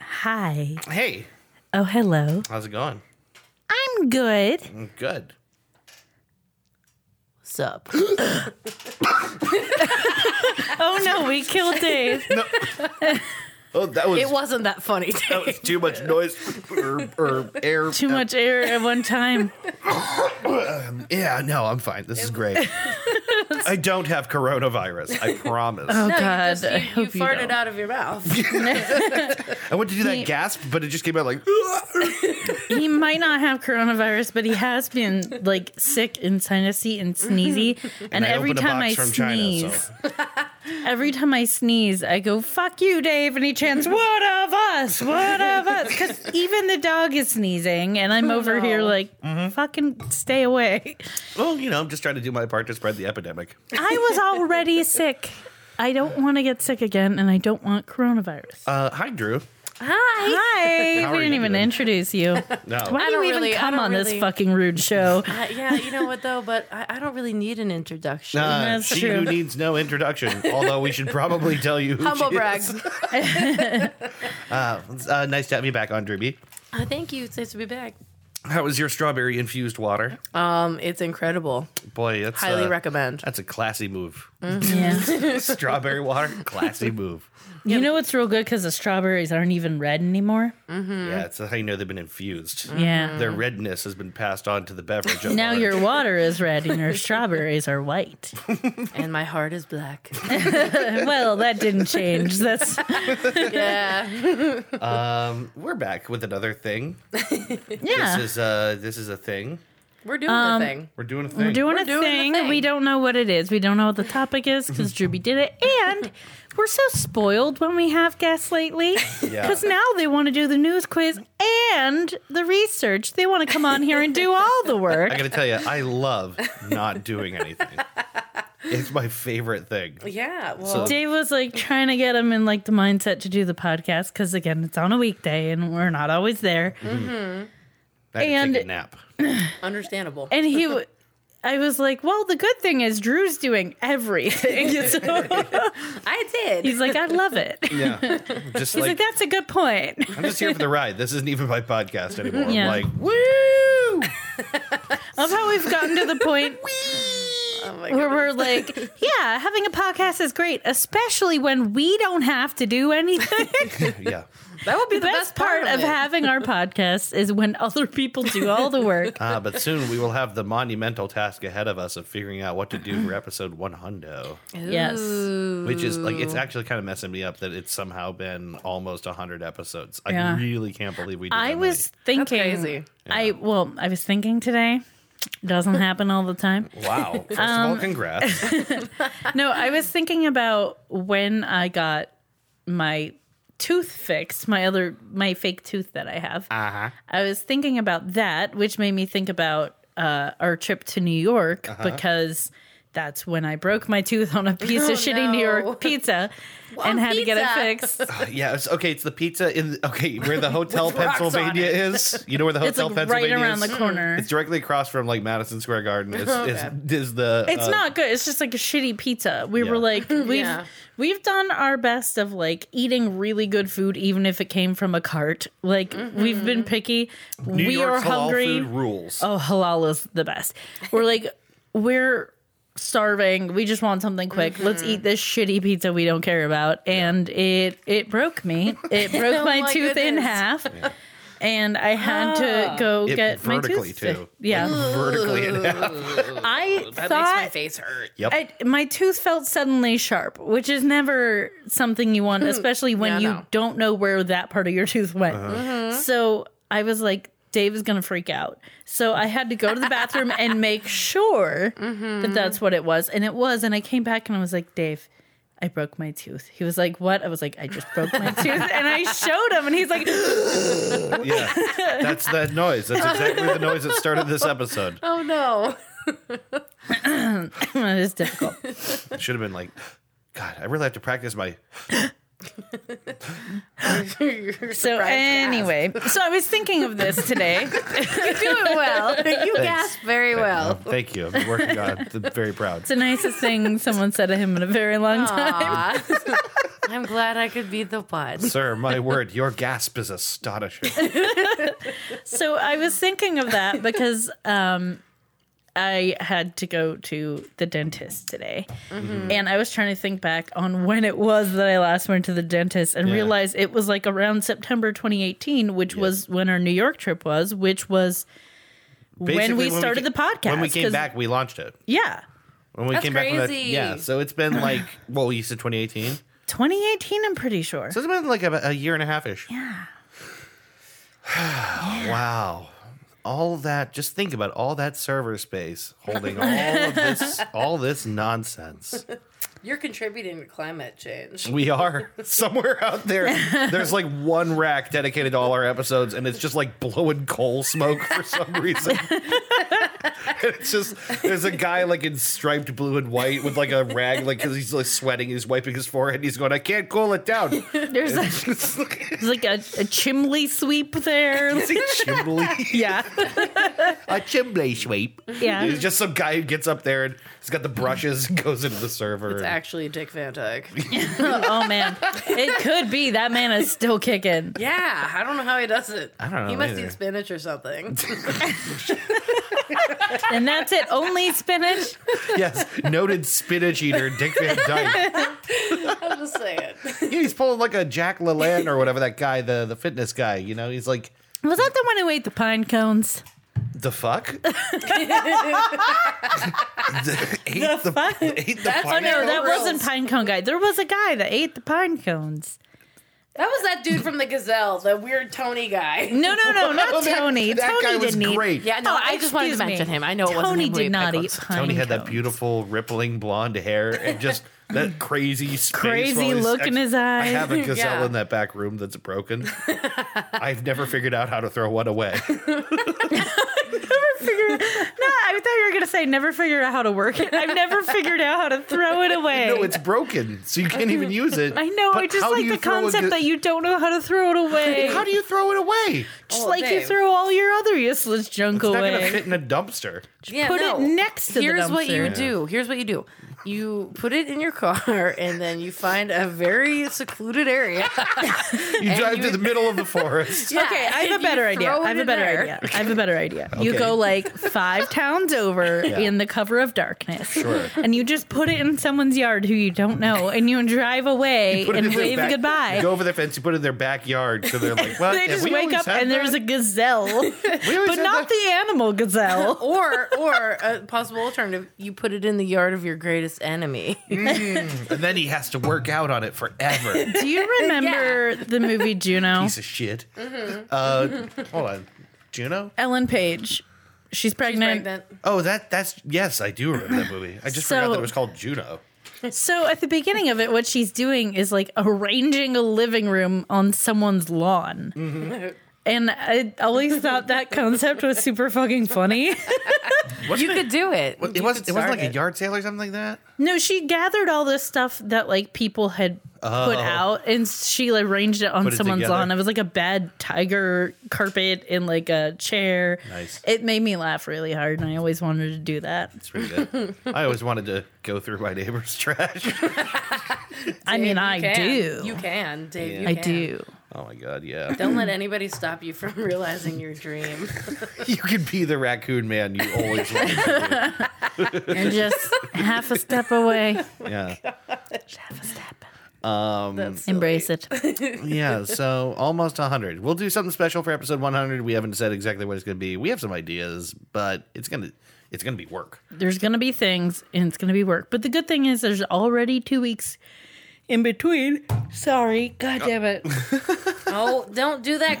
Hi. Hey, Oh, hello. how's it going? I'm good. I'm good. What's up? oh no, we killed Dave. Oh, that was, It wasn't that funny. that was too much noise or, or air. Too much air at one time. Uh, Yeah, no, I'm fine. This is great. I don't have coronavirus. I promise. Oh No, you god. just- you, I you hope you farted don't. out of your mouth. I went to do that gasp, but it just came out like. He might not have coronavirus, but he has been like sick and sinusy and sneezy. And, I every opened a time box I from sneeze, China, so every time I sneeze, I go "fuck you, Dave," and he chants "What of us? What of us?" Because even the dog is sneezing, and I'm over here like, "Fucking stay away." well, you know, I'm just trying to do my part to spread the epidemic. I was already sick. I don't want to get sick again, and I don't want coronavirus. Uh, hi, Drew. Hi. How we are didn't you even doing? introduce you. No, Why do don't you even really- I come don't on this really- fucking rude show? Uh, yeah, you know what though, but I, I don't really need an introduction. Uh, That's she true. who needs no introduction. Although we should probably tell you. Who Humble she brag. Is. Uh, nice to have you back on, Drewby. Uh, thank you. It's nice to be back. How was your strawberry infused water? Um, it's incredible. Boy, it's Highly uh, recommend. That's a classy move. Yeah. strawberry water, classy move. you know what's real good because the strawberries aren't even red anymore. Mm-hmm. Yeah, it's how you know they've been infused. Yeah. Their redness has been passed on to the beverage. of Now water. your water is red and your strawberries are white. And my heart is black. Well, that didn't change. That's yeah. Um, We're back with another thing. yeah. This is uh this is a thing. We're doing Um, the thing. We're doing a thing. We're doing, We're a, doing a thing. thing. We don't know what it is. We don't know what the topic is because Drewby did it. And we're so spoiled when we have guests lately Yeah. because now they want to do the news quiz and the research. They want to come on here and do all the work. I gotta tell you, I love not doing anything. it's my favorite thing. Yeah. Well, So- Dave was like trying to get him in like the mindset to do the podcast because again, it's on a weekday and we're not always there. I had to And- take a nap. understandable. And he, w- I was like, well, the good thing is Drew's doing everything. So I did. he's like, I love it. He's Yeah. Just like, like, that's a good point. I'm just here for the ride. This isn't even my podcast anymore. Yeah. I'm like, woo! love how we've gotten to the point oh my where God. we're like, yeah, having a podcast is great, especially when we don't have to do anything. Yeah. That would be the best part of it. having our podcast is when other people do all the work. Uh, but soon we will have the monumental task ahead of us of figuring out what to do for episode 100, Yes. Ooh. which is like, it's actually kind of messing me up that it's somehow been almost 100 episodes. I Yeah. really can't believe we did I that was thinking, That's crazy. I well, I was thinking today. Doesn't happen all the time. many. Wow. First of Um, all, congrats. No, I was thinking about when I got my tooth fixed, my other my fake tooth that I have. Uh-huh. I was thinking about that, which made me think about uh, our trip to New York Uh-huh. because that's when I broke my tooth on a piece Oh, of shitty New no. York pizza and had to get pizza. it fixed. Uh, Yeah, it's okay. It's the pizza in okay where the hotel Pennsylvania is. You know where the It's hotel like right Pennsylvania around the is. Mm. corner. It's It's, directly across from like Madison Square Garden. Is is, Okay. is the uh, not good. It's just like a shitty pizza. We Yeah. were like, we've Yeah. we've done our best of like eating really good food, even if it came from a cart. Like Mm-hmm, we've been picky. New we York's are halal hungry. food rules. oh halal is the best we're like we're starving we just want something quick let's Mm-hmm. eat this shitty pizza we don't care about and it it broke me it broke my, Oh my tooth in goodness. Ah. half and i had to go It get my vertically, tooth too. yeah Vertically in half. i That makes my thought face hurt. Yep. I, my tooth felt suddenly sharp, which is never something you want, especially when Hmm. Yeah, Mm-hmm. you no. don't know where that part of your tooth went. So I was like, Dave is going to freak out. So I had to go to the bathroom and make sure Mm-hmm. that that's what it was. And it was. And I came back and I was like, Dave, I broke my tooth. He was like, What? I was like, I just broke my tooth. And I showed him, and he's like, yeah, that's that noise. That's exactly the noise that started this episode. Oh no. It is difficult. Should have been like, God, I really have to practice my. You're So, surprised anyway, so I was thinking of this today. gasp. You're doing well. You gasp very well. Thank you. I'm working on. it. I'm very proud. It's the nicest thing someone said to him in a very long time. Aw. I'm glad I could be the one. Sir, my word, your gasp is astonishing. So I was thinking of that because um, I had to go to the dentist today, Mm-hmm. and I was trying to think back on when it was that I last went to the dentist, and Yeah. realized it was like around September 2018, which was when our New York trip was, which was when Basically, we started ca- the podcast. When we came 'cause- back, we launched it. yeah, When we That's came back, from that, crazy. yeah. So it's been like, well, you said 2018. 2018, I'm pretty sure. So it's been like a, a year and a half ish. yeah. Wow. All that, just think about all that server space holding all of this, all this nonsense. You're contributing to climate change. We are somewhere out there. There's like one rack dedicated to all our episodes, and it's just like blowing coal smoke for some reason. And it's just there's a guy like in striped blue and white with like a rag, like because he's like sweating, he's wiping his forehead, and he's going, "I can't cool it down." There's a, It's like there's like a, a chimney sweep there. a chimney, Yeah. a chimney sweep. Yeah. It's just some guy who gets up there and he's got the brushes and goes into the server. It's and- actually Dick Van Dyke. oh man. It could be that man is still kicking. yeah, I don't know how he does it. I don't know He must either. eat spinach or something. And that's it. Only spinach. yes, noted spinach eater Dick Van Dyke. I'm just saying. Yeah, he's pulling like a Jack Lalanne or whatever that guy, the the fitness guy. You know, he's like Was that the one who ate the pine cones? the fuck. the, ate the, fuck? ate the That's Oh pine- no, that Corals. wasn't pine cone guy. There was a guy that ate the pine cones. That was that dude from the Gazelle, the weird Tony guy. No, no, no, Oh, not that- Tony. That Tony guy was didn't eat. great. Yeah, no, Oh, I just wanted to excuse me. mention him. I know it wasn't Tony him who did ate not pickles. eat pine Tony had that cones. beautiful rippling blonde hair and just that crazy, space Crazy while he's- look in his I have a gazelle Yeah. in that back room that's broken. I've never figured out how to throw one away. Figure- no, I thought you were gonna say never figured out how to work it. I've never figured out how to throw it away. No, it's broken, so you can't even use it. I know. I just like the concept that you don't know how to throw it away. How do you throw it away? just Oh, like you babe. throw all your other useless junk It's not going to away. fit in a dumpster. Yeah, Put it next to the Here's what you dumpster. do. Here's what you do. You put it in your car, and then you find a very secluded area. You drive you- to the middle of the forest. Yeah, Okay, I have and a you better idea. throw I have it a in better there. idea. I have a better idea. You Okay. go like five towns over in the cover of darkness. Sure. And you just put it in someone's yard who you don't know and you drive away Put it in and their wave back- goodbye. Go over the fence. You put it in their backyard, so they're like, "Well, they just wake up and there's a gazelle. but not the animal gazelle. Or, or a possible alternative, you put it in the yard of your greatest enemy. the." And then he has to work out on it forever. Do you remember the movie Juno? Piece of shit. Mm-hmm. Uh, hold on, Juno. Ellen Page. She's pregnant. Pregnant. Oh, that that's yes, I do remember that movie. I just forgot So- that it was called Juno. So at the beginning of it, what she's doing is like arranging a living room on someone's lawn. And I always thought that concept was super fucking funny. You could do it. It You was could it wasn't start like a yard sale or something like that. no, she gathered all this stuff that like people had put Oh. out and she like, arranged it on it someone's together. lawn. It was like a bad tiger carpet and like a chair. Nice. It made me laugh really hard and I always wanted to do that. It's pretty good. I always wanted to go through my neighbor's trash. I mean, You I can. do. You can, Dave. You I can. do. Oh my god, yeah. Don't let anybody stop you from realizing your dream. You could be the raccoon man you always wanted Oh to And just half a step away. be. Yeah. Half a step. That's Embrace it. yeah, so almost 100. We'll do something special for episode 100. We haven't said exactly what it's going to be. We have some ideas, but it's going to it's going to be work. there's going to be things and it's going to be work. But the good thing is there's already two weeks in between. Sorry. God damn it. Oh, don't do that,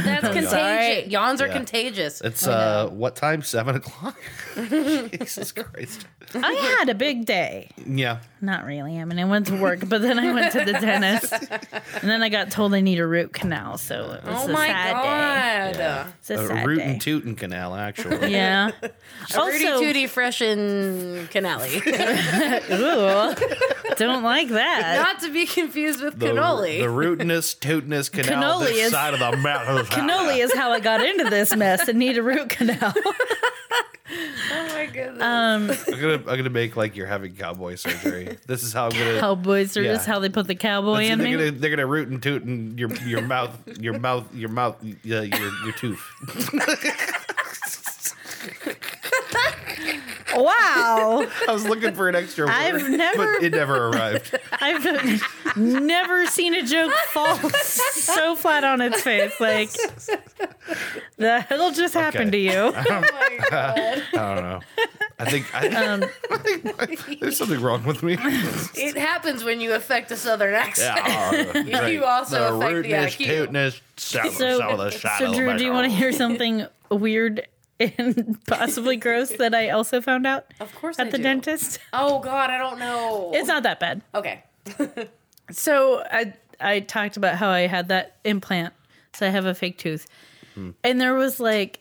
That's contagious. Sorry. Yawns are contagious. It's uh what time? 7 o'clock? Jesus Christ. I had a big day. Yeah. Not really. I mean, I went to work, but then I went to the dentist. And then I got told I need a root canal. So it was oh a my sad day. god. It's a, A sad root day. and Uh, tootin' canal actually. yeah. Rudy also, Tooty fresh in Canali. ooh, don't like that. Not to be confused with The, cannoli. the rootinest, tootinest canal Cannoli this is- side of the mountain. Cannoli is how I got into this mess and need a root canal. oh my goodness. Um, I'm gonna I'm gonna make like you're having cowboy surgery. This is how I'm gonna. Cowboys are Yeah. just how they put the cowboy they're in me. gonna they're gonna root and toot and your your mouth your mouth your mouth uh, your your tooth. Wow. I was looking for an extra word, I've never- but it never arrived. I've never seen a joke fall so flat on its face. Like, the hell just happened Okay. to you? Oh I don't know. I think I, Um, there's something wrong with me. It happens when you affect a southern accent. Yeah, You also affect the IQ. tootness, so, So, so Drew, do you want to hear something weird and possibly gross that I also found out Of course, at I the do. dentist? Oh God, I don't know. It's not that bad. okay. So I I talked about how I had that implant, so I have a fake tooth, and there was like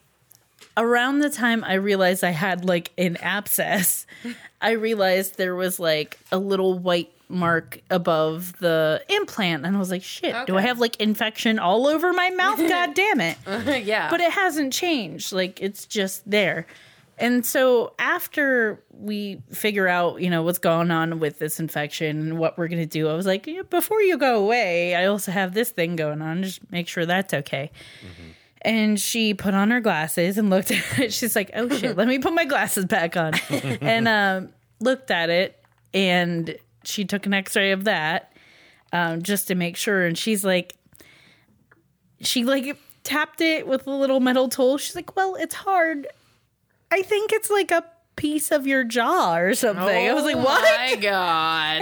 around the time I realized I had like an abscess, I realized there was like a little white mark above the implant, and I was like, shit, do I Okay. have like infection all over my mouth? God damn it! yeah. but it hasn't changed. Like it's just there. And so after we figure out, you know, what's going on with this infection and what we're going to do, I was like, yeah, before you go away, I also have this thing going on. Just make sure that's okay. And she put on her glasses and looked at it. She's like, oh shit, let me put my glasses back on. and um, looked at it and she took an x ray of that um, just to make sure. And she's like, she like tapped it with a little metal tool. She's like, "Well, it's hard. I think it's like a piece of your jaw or something." I was like, "What?" Oh My God.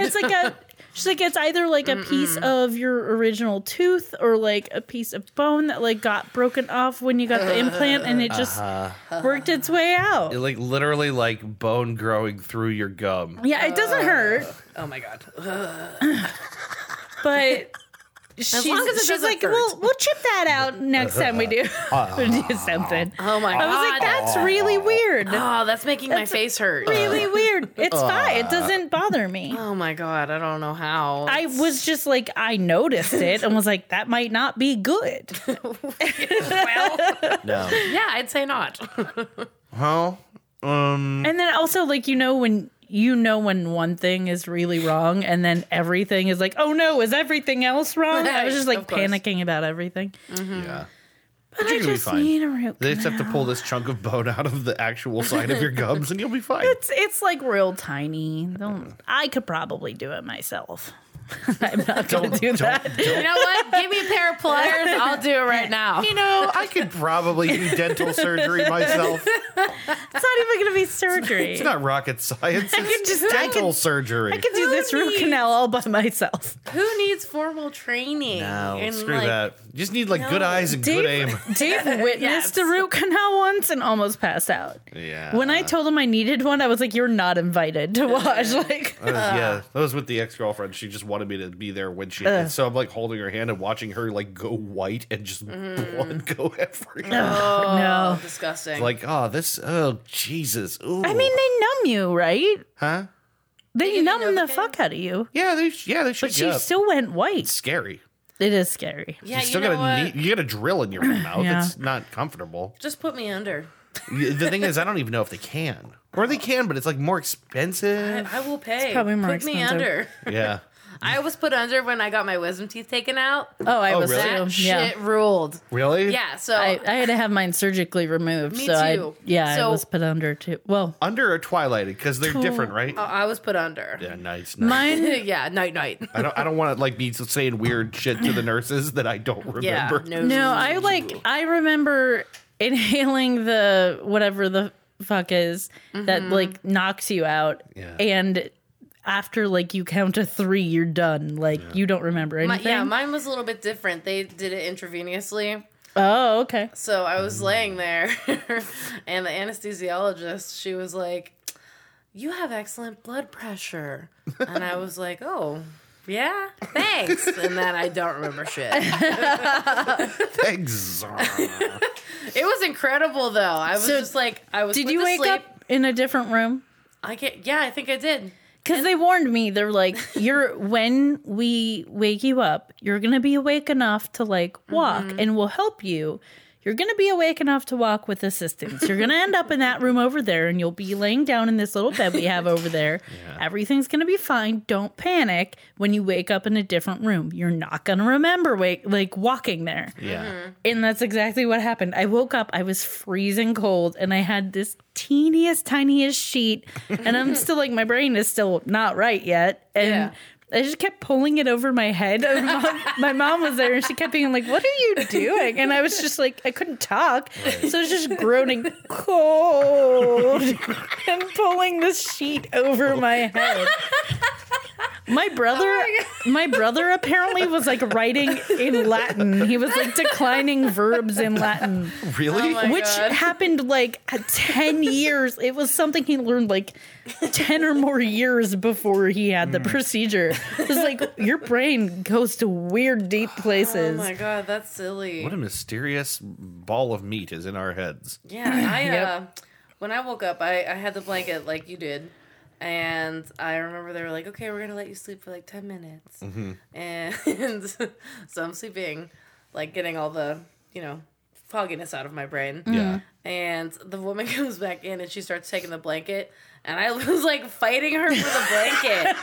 It's like a. She's like, "It's either like a piece of your original tooth or like a piece of bone that like got broken off when you got the implant and it just Uh-huh. worked its way out." Like literally, like bone growing through your gum. Yeah, it doesn't hurt, oh my God. but. She's, long as it she's doesn't like, hurt. we'll we'll chip that out next time we do, we do something. Oh my God. I was like, that's really weird. Oh, that's making my face hurt. really weird. It's fine. It doesn't bother me. Oh my God. I don't know how. I was just like, I noticed it and was like, that might not be good. well, No. yeah, I'd say not. Huh? Um. And then also, like, you know, when you know when one thing is really wrong and then everything is like, oh no, is everything else wrong? I was just Right, like of course. panicking about everything. Yeah. You're But I gonna be just fine. need a root They just canal. have to pull this chunk of bone out of the actual side of your gums, and you'll be fine. It's, it's like real tiny. Don't, I could probably do it myself. I'm not going to do that. You know what? Give me a pair of pliers. I'll do it right now. You know, I could probably do dental surgery myself. It's not even going to be surgery. It's not rocket science. It's just- I dental surgery. I could do this root needs- canal all by myself. Who needs formal training? no, in, screw like- that. You just need like good No. eyes and good aim. Dave witnessed Yes. a root canal once and almost passed out. Yeah. When I told him I needed one, I was like, "You're not invited to watch." Like, That was- Uh, yeah, that was with the ex girlfriend. She just wanted me to be there when she. so I'm like holding her hand and watching her like go white and just blood go everywhere. oh no. Disgusting. Like, oh, this, oh Jesus, ooh. I mean, they numb you, right? huh? They, you numb the notice fuck out of you. Yeah, they, yeah, they should. But she yeah. still went white. scary. It is scary. yeah, you still know got a what? neat, you got a drill in your mouth. Yeah. It's not comfortable. Just put me under. Y- the thing is, I don't even know if they can, or they can, but it's like more I, expensive. I will pay. probably more put me expensive. under. Yeah, I was put under when I got my wisdom teeth taken out. Oh, I Oh, was really? too. That Yeah. shit ruled. really? Yeah, so I, I had to have mine surgically removed. Me so too. I, yeah, I So- was put under too. Well, Under or twilighted because they're different, right? I was put under. yeah, nice. nice. mine. yeah, night night. I don't. I don't want to like be saying weird shit to the nurses that I don't Yeah, remember. no, No, I like I remember inhaling the whatever the fuck is that Mm-hmm. like knocks you out Yeah. and after like you count to 3 you're done. Like you don't remember My- anything. yeah, mine was a little bit different. They did it intravenously, oh, okay. so I was laying there, and the anesthesiologist, she was like, "You have excellent blood pressure," and I was like, "Oh." Yeah, thanks. and then I don't remember shit. Thanks. It was incredible though. I was So, just like, I was. Did put you to wake sleep. up in a different room? I get. Yeah, I think I did. Because they warned me, they're like, "You're when we wake you up, you're gonna be awake enough to like walk, and we'll help you. You're going to be awake enough to walk with assistance. You're going to end up in that room over there and you'll be laying down in this little bed we have over there. Everything's going to be fine. Don't panic when you wake up in a different room. You're not going to remember wake, like walking there. Yeah. And that's exactly what happened. I woke up, I was freezing cold, and I had this teeniest, tiniest sheet. And I'm still like, my brain is still not right yet. And Yeah. I just kept pulling it over my head. And mom- my mom was there, and she kept being like, What are you doing? And I was just like, I couldn't talk. So I was just groaning cold and pulling this sheet over my head. My Oh brother, my brother apparently was like writing in Latin. He was like declining verbs in Latin, Really? my- which Oh God. happened like at ten years. It was something he learned like ten or more years before he had Mm. the procedure. It's like your brain goes to weird, deep Oh places. my god, that's silly. what a mysterious ball of meat is in our heads. Yeah, I uh, when I woke up, I, I had the blanket like you did, and I remember they were like, "Okay, we're gonna let you sleep for like ten minutes," and so I'm sleeping, like getting all the you know fogginess out of my brain. Yeah. And the woman comes back in and she starts taking the blanket, and I was like fighting her for the blanket.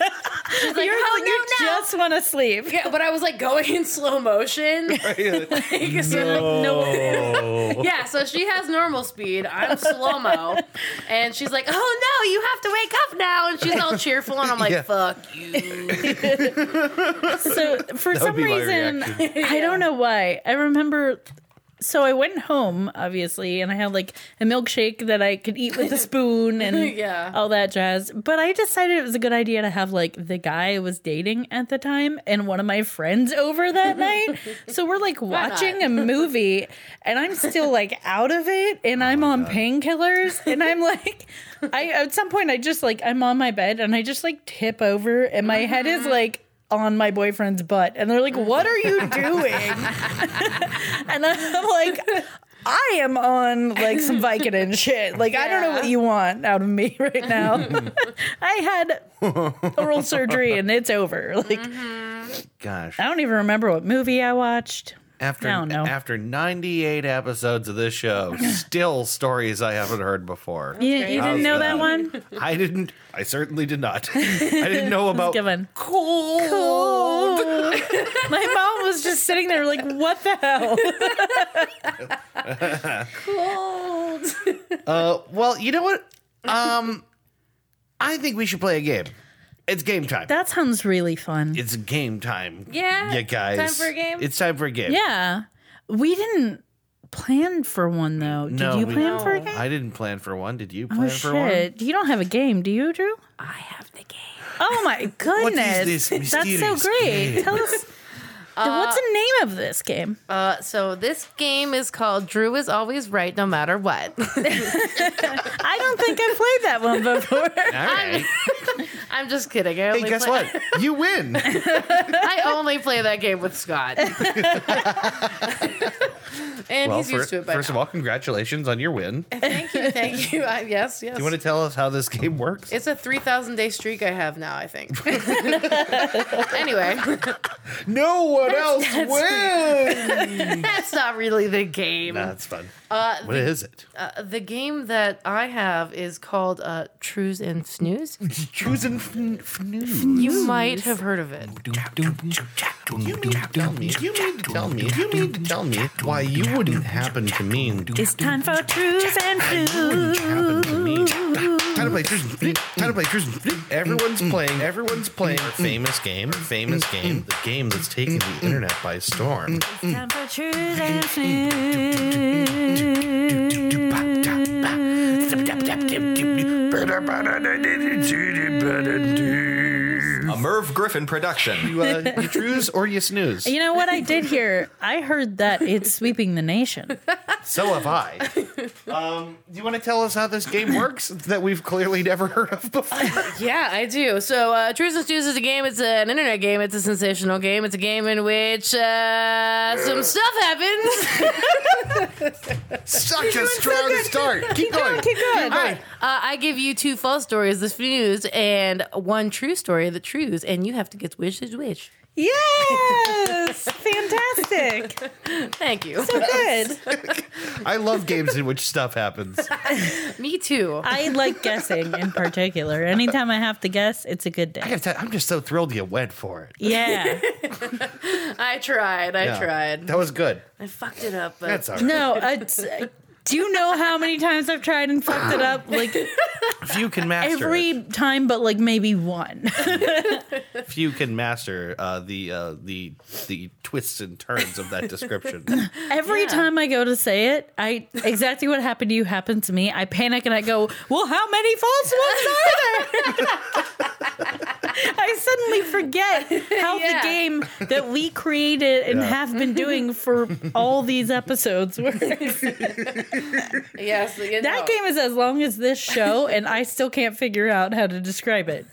She's like, You're, "Oh you no, no!" just want to sleep. yeah, but I was like going in slow motion. So, like, no. Yeah, so she has normal speed. I'm slow mo, and she's like, "Oh no, you have to wake up now!" And she's all cheerful, and I'm like, Yeah. "Fuck you!" So for would some be my reason, reaction. I don't know why. I remember. So I went home, obviously, and I had like a milkshake that I could eat with a spoon and Yeah. all that jazz. But I decided it was a good idea to have like the guy I was dating at the time and one of my friends over that night. So we're like not? watching a movie, and I'm still like out of it, and I'm on painkillers, and I'm like, I at some point I just like I'm on my bed and I just like tip over, and my head is like on my boyfriend's butt and they're like what are you doing and i'm like i am on like some vicodin shit like i don't know what Yeah. you want out of me right now i had oral surgery and it's over like Gosh. i don't even remember what movie i watched After Oh, I don't know. after 98 episodes of this show, still stories I haven't heard before. you, you How's didn't know that, that? one I didn't I certainly did not. I didn't know about good one cool. my mom was just sitting there like what the hell Cold. Uh, well, you know what? Um I think we should play a game. It's game time. that sounds really fun it's game time. Yeah? You guys. Time for a game? It's time for a game. Yeah. We didn't plan for one though. Did No, you we- plan for a No. game? I didn't plan for one. Did you plan Oh for one? shit. You don't have a game, do you, Drew? I have the game. Oh my goodness. this That's so mysterious great. game? Tell us what's the name of this game? Uh, so this game is called "Drew is always right, no matter what." I don't think I played that one before. All right. I'm just kidding. I Hey, only guess play- what? You win. I only play that game with Scott, and he's used fir- to it by first now. of all, congratulations on your win. Do thank you, thank you. I, yes, yes. you want to tell us how this game works? it's a three thousand day streak I have now. I think. anyway. No one else wins. That's not really the game. That's fun. Uh, what is it? Uh, the game that I have is called uh, Trues and Snooze. Choosing f- f- news. You might have heard of it. You mean to tell me? You mean to tell me? You mean to tell me why you wouldn't happen to mean? It's time for truths and Mm. blues. Happen to me. Time to play truth and flip. Time to play truth and flip. Everyone's playing. Everyone's playing. Mm-hmm. Our Mm-hmm. famous game. Famous game. The game that's taking the internet by storm. It's time for truths and Mm. blues. A Merv Griffin production. You, uh, you truce or you snooze. You know what I did here? I heard that it's sweeping the nation. So have I. Um, do you want to tell us how this game works that we've clearly never heard of before? Yeah, I do. So, uh, Trues and Snooze is a game. It's an internet game. It's a sensational game. It's a game in which uh, some stuff happens. Such a strong start. Keep, going. Keep going. All right. Uh, I give you two false stories, the snooze, and one true story, the trues, and you have to guess which is which. Yes! Fantastic! sick. Thank you. Good. I love games in which stuff happens. Me too. I like guessing in particular. Anytime I have to guess, it's a good I day. gotta tell you, I'm just so thrilled you went for it. Yeah. I tried. I Yeah. tried. That was good. I fucked it up, but That's all right. No, it's. Do you know how many times I've tried and fucked it up? Like Few can master. every it. time, but like maybe one. Few can master uh, the uh, the the twists and turns of that description. Every time I go to say it, I exactly what happened to you happened to me. I panic and I go, "Well, how many false ones are there?" I suddenly forget how Yeah. the game that we created and Yeah. have been doing for all these episodes works. yes, you know. That game is as long as this show, and I still can't figure out how to describe it.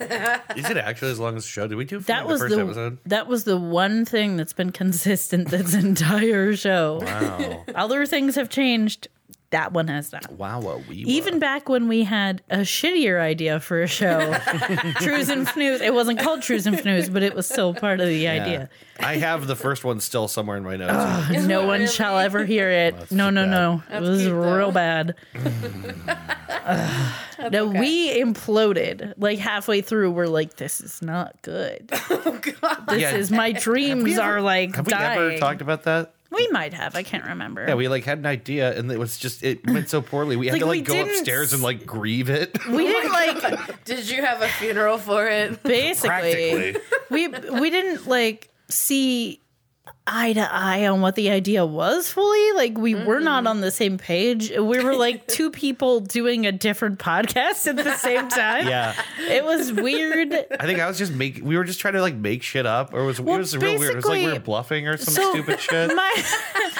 Is it actually as long as the show? Did we do That was the the, first episode? that was the one thing that's been consistent this entire show. Wow. Other things have changed. That one has not. Oh, Wow, we Even back when we had a shittier idea for a show, Trues and Fnews. It wasn't called Trues and Fnews, but it was still part of the idea. I have the first one still somewhere in my notes. No one really? shall ever hear it. no, too no, bad. no. it was cute, though. real bad. Ugh. no, we imploded. Like halfway through, we're like, this is not good. Oh, This Yeah. is my dreams ever- are like have we dying. ever talked about that? we might have. I can't remember. Yeah, we like had an idea and it was just it went so poorly. We had Like, to we like go didn't upstairs s- and like grieve it. we didn't like Did you have a funeral for it? basically we we didn't like see eye to eye on what the idea was fully like we were Mm-hmm. not on the same page we were like two people doing a different podcast at the same time Yeah. it was weird I think I was just making we were just trying to like make shit up or it was Well, it was real weird. It was like we basically- were bluffing or some so- stupid shit. my it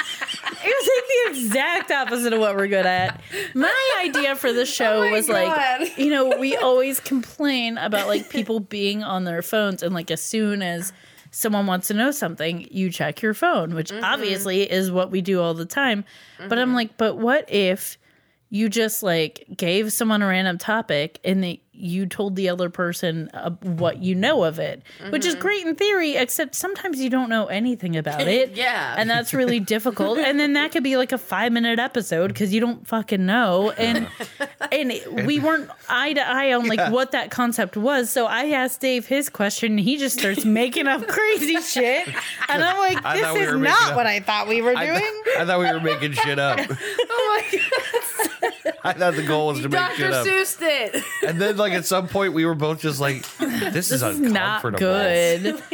was like the exact opposite of what we're good at. My idea for the show Oh my was God. like, you know, we always complain about like people being on their phones, and like as soon as someone wants to know something, you check your phone, which Mm-hmm. obviously is what we do all the time. But I'm like, but what if? You just like gave someone a random topic and they, you told the other person uh, what you know of it, which is great in theory, except sometimes you don't know anything about it. Yeah. And that's really difficult. And then that could be like a five minute episode because you don't fucking know. And and we weren't eye to eye on like Yeah. what that concept was. So I asked Dave his question. And he just starts making up crazy shit. And I'm like, I this thought we is were making not up- what I thought we were I, th- doing. I thought we were making shit up. Oh my god. I thought the goal was to make Dr. shit up. Seuss did. And then like at some point we were both just like this, is This is uncomfortable. not good.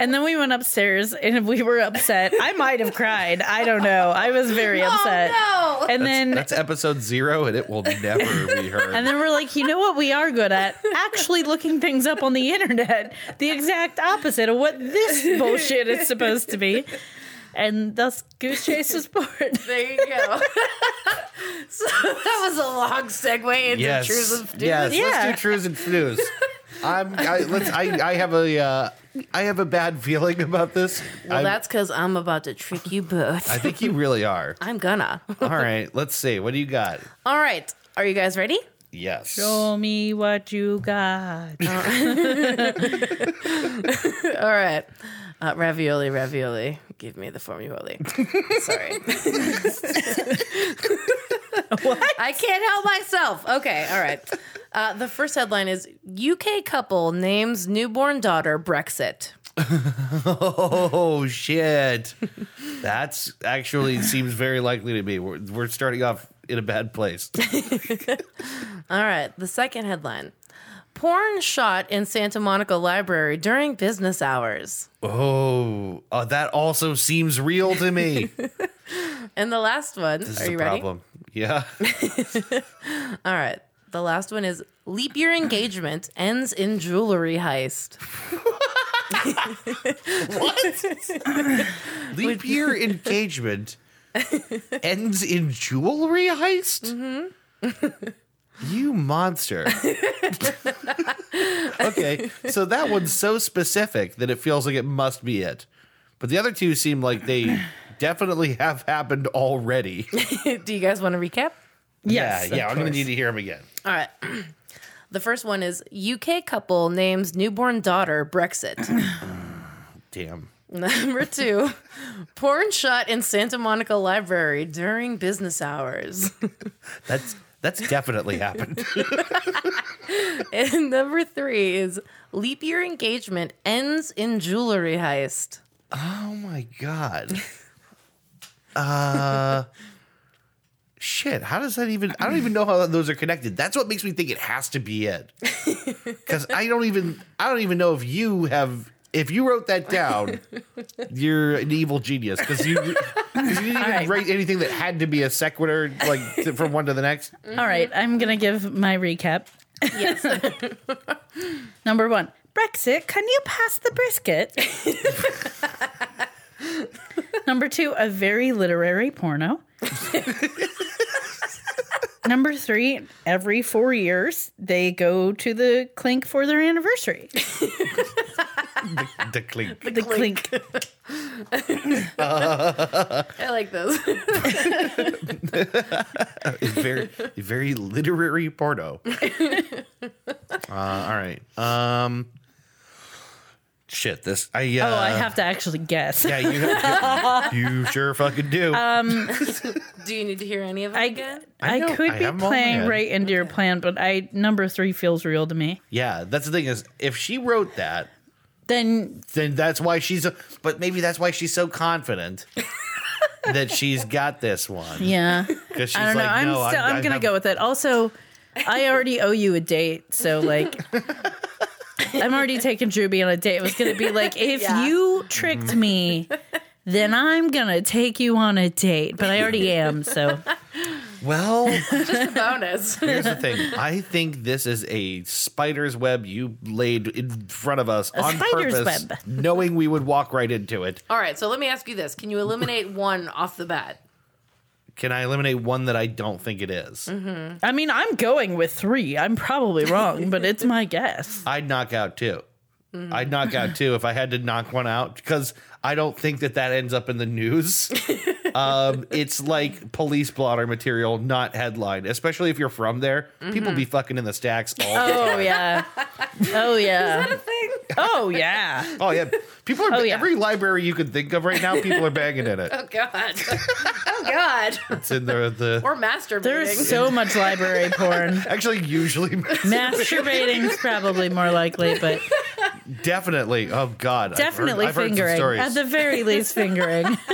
And then we went upstairs and we were upset. I might have cried. I don't know. I was very upset. Oh no. And then That's episode zero and it will never be heard. And then we're like, you know what we are good at? Actually looking things up on the internet. The exact opposite of what this bullshit is supposed to be. And thus Goose Chase was born. There you go. so that was a long segue into yes. Trues and Fnews. Yes, Yeah. let's do trues and fnews. I'm I, let's I, I have a uh, I have a bad feeling about this. Well, I'm- that's because I'm about to trick you both. I think you really are. I'm gonna. All right, let's see. What do you got? All right. Are you guys ready? Yes. Show me what you got. All right. Uh, ravioli, ravioli. Give me the formuli. Sorry. I can't help myself. Okay. All right. Uh, the first headline is UK couple names newborn daughter Brexit. Oh shit. That's actually seems very likely to me. We're, we're starting off in a bad place. All right. The second headline Porn shot in Santa Monica Library during business hours. Oh, uh, that also seems real to me. And the last one. This are is you a ready? problem. Yeah. All right. The last one is leap year engagement ends in jewelry heist. Leap year engagement ends in jewelry heist? Mm-hmm. you monster. okay, so that one's so specific that it feels like it must be it. But the other two seem like they definitely have happened already. Do you guys want to recap? Yes. yeah, yeah, of I'm going to course. need to hear them again. All right. The first one is UK couple names newborn daughter Brexit. Damn. Number two, porn shot in Santa Monica Library during business hours. That's that's definitely happened. and number three is leap year engagement ends in jewelry heist. Oh my god. Uh shit, how does that even I don't even know how those are connected. That's what makes me think it has to be it. Cuz I don't even I don't even know if you have if you wrote that down, you're an evil genius because you, 'cause you didn't even write anything that had to be a sequitur, like t- from one to the next. All right, I'm going to give my recap. Yes. Number one, Brexit, can you pass the brisket? Number two, a very literary porno. Number three, every four years, they go to the clink for their anniversary. The clink. The clink. I like those. very very literary porno. uh, all right. Um shit, this I uh, Oh, I have to actually guess. Yeah, you have, you, you sure fucking do. Um, Do you need to hear any of it I, again? I, know, could I be have 'em all in my playing head. right into your plan, but I number three feels real to me. yeah, that's the thing is if she wrote that, Then then that's why she's a, but maybe that's why she's so confident that she's got this one. yeah, Cuz she's I don't know. like I'm no, still I'm, gonna have- go with it. Also, I already owe you a date, so like. I'm already taking Juby on a date. It was going to be like, if Yeah. you tricked me, then I'm going to take you on a date. But I already am. So, Well, Just a bonus. Here's the thing. I think this is a spider's web you laid in front of us on spider's purpose, web. knowing we would walk right into it. All right, so let me ask you this: Can you eliminate one off the bat? Can I eliminate one that I don't think it is? Mm-hmm. I mean, I'm going with three. I'm probably wrong, but it's my guess. I'd knock out 2 Mm-hmm. i I'd knock out two if I had to knock one out because I don't think that that ends up in the news. um, it's like police blotter material, not headline. Especially if you're from there, Mm-hmm. people be fucking in the stacks all. the Oh, yeah. Oh, yeah. Thing. Oh yeah. Oh yeah, people are Oh, yeah. every library you can think of right now. People are banging in it. Oh God. Oh God. It's in the the Or masturbating. There's so much library porn. Actually, usually, Masturbating's probably more likely, but definitely. Oh God, I've heard- definitely I've heard some fingering. stories. At the very least, fingering.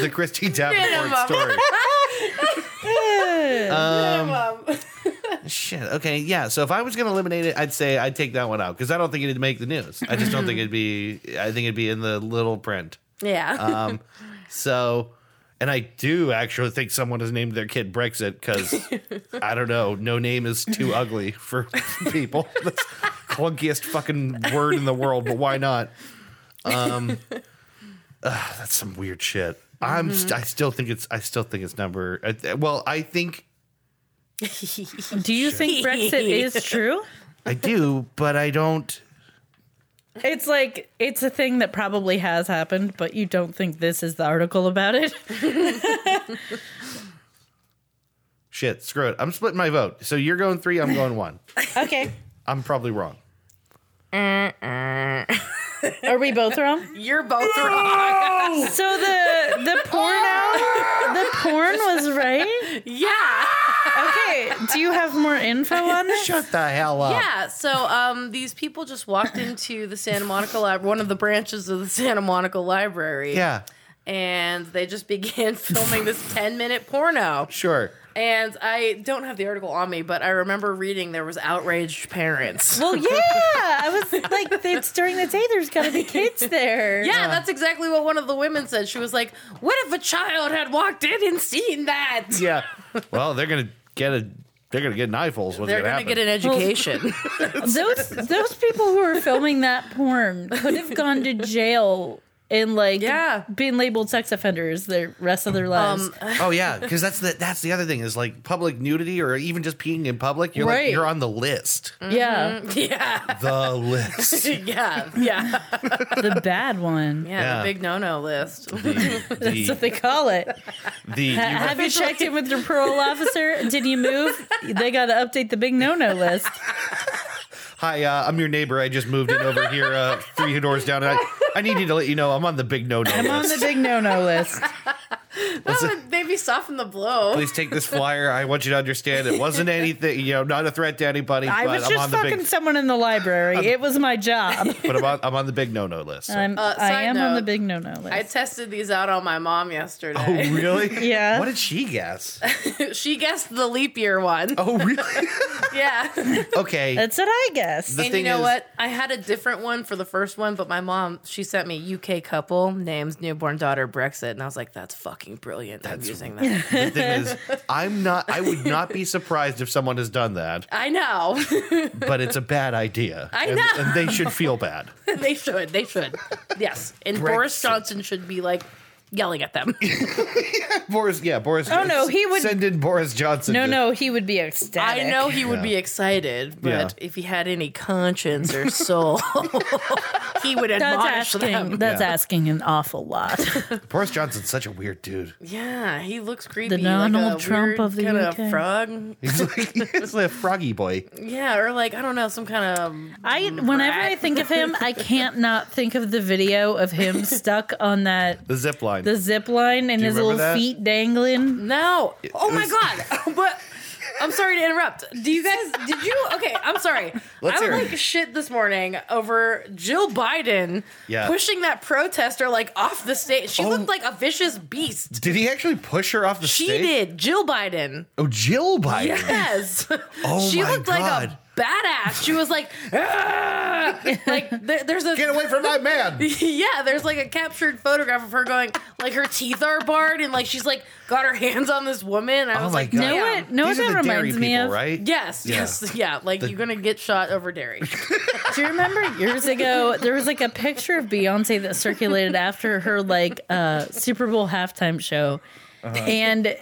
the, Christine Davenport story. Um, Shit. Okay. Yeah. So if I was gonna eliminate it, I'd say I'd take that one out because I don't think it'd make the news. I just don't think it'd be. Mm-hmm. I think it'd be in the little print. yeah. Um. so, and I do actually think someone has named their kid Brexit because I don't know. No name is too ugly for people. That's the clunkiest fucking word in the world. But why not? Um. ugh, that's some weird shit. I'm. St- I still think it's. I still think it's number. I th- Well, I think Do you think Brexit is true? I do, but I don't. It's like it's a thing that probably has happened, but you don't think this is the article about it. Shit, screw it. I'm splitting my vote. So you're going three, I'm going one. Okay. I'm probably wrong. Are we both wrong? You're both wrong. So the the porn the porn was right. Yeah. Okay. Do you have more info on this? Shut the hell up. Yeah. So um, these people just walked into the Santa Monica Lib, one of the branches of the Santa Monica Library. Yeah, And they just began filming this 10 minute porno. sure. And I don't have the article on me, but I remember reading there was outraged parents. Well, yeah. I was like, it's during the day. There's got to be kids there. Yeah, that's exactly what one of the women said. She was like, "What if a child had walked in and seen that? Yeah. well, they're gonna get a. They're gonna get knife holes. What's They're gonna happen? gonna get an education." Those those people who were filming that porn could have gone to jail and like Yeah. been labeled sex offenders the rest of their lives. um, oh yeah, because that's the that's the other thing is like public nudity or even just peeing in public. You're Right. Mm. like you're on the list. yeah, yeah, The list. yeah, yeah, the bad one. yeah. Yeah. The big no-no list. The, That's what the, they call it. the you- Have you checked in with your parole officer? Did you move? They got to update the big no no list. "Hi, uh, I'm your neighbor. I just moved in over here, uh, three doors down. And I, I need you to let you know I'm on the big no-no I'm on list. the big no no list. That would maybe soften the blow. Please take this flyer. I want you to understand it wasn't anything. You know, not a threat to anybody. I but was I'm on just the fucking big, someone in the library. it was my job. but I'm on, I'm on the big no-no list. so- I'm, Uh, I side am on note, the big no no list. I tested these out on my mom yesterday. Oh really? Yeah. What did she guess? she guessed the leap year one. Oh really? Yeah. Okay. That's what I guess. The and you thing know is- what? I had a different one for the first one, but my mom, she sent me UK couple names newborn daughter Brexit, and I was like, that's fucking brilliant. I'm using that. the thing is, I'm not. I would not be surprised if someone has done that, I know. but it's a bad idea. I and, know. and they should feel bad. they should. They should. Yes. And Boris Brexit. Johnson should be like yelling at them. Boris, yeah, Boris. Oh, no, he would- send in Boris Johnson. No, to- no, he would be ecstatic. I know he would be Yeah. excited, but Yeah. if he had any conscience or soul, he would That's admonish asking. them. That's Yeah. asking an awful lot. Boris Johnson's such a weird dude. Yeah, he looks creepy. like Donald a Trump weird of the kind UK. of frog. He's like he's like a froggy boy. Yeah, or like I don't know, some kind of I whenever I think of him, I can't not think of the video of him stuck on that The zip line. the zip line and you his little remember that? feet dangling. No. Oh my was- god. But I'm sorry to interrupt. Do you guys did you okay, I'm sorry. Let's I hear was it. like shit this morning over Jill Biden Yeah. pushing that protester like off the stage. She Oh. looked like a vicious beast. did he actually push her off the She stage? did. Jill Biden. Oh, Jill Biden. Yes. Oh she my looked like God. a badass. She was like, "Ah!" like there, there's a Get away from my man. yeah, there's like a captured photograph of her going, like her teeth are barred, and like she's like got her hands on this woman. And I Oh was my like, God. Know "Damn." what? Know what These that are the dairy reminds people, me of? right? Yes, Yeah. yes, yeah. Like you're gonna get shot over dairy. Do you remember years ago there was like a picture of Beyonce that circulated after her like uh, Super Bowl halftime show, Uh-huh. and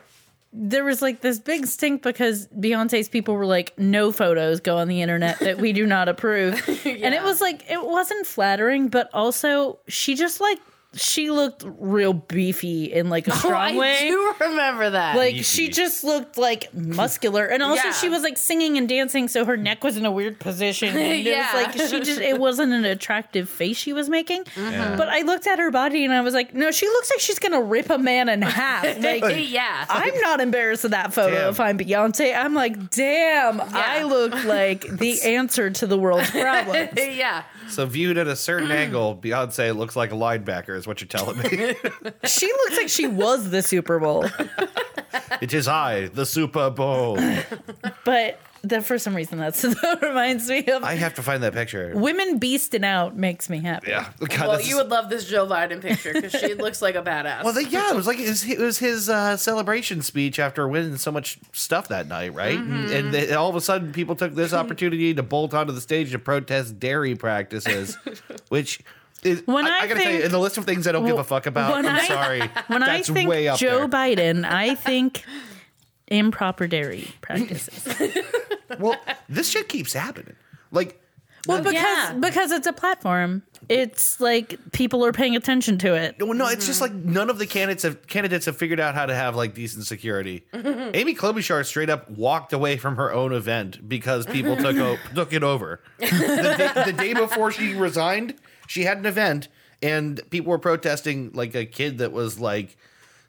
there was like this big stink because Beyonce's people were like, "No photos go on the internet that we do not approve," and it was like it wasn't flattering, but also she just like she looked real beefy in like a strong Oh, I way. do remember that. Like Beefy. she just looked like muscular, and also Yeah. she was like singing and dancing, so her neck was in a weird position. And It Yeah. was like she just it wasn't an attractive face she was making. But I looked at her body and I was like, no, she looks like she's gonna rip a man in half. Like yeah. I'm not embarrassed of that photo Damn. if I'm Beyonce. I'm like, damn, I look like the answer to the world's problem. yeah. So viewed at a certain angle, Beyonce looks like a linebacker. Is what you're telling me. she looks like she was the Super Bowl. it is I, the Super Bowl. But that for some reason that's that reminds me of I have to find that picture. women beasting out makes me happy. Yeah. God, Well, that's- you would love this Joe Biden picture because she looks like a badass. Well, they, yeah, it was like it was, it was his uh, celebration speech after winning so much stuff that night, right? Mm-hmm. And, and they, all of a sudden, people took this opportunity to bolt onto the stage to protest dairy practices, which is When I, I gotta tell you, think- in the list of things I don't give a fuck about, when I'm I- sorry, When that's I think way up Joe there. Biden, I think improper dairy practices. well, this shit keeps happening. Like, Well, because Yeah. because it's a platform, it's like people are paying attention to it. well, no, it's just like none of the candidates have candidates have figured out how to have like decent security. Amy Klobuchar straight up walked away from her own event because people took o- took it over. The day, the day before she resigned, she had an event and people were protesting like a kid that was like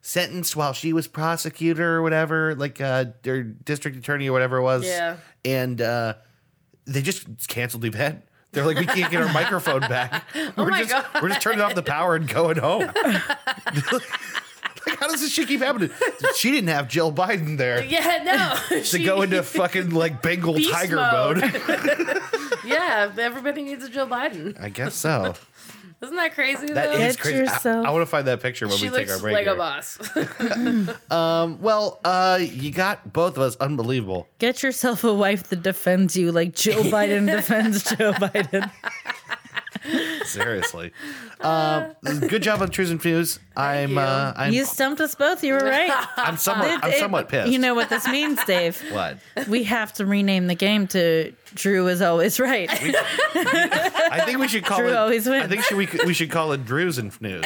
sentenced while she was prosecutor or whatever, like uh their district attorney or whatever it was. Yeah. And uh they just canceled the event. They're like, we can't get our microphone back. we're Oh my just, God. We're just turning off the power and going home. like, how does this shit keep happening? She didn't have Jill Biden there yeah, no. to she, go into fucking like Bengal Beast tiger mode. mode. yeah, everybody needs a Joe Biden. I guess so. Isn't that crazy? That though? is Get crazy. I- yourself- I, want to find that picture when she we take our looks break. like a here. boss. Well, uh, you got both of us. Unbelievable. Get yourself a wife that defends you like Joe Biden defends Joe Biden. Seriously. um, good job on Trues and Fuse. I'm, you. uh, I'm, You stumped us both. You were right. I'm somewhat, I'm It- somewhat pissed. You know what this means, Dave? what? We have to rename the game to Drew is always right. I think we should call Drew it. always wins. I think should we we should call it Drews and Fnews.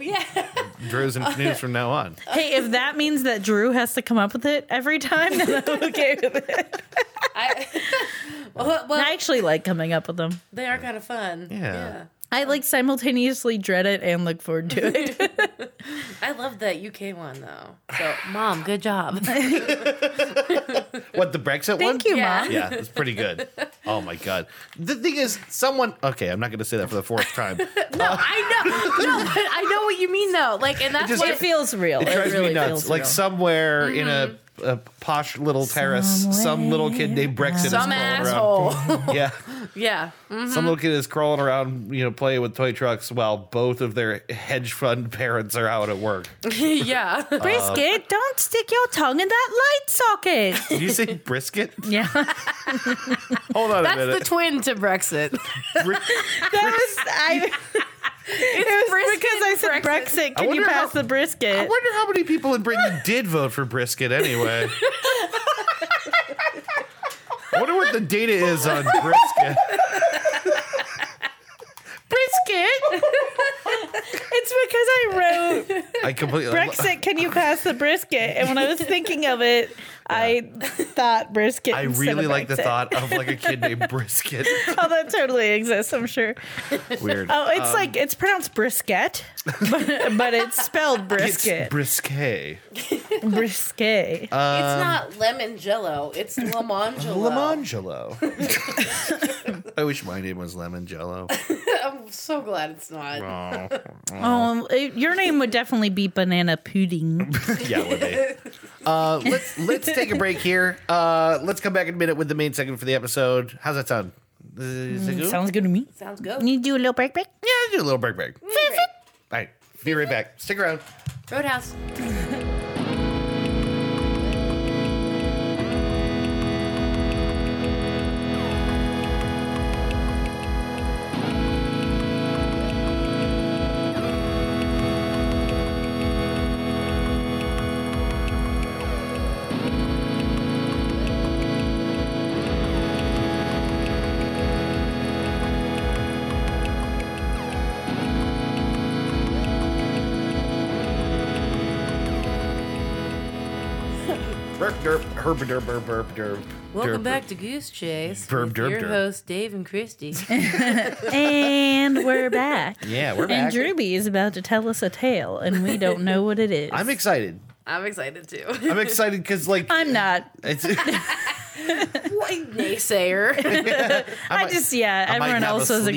yeah. Drews and Fnews from now on. hey, if that means that Drew has to come up with it every time, then I'm okay with it. I, Well, well, I actually like coming up with them. they are kind of fun. Yeah. I Um, like simultaneously dread it and look forward to it. I love that UK one though. So, mom, good job. What the Brexit one? Thank you, Yeah. mom. Yeah, it's pretty good. Oh my god. The thing is, someone. Okay, I'm not going to say that for the fourth time. no, I know. No, but I know what you mean though. Like, and that's just- what It feels real. It, It drives really me feels nuts. Like real. somewhere in a, Mm-hmm. a posh little terrace, some little kid named Brexit is some crawling asshole. around. Yeah, yeah. Mm-hmm. Mm. some little kid is crawling around, you know, playing with toy trucks while both of their hedge fund parents are out at work. yeah. uh, Brisket, don't stick your tongue in that light socket. Did you say brisket? yeah, that Hold on a That's the minute. twin to Brexit. Bri- was I. it was because I said Brexit. Can you wonder pass how- the brisket? I wonder how many people in Britain did vote for brisket anyway. I wonder what the data is on brisket. brisket. it's because I wrote I completely Brexit. Can you pass the brisket? And when I was thinking of it, I thought brisket. I instead really of like the Brexit. thought of like a kid named Brisket. Oh, that totally exists. I'm sure. Weird. Oh, it's like it's pronounced brisket, but, but it's spelled It's brisket. brisket. Uh-huh. brisket. it's not lemon jello. It's lemongelo. Lemongelo. I wish my name was Lemon Jello. I'm so glad it's not. Oh. Um, it- your name would definitely be banana pudding. Yeah, it would be. Uh, let's let's take a break here. Uh, let's come back in a minute with the main segment for the episode. How's that sound? Is it good? Mm, Sounds good to me. Sounds good. Need to do a little break break. yeah, do a little break break. All Great. right, be right back. Stick around. Roadhouse. Burp derp, herp derp, burp burp derp. Welcome derp, back to Goose Chase. Verb with derb your derb. host Dave and Christy. And we're back. burp. Yeah, we're And back. Drewby is about to tell us a tale, and we don't know what it is. I'm excited. I'm excited too. I'm excited because like I'm not. it's. What a naysayer. I just yeah. might have everyone a else was sleep.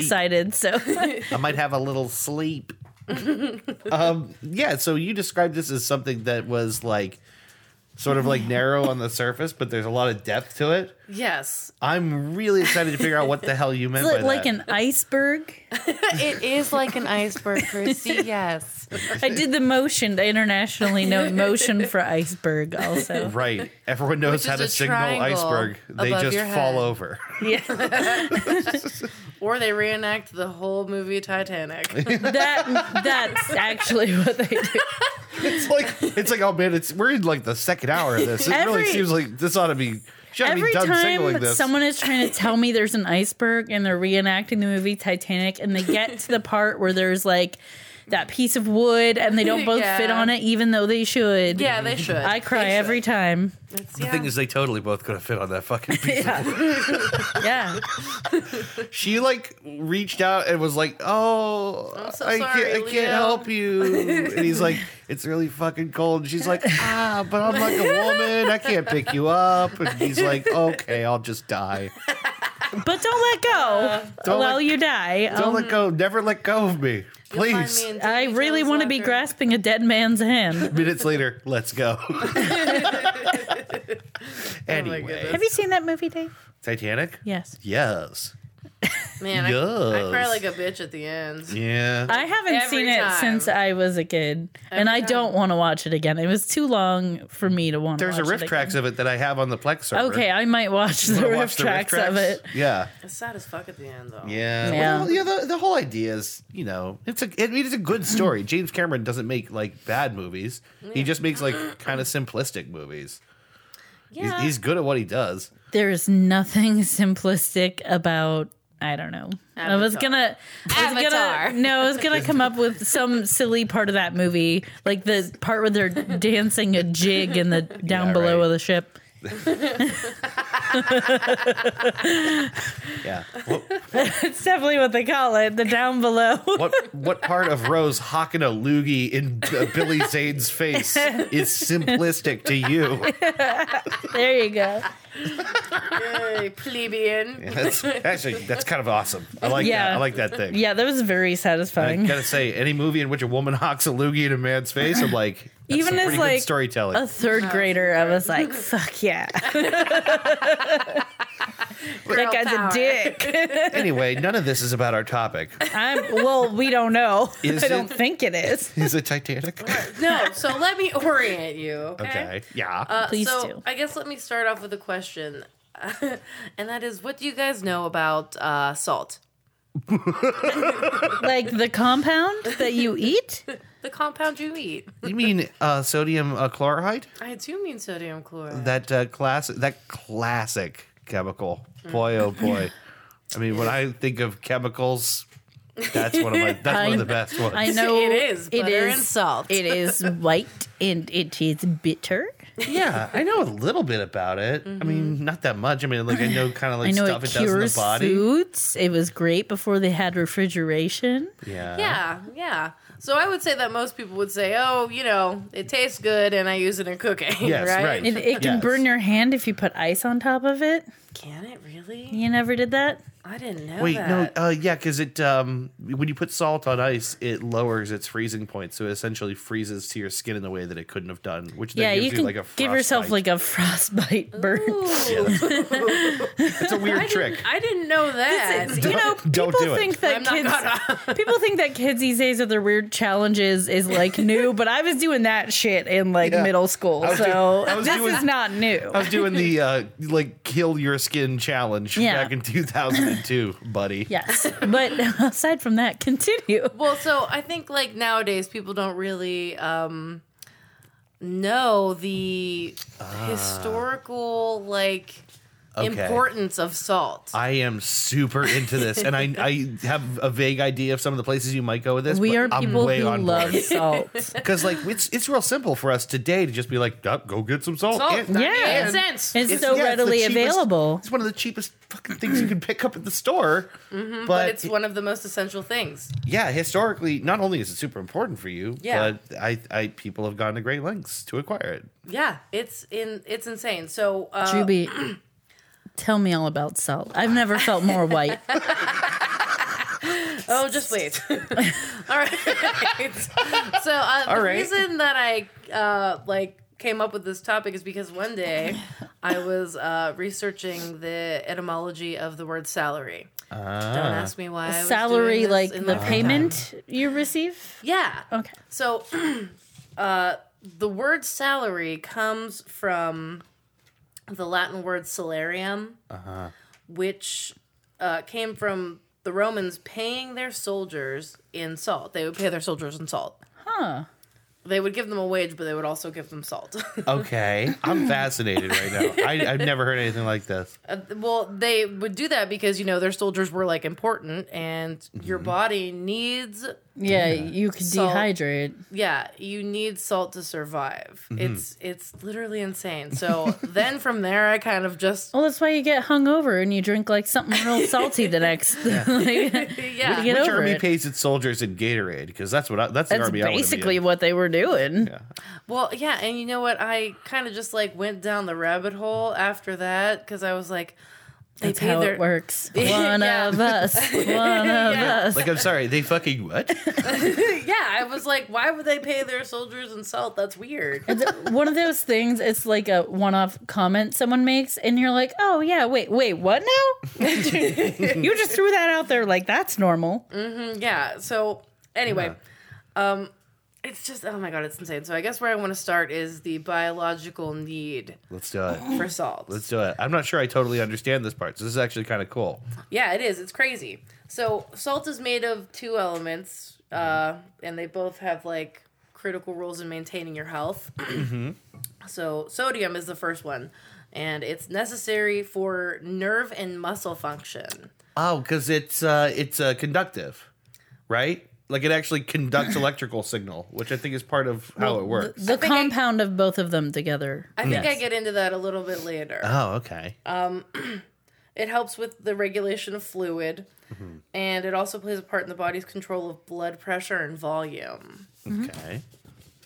excited, so I might have a little sleep. um, yeah, so you described this as something that was like sort of like narrow on the surface, but there's a lot of depth to it. yes. I'm really excited to figure out what the hell you meant by like that. an iceberg. It is like an iceberg, Christy. Yes. I did the motion, the internationally known motion for iceberg. Also, right. Everyone knows Which how is to a signal triangle iceberg. They above just your fall head. over. yeah, Or they reenact the whole movie Titanic. that that's actually what they do. It's like it's like oh man, it's we're in like the second hour of this. It Every- really seems like this ought to be should Every be done signaling time this. someone is trying to tell me there's an iceberg and they're reenacting the movie Titanic, and they get to the part where there's like that piece of wood and they don't both Yeah. fit on it, even though they should. yeah, they should. I cry They should. every time. It's- the yeah. thing is, they totally both could have fit on that fucking piece of Yeah. She like reached out and was like, "Oh, I'm so I, sorry, can't, I Leo." can't help you." And he's like, "It's really fucking cold." And she's like, "Ah, but I'm like a woman. I can't pick you up." And he's like, "Okay, I'll just die. But don't let Uh, go. don't Well, let- you die. Don't Um, let go. Never let go of me, You'll find me please." in I Davy really Jones' want to be locker. grasping a dead man's hand. Minutes later, let's go. anyway, Oh goodness. Have you seen that movie, Dave? Titanic. Yes. Yes. Man, I, I cry Yes. like a bitch at the end. Yeah. I haven't Every seen it time. since I was a kid, and I time. don't want to watch it again. It was too long for me to want. There's to a watch riff it tracks again. of it that I have on the Plex server. Okay, I might watch the, Wanna riff, watch the tracks of it. Yeah. It's sad as fuck at the end, though. Yeah. Yeah. Well, yeah. The, the whole idea is, you know, it's a. I mean, it's a good story. James Cameron doesn't make like bad movies. He just makes like kind of simplistic movies. Yeah. He's, he's good at what he does. There is nothing simplistic about. I don't know. I was Avatar. gonna, I was Avatar. gonna, no, I was gonna come up with some silly part of that movie, like the part where they're dancing a jig in the down Yeah, below right. of the ship. Yeah. What, It's definitely what they call it, the down below. what what part of Rose hocking a loogie in uh, Billy Zane's face is simplistic to you? there you go. Yay, plebeian. That's actually that's kind of awesome. I like that. Yeah. I like that thing. Yeah, that was very I satisfying. gotta say, any movie in which a woman hocks a loogie in a man's face, I'm like, that's some Even as, pretty like, good storytelling. A Oh, third grader, I was like, fuck yeah. Girl that guy's power. a dick. anyway, none of this is about our topic. I'm, well, we don't know. Is I don't it- think it is. Is it Titanic? No, so let me orient you. Okay. Okay. Yeah. Uh, Please so do. I guess let me start off with a question, and that is, what do you guys know about uh, salt? Like the compound that you eat? The compound you eat. you mean uh, sodium uh, chloride? I do mean sodium chloride. That uh, classic. That classic chemical. Boy, oh boy. I mean, when I think of chemicals, that's one of my. That's one of the best ones. I know It is It butter is and salt. It is white and it is bitter. yeah, I know a little bit about it. I mean, not that much. I mean, like I know kind of like Mm-hmm. I know stuff it it, does in the cures body. foods. It was great before they had refrigeration. Yeah. Yeah, yeah. So I would say that most people would say, "Oh, you know, it tastes good, and I use it in cooking." Yes, right? right. It, it can Yes. burn your hand if you put ice on top of it. Can it really? You never did that? I didn't know Wait, that. no, uh, yeah, because it um, when you put salt on ice, it lowers its freezing point, so it essentially freezes to your skin in a way that it couldn't have done. Which then yeah, gives you can like a give yourself frostbite. like a frostbite burn. Ooh, it's a weird trick. I didn't know that. you know, Don't- people don't do it. think I'm that not kids gonna. people think that kids these days with their weird challenges is like new, but I was doing that shit in like Yeah. middle school. I was so doing- I was this doing- is not new. I was doing the uh, like kill your skin challenge Yeah. back in 2002, buddy. yes. But aside from that, continue. Well, so I think like nowadays people don't really um know the historical like importance of salt. I am super into this, and I I have a vague idea of some of the places you might go with this. We but are I'm people way who on love board. salt. because like it's it's real simple for us today to just be like, "Yup, go get some salt. Salt, And- Yeah. 98 And- cents. It's, It's- yeah, it's so the readily cheapest- available. It's one of the cheapest fucking things you can pick up at the store. but, Mm-hmm, but it's one of the most essential things. yeah, historically, not only is it super important for you, Yeah. but I, I people have gone to great lengths to acquire it. Yeah, it's in it's insane. So uh, Juby, tell me all about salt. I've never felt more white. Oh, just wait. All right. so uh, the right. reason that I uh, like came up with this topic is because one day I was uh, researching the etymology of the word salary. Don't ask me why. I was doing Ah. Salary, this like in the my- payment you receive. Yeah. Okay. So, uh, the word salary comes from the Latin word salarium, which uh, came from the Romans paying their soldiers in salt. They would pay their soldiers in salt. Huh. They would give them a wage, but they would also give them salt. Okay, I'm fascinated right now. I, I've never heard anything like this. Uh, well, they would do that because you know their soldiers were like important, and your body needs Yeah, you could Salt. dehydrate. yeah you need salt to survive Mm-hmm. it's it's literally insane so then from there i kind of just Well, that's why you get hungover and you drink like something real salty the next. like, yeah get Which over army it. pays its soldiers in Gatorade? Because that's what I, that's, the that's army. I wanna be in. basically what they were doing. well yeah and you know what i kind of just like went down the rabbit hole after that because i was like they That's pay how their it works. Yeah. One of us. One of us. Like I'm sorry, they fucking what? yeah i was like why would they pay their soldiers in salt that's weird It's one of those things. It's like a one-off comment someone makes, and you're like, "Oh yeah, wait, wait, what now? you just threw that out there like that's normal." Mm-hmm. yeah so anyway um it's just oh my god it's insane so i guess where i want to start is the biological need Let's do it. for salt Let's do it. I'm not sure I totally understand this part. So this is actually kind of cool. Yeah, it is. It's crazy. So salt is made of two elements, uh, and they both have like critical roles in maintaining your health. So sodium is the first one, and it's necessary for nerve and muscle function. Oh, because it's uh, it's uh, conductive, right? Like it actually conducts electrical signal, which I think is part of how it works. The think I- compound of both of them together. I think I get into that a little bit later. oh, okay. It helps with the regulation of fluid, and it also plays a part in the body's control of blood pressure and volume. Okay.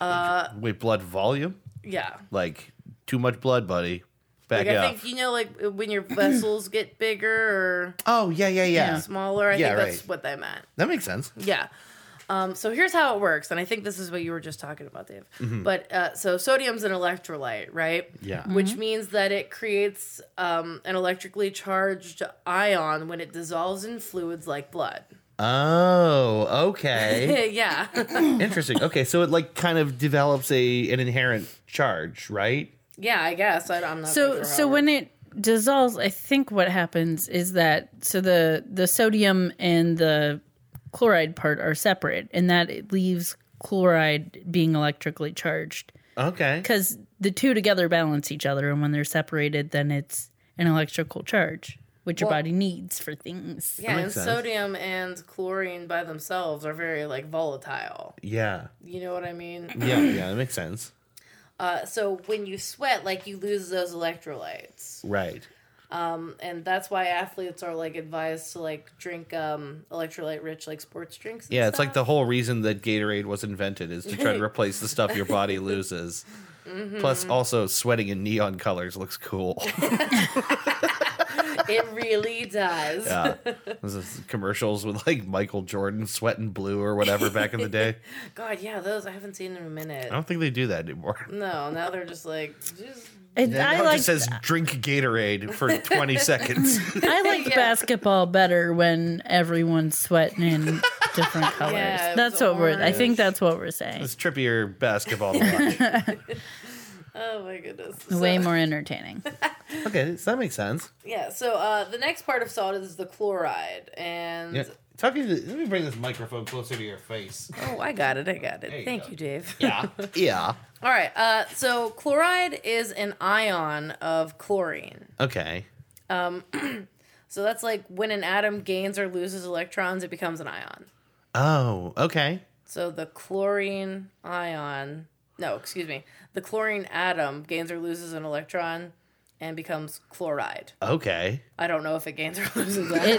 Uh, Wait, blood volume? Yeah. Like too much blood, buddy. Back Like, I up. think, you know, like when your vessels get bigger oh yeah, yeah, yeah, or smaller, I Yeah, think that's right. what they meant. That makes sense. Yeah. Um, so here's how it works, and I think this is what you were just talking about, Dave. But uh, so sodium's an electrolyte, right? Mm-hmm. Yeah. Mm-hmm. Which means that it creates um, an electrically charged ion when it dissolves in fluids like blood. Oh, okay. yeah. Interesting. Okay, so it like kind of develops a an inherent charge, right? yeah, I guess. I, I'm not quite So sure so when it dissolves, I think what happens is that so the the sodium and the chloride part are separate, and that it leaves chloride being electrically charged Okay. because the two together balance each other, and when they're separated, then it's an electrical charge, which your body needs for things. Yeah, and makes sense. sodium and chlorine by themselves are very like volatile. Yeah. You know what I mean? Yeah, yeah, that makes sense. Uh, so when you sweat, like you lose those electrolytes. Right. and that's why athletes are like advised to like drink um electrolyte rich like sports drinks and Yeah, it's like stuff. the whole reason that Gatorade was invented is to try to replace the stuff your body loses. Plus, also sweating in neon colors looks cool. it really does Yeah, This is commercials with like Michael Jordan sweating blue or whatever back in the day. god yeah those i haven't seen in a minute I don't think they do that anymore. no now they're just like just It, I Now it like just says drink Gatorade for 20 seconds. I like basketball better when everyone's sweating in different colors. Yeah, it that's was what we're. I orange. think that's what we're saying. It's trippier basketball. watch. oh my goodness Way So- more entertaining. okay, so that makes sense. yeah so uh the next part of salt is the chloride and Yeah. Talking to, let me bring this microphone closer to your face. oh i got it i got it you thank go. you dave Yeah. yeah. all right uh so chloride is an ion of chlorine Okay. so that's like when an atom gains or loses electrons it becomes an ion Oh, okay. So the chlorine ion, no, excuse me, the chlorine atom gains or loses an electron and becomes chloride. Okay. I don't know if it gains or loses that.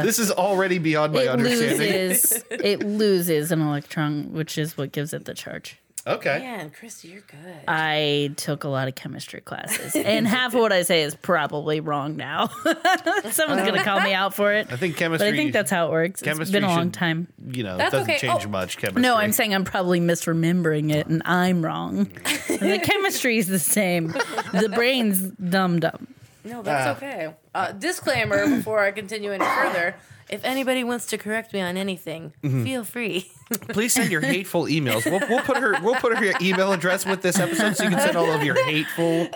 It this is already beyond my it understanding. loses. It loses an electron, which is what gives it the charge. Okay. Man, Chris, you're good. Uh, I took a lot of chemistry classes, and half of what I say is probably wrong now. Someone's gonna call me out for it. I think but chemistry. I think that's how it works. It's chemistry been a long should- time. you know That's doesn't okay. change Oh. much chemistry. No, I'm saying I'm probably misremembering it, and I'm wrong. the chemistry is the same. The brain's dumb dumb. no, that's okay. Uh, disclaimer before I continue any further if anybody wants to correct me on anything, feel free. Please send your hateful emails. We'll, we'll put her. We'll put her your email address with this episode, so you can send all of your hateful,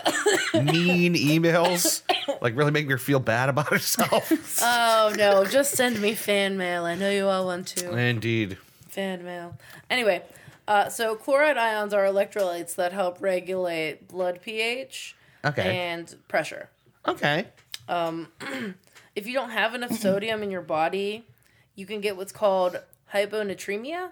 mean emails. Like really make her feel bad about herself. oh, no, just send me fan mail. I know you all want to. Indeed. Fan mail. Anyway, uh, so chloride ions are electrolytes that help regulate blood pH Okay. and pressure. okay. If you don't have enough sodium in your body, you can get what's called hyponatremia.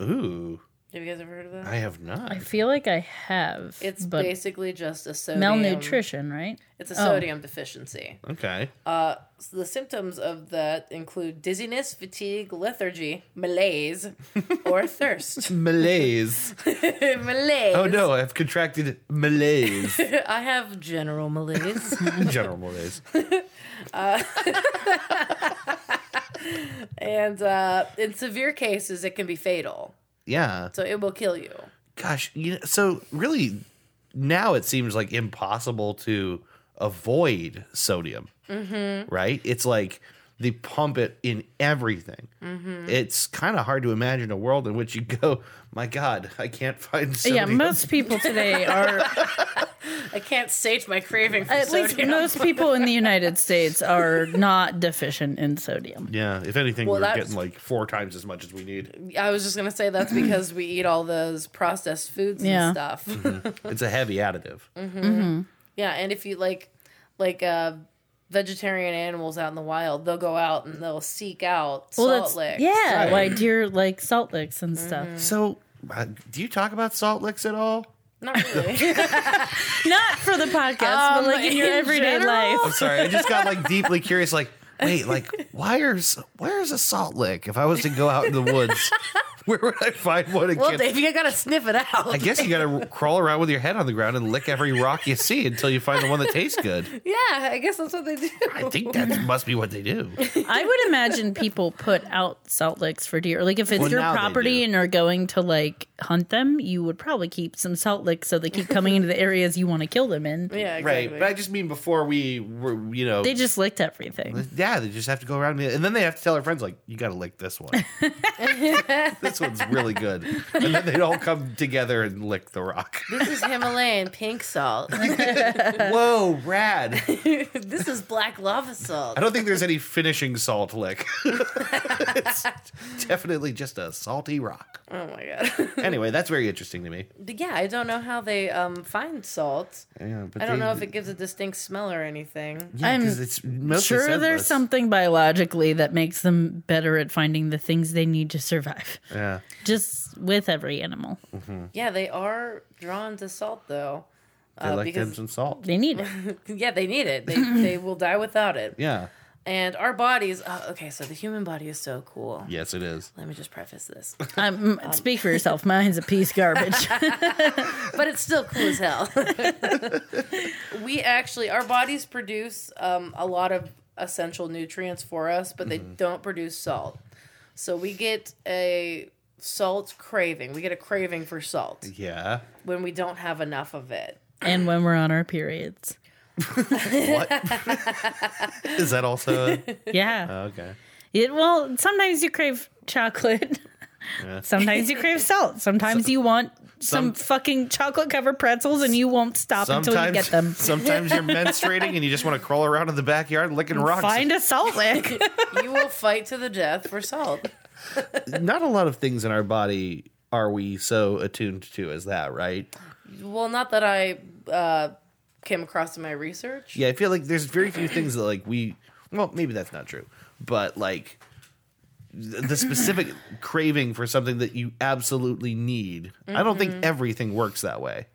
Ooh, Have you guys ever heard of that? I have not. I feel like I have. It's but basically um, just a sodium malnutrition, Oh. right? It's a sodium deficiency. Okay. Uh, so the symptoms of that include dizziness, fatigue, lethargy, malaise, or thirst. Malaise. malaise. Oh no, I've contracted malaise. I have general malaise. General malaise. and uh, in severe cases, it can be fatal. Yeah. So it will kill you. gosh you know, so really now it seems like impossible to avoid sodium right it's like they pump it in everything it's kind of hard to imagine a world in which you go my god i can't find Yeah, sodium most people today are I can't sate my craving for at least sodium. most people in the United States are not deficient in sodium. yeah if anything Well, we're that's- getting like four times as much as we need I was just gonna say that's because we eat all those processed foods Yeah. and stuff. it's a heavy additive yeah, and if you like, like uh, vegetarian animals out in the wild, they'll go out and they'll seek out Well, salt that's licks. Mm-hmm. yeah, Right. like deer, like salt licks and stuff. So, uh, do you talk about salt licks at all? Not really. Not for the podcast, Um, but like in your in everyday general? life. I'm sorry. I just got like deeply curious. Like, wait, like, where's where's a salt lick? If I was to go out in the woods, where would I find one? well, again? Dave, you gotta sniff it out. I guess you gotta crawl around with your head on the ground and lick every rock you see until you find the one that tastes good. Yeah, I guess that's what they do. I think that must be what they do. I would imagine people put out salt licks for deer. Like if it's Well, your now they do. property and are going to like hunt them, you would probably keep some salt licks so they keep coming into the areas you want to kill them in. yeah, Right. exactly. But I just mean before we were, you know. They just licked everything. yeah, they just have to go around and and then they have to tell their friends like, "You got to lick this one. this one's really good." And then they'd all come together and lick the rock. this is Himalayan pink salt. Whoa, rad! this is black lava salt. I don't think there's any finishing salt lick. it's definitely just a salty rock. Oh my god. Anyway, that's very interesting to me. But yeah, I don't know how they um find salt. Yeah, but I don't they- know if it gives a distinct smell or anything. Yeah, 'cause I'm it's mostly Sure, there's scentless. something biologically that makes them better at finding the things they need to survive, Yeah. just with every animal. Yeah, they are drawn to salt though. They Uh, like them because some salt. Oh, They need it. yeah, they need it. They they will die without it. Yeah. And our bodies. Oh, okay, so the human body is so cool. Yes, it is. Let me just preface this, Um, mm, speak for yourself. Mine's a piece of garbage. but it's still cool as hell. we actually, our bodies produce um, a lot of essential nutrients for us, but they Mm-hmm. don't produce salt. So we get a salt craving. We get a craving for salt Yeah. when we don't have enough of it. and when we're on our periods. What? is that also a- Yeah. okay? It well, sometimes you crave chocolate. Sometimes you crave salt. Sometimes you want some, some- fucking chocolate covered pretzels and you won't stop until you get them. sometimes you're menstruating and you just want to crawl around in the backyard licking rocks. Find a salt lick. You will fight to the death for salt. Not a lot of things in our body are we so attuned to as that, right? Well, not that I uh, came across in my research. Yeah, I feel like there's very few things that like we. Well, maybe that's not true, but like th- the specific craving for something that you absolutely need. I don't Mm-hmm. think everything works that way.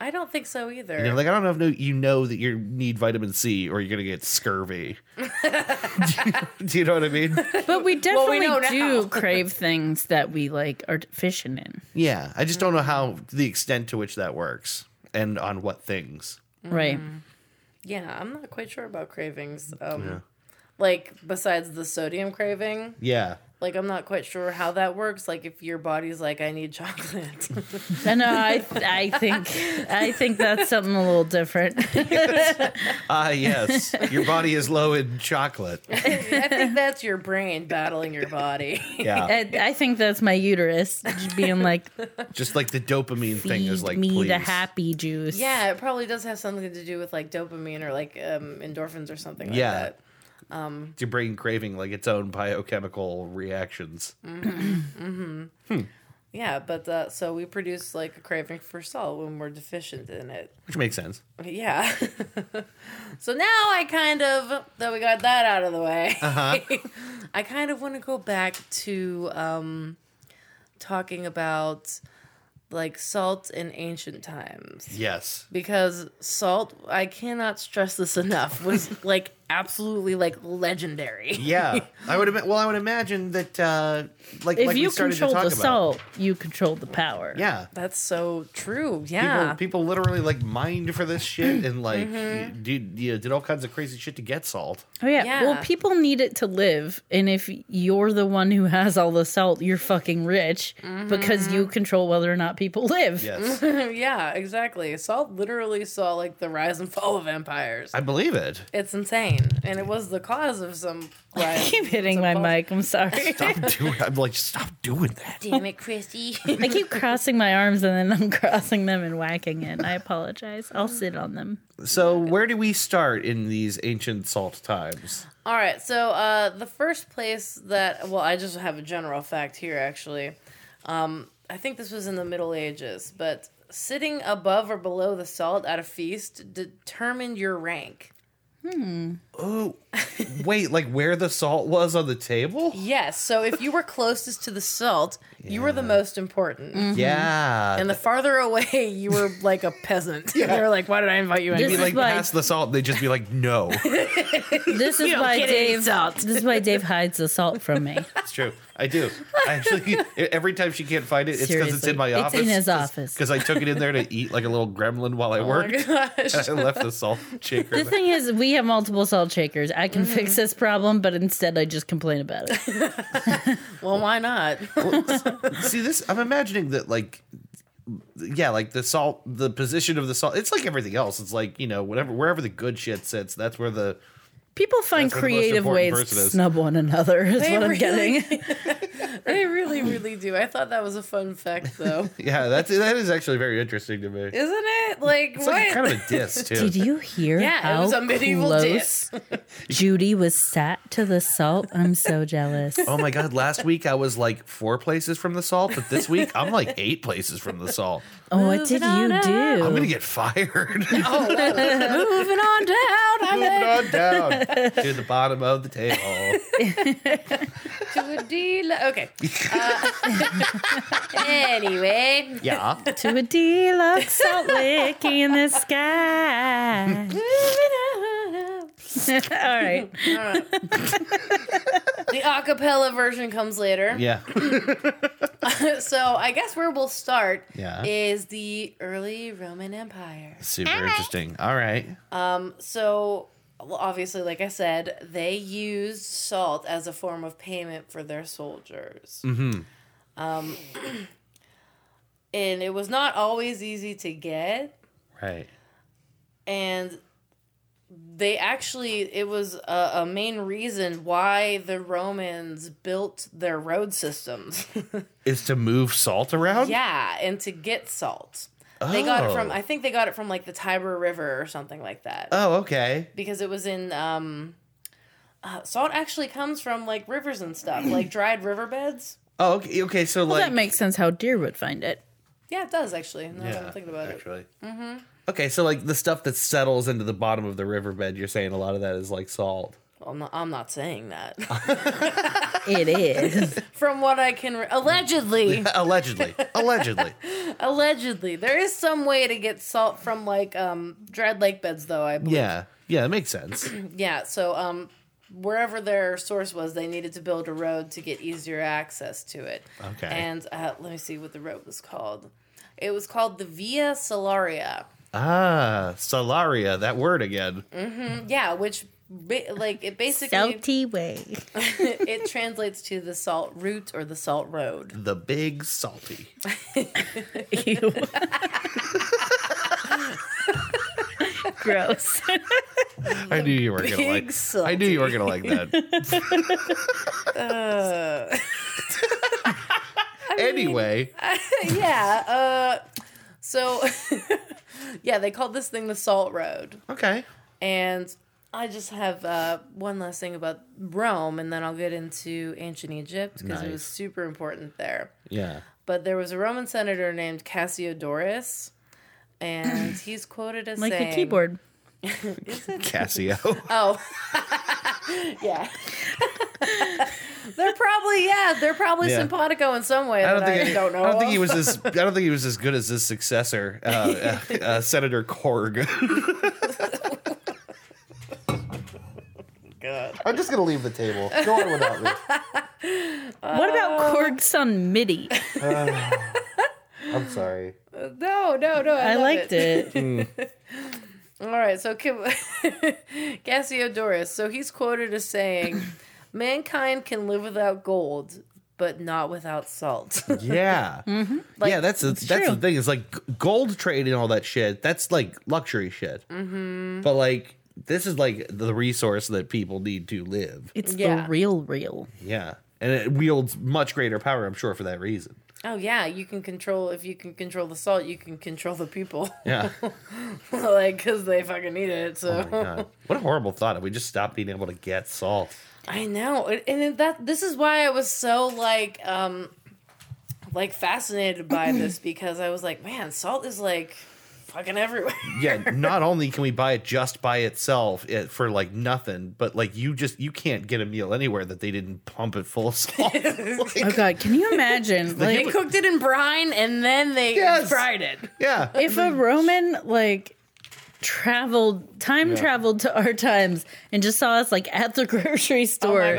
I don't think so either. You know, like I don't know if no, you know that you need vitamin C or you're gonna get scurvy. do, you, do you know what I mean? But we definitely know now. do crave things that we like are deficient in. Yeah, I just don't know how Mm-hmm. the extent to which that works and on what things. Right. yeah, I'm not quite sure about cravings. Um, Like, besides the sodium craving, Yeah, like, I'm not quite sure how that works. Like, if your body's like, I need chocolate. No, no, uh, I I think I think that's something a little different. ah, yes, your body is low in chocolate. I think that's your brain battling your body. Yeah, I, I think that's my uterus just being like just like the dopamine thing feed is like me please. the happy juice. yeah, it probably does have something to do with like dopamine or like um, endorphins or something like Yeah. that. your brain craving like its own biochemical reactions. Yeah, but uh, so we produce like a craving for salt when we're deficient in it. Which makes sense. Yeah. so now I kind of that we got that out of the way. Uh-huh. I kind of want to go back to um talking about like salt in ancient times Yes. because salt I cannot stress this enough was like absolutely like legendary. Yeah. I would ima- well I would imagine that uh like If like you we started control to talk the about. salt, you control the power. Yeah. That's so true. People, Yeah. people literally like mined for this shit and like Mm-hmm. did you know, did all kinds of crazy shit to get salt. Oh yeah. Yeah. Well, people need it to live, and if you're the one who has all the salt, you're fucking rich Mm-hmm. because you control whether or not people live. Yes, Oh, yeah, exactly. Salt literally saw like the rise and fall of empires. I believe it. It's insane, and it was the cause of some. I keep hitting my mic. I'm sorry. Stop doing. I'm like, stop doing that. Damn it, Christy. I keep crossing my arms and then I'm crossing them and whacking it. I apologize. I'll sit on them. So where do we start in these ancient salt times? All right, so uh, the first place that well, I just have a general fact here. Actually, um, I think this was in the Middle Ages, but sitting above or below the salt at a feast determined your rank. Wait, like where the salt was on the table? Mm-hmm. Yes. So if you were closest to the salt, you were the most important. Yeah. And the farther away, you were like a peasant. They were like, why did I invite you? This be is anyway? like why- pass the salt, and they'd just be like, no. This is don't why get any Dave. salt. This is why Dave hides the salt from me. It's true. I do. I actually, e-, every time she can't find it, it's because it's Seriously. in my It's office. in his office. Oh Because I took it in there to eat like a little gremlin while I worked. gosh. And I left the salt shaker. The in there. thing is, we have multiple salt shakers. I can Mm-hmm. fix this problem, but instead I just complain about it. Well, why not? See this? I'm imagining that like, yeah, like the salt, the position of the salt. It's like everything else. It's like you know, whatever, wherever the good shit sits, that's where the People find That's where the most creative important ways to person is. snub one another. Is They what I'm really- getting. they really, really do. I thought that was a fun fact, though. yeah. That's that is actually very interesting to me. Isn't it? Like, It's what? like kind of a diss too. Did you hear yeah, how it was a medieval close diss. Judy was sat to the salt? I'm so jealous. Oh my god! Last week I was like four places from the salt, but this week I'm like eight places from the salt. Oh, what did you Moving on do? I'm gonna get fired. Moving on down, I'm Moving headed on down to the bottom of the table. to a dealer. Okay. Uh, anyway, Yeah. to a deluxe salt lick in the sky. All right. the acapella version comes later. Yeah. So I guess where we'll start Yeah. is the early Roman Empire. Super interesting. All right. So well, obviously, like I said, they used salt as a form of payment for their soldiers. Mm-hmm. Um, and it was not always easy to get. Right. and they actually it was a, a main reason why the romans built their road systems Is to move salt around? yeah and to get salt they got it from Oh. i think they got it from like the tiber river or something like that Oh, okay. because it was in um uh, salt actually comes from like rivers and stuff like dried riverbeds Oh, okay. okay so Well, like, that makes sense how deer would find it. yeah it does actually now that i'm thinking about it actually. Mm-hmm. Okay, so like the stuff that settles into the bottom of the riverbed, you're saying a lot of that is like salt. well, I'm, not, I'm not saying that It is. from what i can re- allegedly Allegedly. Allegedly. Allegedly, there is some way to get salt from like um dried lake beds, though. I believe. Yeah. Yeah, that makes sense. Yeah. So um, wherever their source was, they needed to build a road to get easier access to it. Okay. And uh, let me see what the road was called. It was called the Via Salaria. Ah, salaria, that word again. Yeah, which ba- like it basically Salty way. it translates to the salt route or the salt road. The big salty. Ew. Gross. I knew you were going to like big salty. I knew you were going to like that. Uh, anyway, yeah. Uh, so yeah, they called this thing the Salt Road. okay. And I just have uh, one last thing about Rome, and then I'll get into ancient Egypt because it Nice. was super important there. Yeah. But there was a Roman senator named Cassiodorus, and he's quoted as Like saying, the keyboard. Cassio. Oh, yeah. they're probably yeah, they're probably Yeah. simpatico in some way I don't that think I don't know. I don't think of. he was as I don't think he was as good as his successor, uh, uh, uh, Senator Korg. I'm just gonna leave the table. Go on without me. What about Korg's son Mitty? I'm sorry. No, no, no. I, I love liked it. All right, so Kim- Cassiodorus, so he's quoted as saying, "Mankind can live without gold, but not without salt." Yeah. yeah, that's the, that's the Mm-hmm. true. thing. Is like g- gold trade and all that shit. That's like luxury shit. Mm-hmm. But like this is like the resource that people need to live. It's Yeah. the real, real. Yeah, and it wields much greater power. I'm sure for that reason. oh yeah, you can control if you can control the salt, you can control the people, Yeah. like because they fucking need it. So Oh my God. What a horrible thought if we just stopped being able to get salt. I know, and- and then that this is why I was so like, um like fascinated by this because I was like, man, salt is like fucking everywhere. yeah not only can we buy it just by itself it, for like nothing but like you just you can't get a meal anywhere that they didn't pump it full of salt Oh Like, god, can you imagine? They like cooked it in brine and then they Yes. fried it. yeah if a Roman like traveled time traveled to our times and just saw us like at the grocery store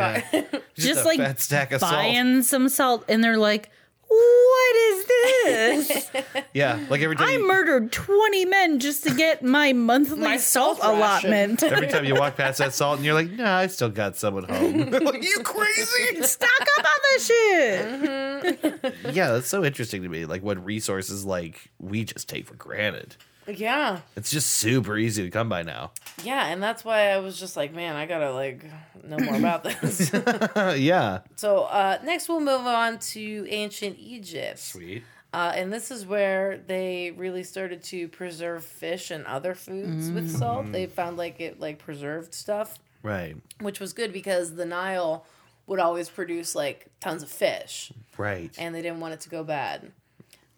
just, a like fat stack of salt. buying some salt and they're like what is this? yeah like every time I you- murdered 20 men just to get my monthly My salt, salt ration. allotment. Every time you walk past that salt, and you're like, "Nah, I still got some at home." Like, you crazy? Stock up on this shit. yeah, that's so interesting to me. Like what resources like we just take for granted. Yeah. It's just super easy to come by now. Yeah, and that's why I was just like, man, I gotta like know more about this. Uh, yeah. so uh, next we'll move on to ancient Egypt. Sweet. Uh, and this is where they really started to preserve fish and other foods with Mm-hmm. salt. They found like it like preserved stuff, Right. which was good because the Nile would always produce like tons of fish, Right. and they didn't want it to go bad.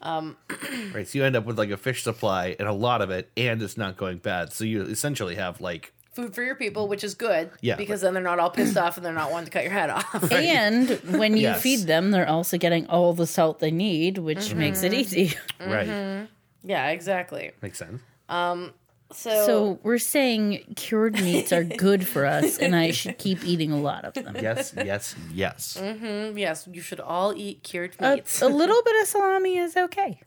right. So you end up with like a fish supply and a lot of it, and it's not going bad. So you essentially have like Food for your people, which is good, Yeah, because then they're not all pissed off and they're not wanting to cut your head off. And when you Yes. feed them, they're also getting all the salt they need, which makes it easy. right. yeah, exactly. Makes sense. So we're saying cured meats are good for us, and I should keep eating a lot of them. Yes. Yes. Yes. Yes, you should all eat cured A, meats. a little bit of salami is okay.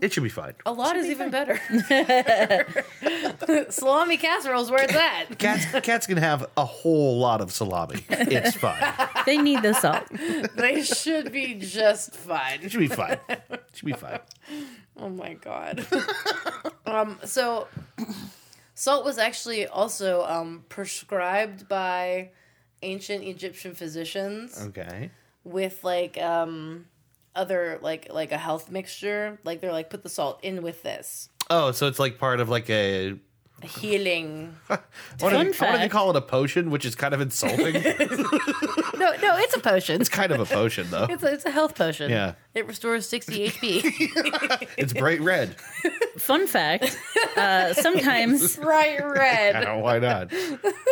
It should be fine. a lot is even better. Salami casserole's where it's at. Cats. cats can have a whole lot of salami. It's fine. They need the salt. They should be just fine. It should be fine. It should be fine. Oh my god. um, so salt was actually also um, prescribed by ancient Egyptian physicians. Uh. Okay. with like um other like like a health mixture like they're like put the salt in with this Oh, so it's like part of like a. healing What do Fun they, I wanted to fact. call it a potion, which is kind of insulting. it's no no it's a potion kind of a potion, though. it's a, it's a health potion Yeah. it restores 60 hp It's bright red. Fun fact: uh, sometimes, bright I red don't know why not.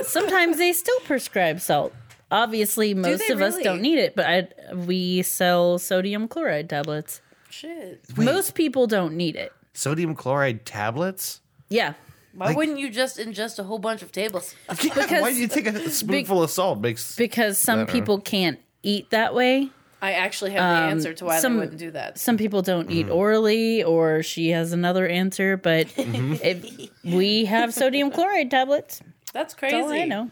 sometimes they still prescribe salt. Obviously, most they of us really? don't need it, but I, we sell sodium chloride tablets. shit Most people don't need it. Sodium chloride tablets? Yeah, why wouldn't you just ingest a whole bunch of tables why do you take a spoonful of salt? Makes because some Uh-uh. people can't eat that way. i actually have the answer to why Um, some- they wouldn't do that some people don't Mm-hmm. eat orally or she has another answer but if we have sodium chloride tablets that's that's crazy all i know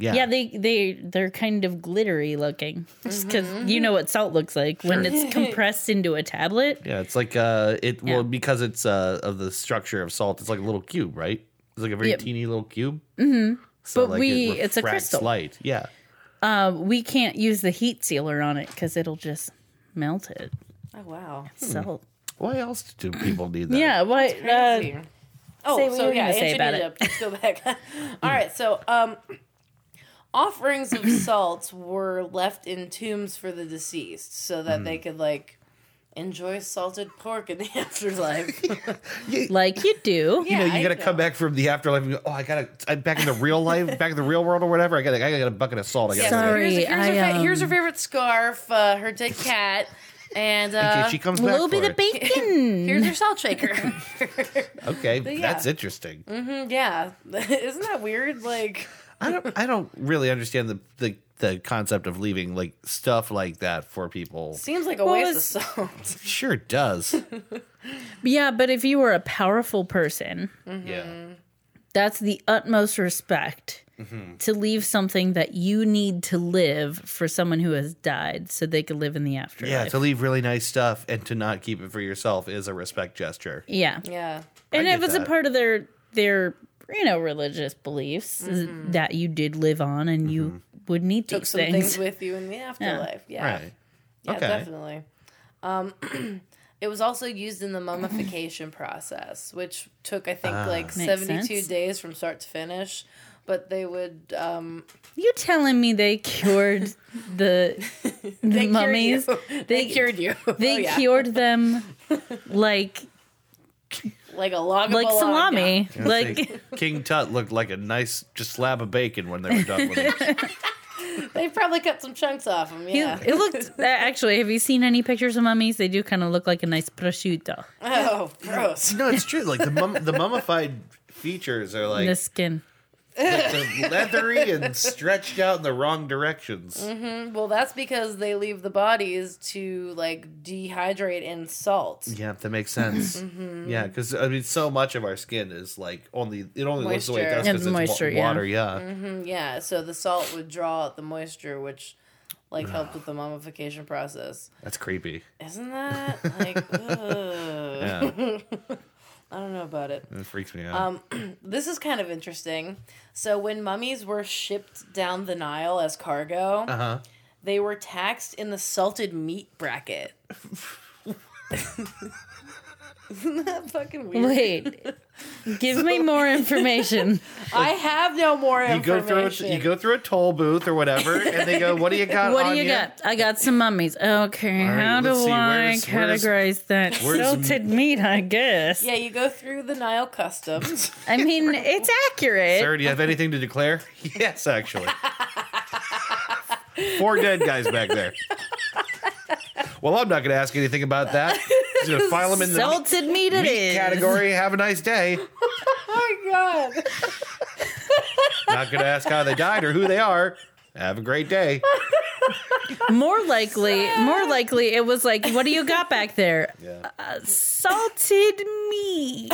yeah. yeah. they they they're kind of glittery looking just because you know what salt looks like when it's compressed into a tablet Yeah, it's like uh, it Yeah. well because it's uh of the structure of salt. It's like a little cube, right? It's like a very Yep. teeny little cube. Mm-hmm. So But we- it's a refracts crystal. light. Yeah. uh, we can't use the heat sealer on it because it'll just melt it oh wow Hmm. salt Why else do people need that? yeah why Crazy. uh, Oh, Say what you so were yeah, gonna say ancient about it. Egypt. Let's go back. All right, so um, offerings of salt were left in tombs for the deceased, so Hmm. that they could like enjoy salted pork in the afterlife. like you do you know, I you gotta come know. back from the afterlife and go, oh, I gotta, I'm back in the real life, back in the real world or whatever. I gotta, I got a bucket of salt. I gotta, Sorry. here's, here's, I, her, fa- here's her um, favorite scarf, uh, her dead cat, and Okay, uh, she comes a back. little for bit of it. bacon here's her salt shaker. Okay, yeah. that's interesting. yeah, isn't that weird? Like, I don't, I don't really understand the, the the concept of leaving like stuff like that for people. seems like a Well, waste of it's- salt. Sure does. yeah but if you were a powerful person Yeah. that's the utmost respect to leave something that you need to live for someone who has died so they could live in the afterlife. Yeah, to leave really nice stuff and to not keep it for yourself is a respect gesture. Yeah. yeah, And I it get was a that. part of their their you know religious beliefs is that you did live on and Mm-hmm. you would need Mm-hmm. took these some things. things. with you in the afterlife. Yeah. Right. Yeah, Okay. definitely. Um, it was also used in the mummification process, which took I think Ah. like seventy-two sense. days from start to finish. But they would um, you telling me they cured the they Oh, cured mummies? you. They, cured you. they Oh, yeah. cured them like like a log of like bologna. salami. Say, Like King Tut looked like a nice just slab of bacon when they were done with it. They probably cut some chunks off him. it- Yeah. it looked actually. Have you seen any pictures of mummies? They do kind of look like a nice prosciutto. oh, gross. No, it's true. Like the mum- the mummified features are in like the skin. they're leathery and stretched out in the wrong directions. Well, that's because they leave the bodies to like dehydrate in salt. Yeah, that makes sense. Yeah, because I mean, so much of our skin is like only it only looks the way it does Moisture. because And it's moisture, moisture, yeah. water. Yeah, Yeah, so the salt would draw out the moisture, which like helped with the mummification process. that's creepy. Isn't that like? ugh. Yeah, I don't know about it. it freaks me out. This is kind of interesting. So when mummies were shipped down the Nile as cargo, Uh huh. they were taxed in the salted meat bracket. Isn't that fucking weird? Wait, give me more information. I have no more You go information. through a, you go through a toll booth or whatever, and they go, "What do you got? What on do you got? I got some mummies. Okay, right, how do let's see, I where's- where's- categorize that? where's m- Salted meat, I guess. yeah, you go through the Nile customs. I mean, it's accurate. Sir, do you have anything to declare? yes, actually. Four dead guys back there. Well, I'm not going to ask anything about that. Just going to file them in the meat Salted meat, it is. category. Have a nice day. oh my god. Not going to ask how they died or who they are. Have a great day. More likely, more likely, it was like, what do you got back there? Uh, Yeah. Salted meat.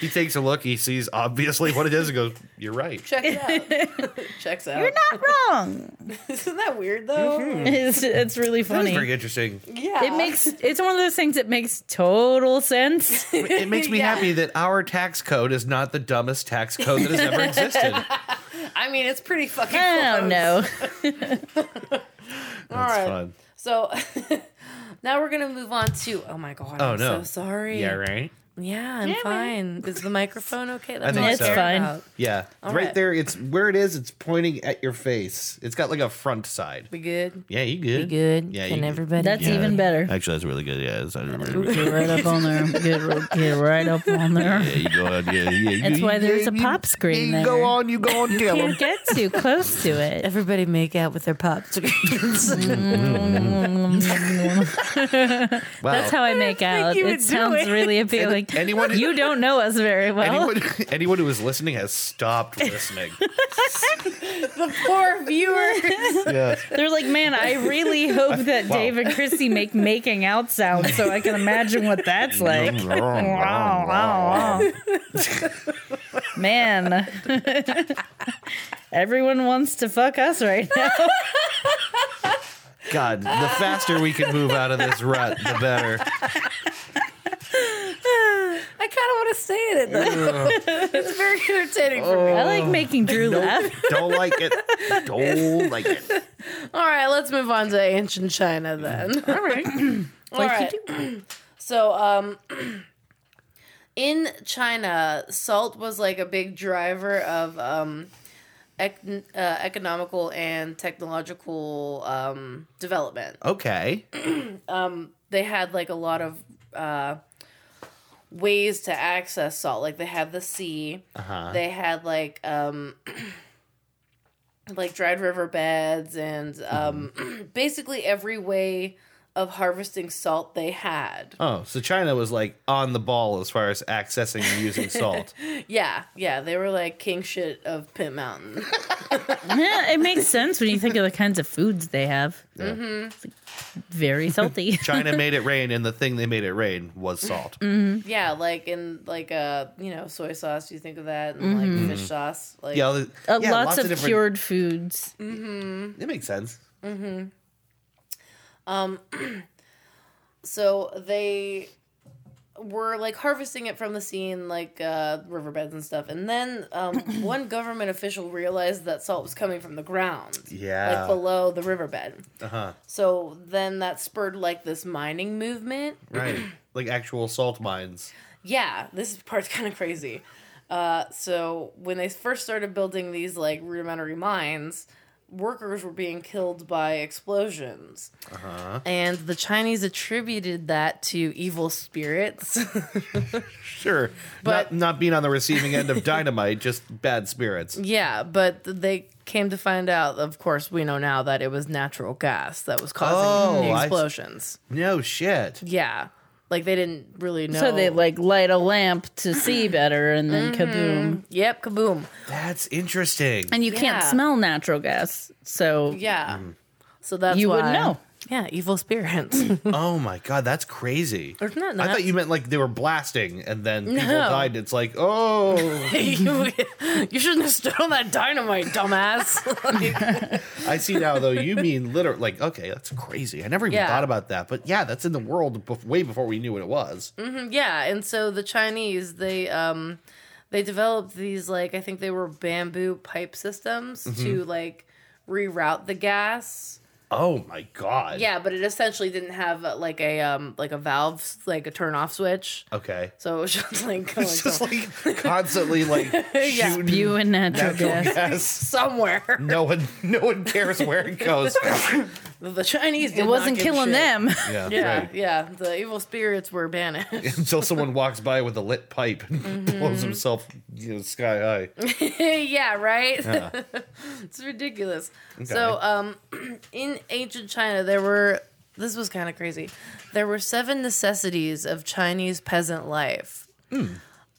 He takes a look. He sees obviously what it is and goes, You're right. Checks out. Checks out. Not wrong. Isn't that weird though? Hmm. Mm-hmm. It's, it's really That's funny. very interesting. Yeah. It makes it's one of those things that makes total sense. It makes me Yeah. happy that our tax code is not the dumbest tax code that has ever existed. I mean, it's pretty fucking. I don't close. know. All That's right. fun. So now we're gonna move on to. Oh my god! Oh, I'm no. So sorry. Yeah, right? Yeah, I'm fine. Is the microphone okay? That's I think all so. care It's fine. about. Yeah. right, right. there, it's where it is, it's pointing at your face. It's got like a front side. We good? Yeah, you good. We good? Yeah, you- Can everybody? That's even better. Actually, that's really good. Yeah, that's Get right up on there. Get, get right up on there. you go on. Yeah, yeah, That's why there's a pop screen there. on, you go on, tell Can't get too close to it. Everybody make out with their pop screens. Wow. That's how I make out. you would It do sounds it. really appealing. anyone who- you don't know us very well. anyone, anyone who was listening has stopped listening. the poor viewer. yeah. They're like, man, I really hope that Wow. Dave and Christy make making out sound so I can imagine what that's like. wow, wow, wow. Man, everyone wants to fuck us right now. God, the faster we can move out of this rut, the better. I kind of want to say it. Though. it's very entertaining for me. I Oh. like making Drew laugh. Don't like it. Don't like it. All right, let's move on to ancient China then. All right. All right. so, um, in China, salt was like a big driver of um, ec- uh, economical and technological um, development. Okay. They had like a lot of uh, ways to access salt. Like they had the sea. They had like um, like dried riverbeds and um, basically every way of harvesting salt they had. Oh, so China was like on the ball as far as accessing and using salt. Yeah, yeah, they were like king shit of Pit Mountain. Yeah, it makes sense when you think of the kinds of foods they have. It's, like, very salty. China made it rain, and the thing they made it rain was Mm-hmm. salt. yeah, like in like uh you know soy sauce. You think of that, and like fish sauce. Like Yeah, the- Uh, yeah, lots, of, different- cured foods. It makes sense. so they were like harvesting it from the sea and like uh, riverbeds and stuff. And then um, one government official realized that salt was coming from the ground. Yeah. like below the riverbed. Uh huh. So then that spurred like this mining movement. Right. Like actual salt mines. Yeah, this part's kind of crazy. Uh, so when they first started building these like rudimentary mines, workers were being killed by explosions. Uh-huh. And the Chinese attributed that to evil spirits. Sure. not, But- not being on the receiving end of dynamite, just bad spirits. yeah, but they came to find out, of course, we know now that it was natural gas that was causing Oh, the I s- explosions. No shit. Yeah. Like they didn't really know. So they like light a lamp to Mm-hmm. see better, and then kaboom! Yep, kaboom. That's interesting. And you Mm-hmm. Yeah. can't smell natural gas, so Yeah. Mm. So that's you why. wouldn't know. Yeah, evil spirits. oh my god, that's crazy. Isn't that I nuts? thought you meant like they were blasting and then people No. died. It's like, oh, you, you shouldn't have stood on that dynamite, dumbass. Like, I see now though. You mean literally like, okay, that's crazy. I never even Yeah. thought about that. But yeah, that's in the world bef- way before we knew what it was. yeah, and so the Chinese they um they developed these like I think they were bamboo pipe systems to like reroute the gas. Oh my god. Yeah, but it essentially didn't have uh, like a um like a valve like a turn off switch. Okay. So it was just like going It's just some- like constantly like shooting You and natural natural gas. gas. somewhere. No one, no one cares where it goes. The Chinese did It not wasn't give a killing shit. them. Yeah, Yeah, right. yeah. The evil spirits were banished. Until someone walks by with a lit pipe and blows Mm-hmm. himself you know, sky high. yeah, right? it's ridiculous. So, um, in ancient China, there were, this was kind of crazy, there were seven necessities of Chinese peasant life.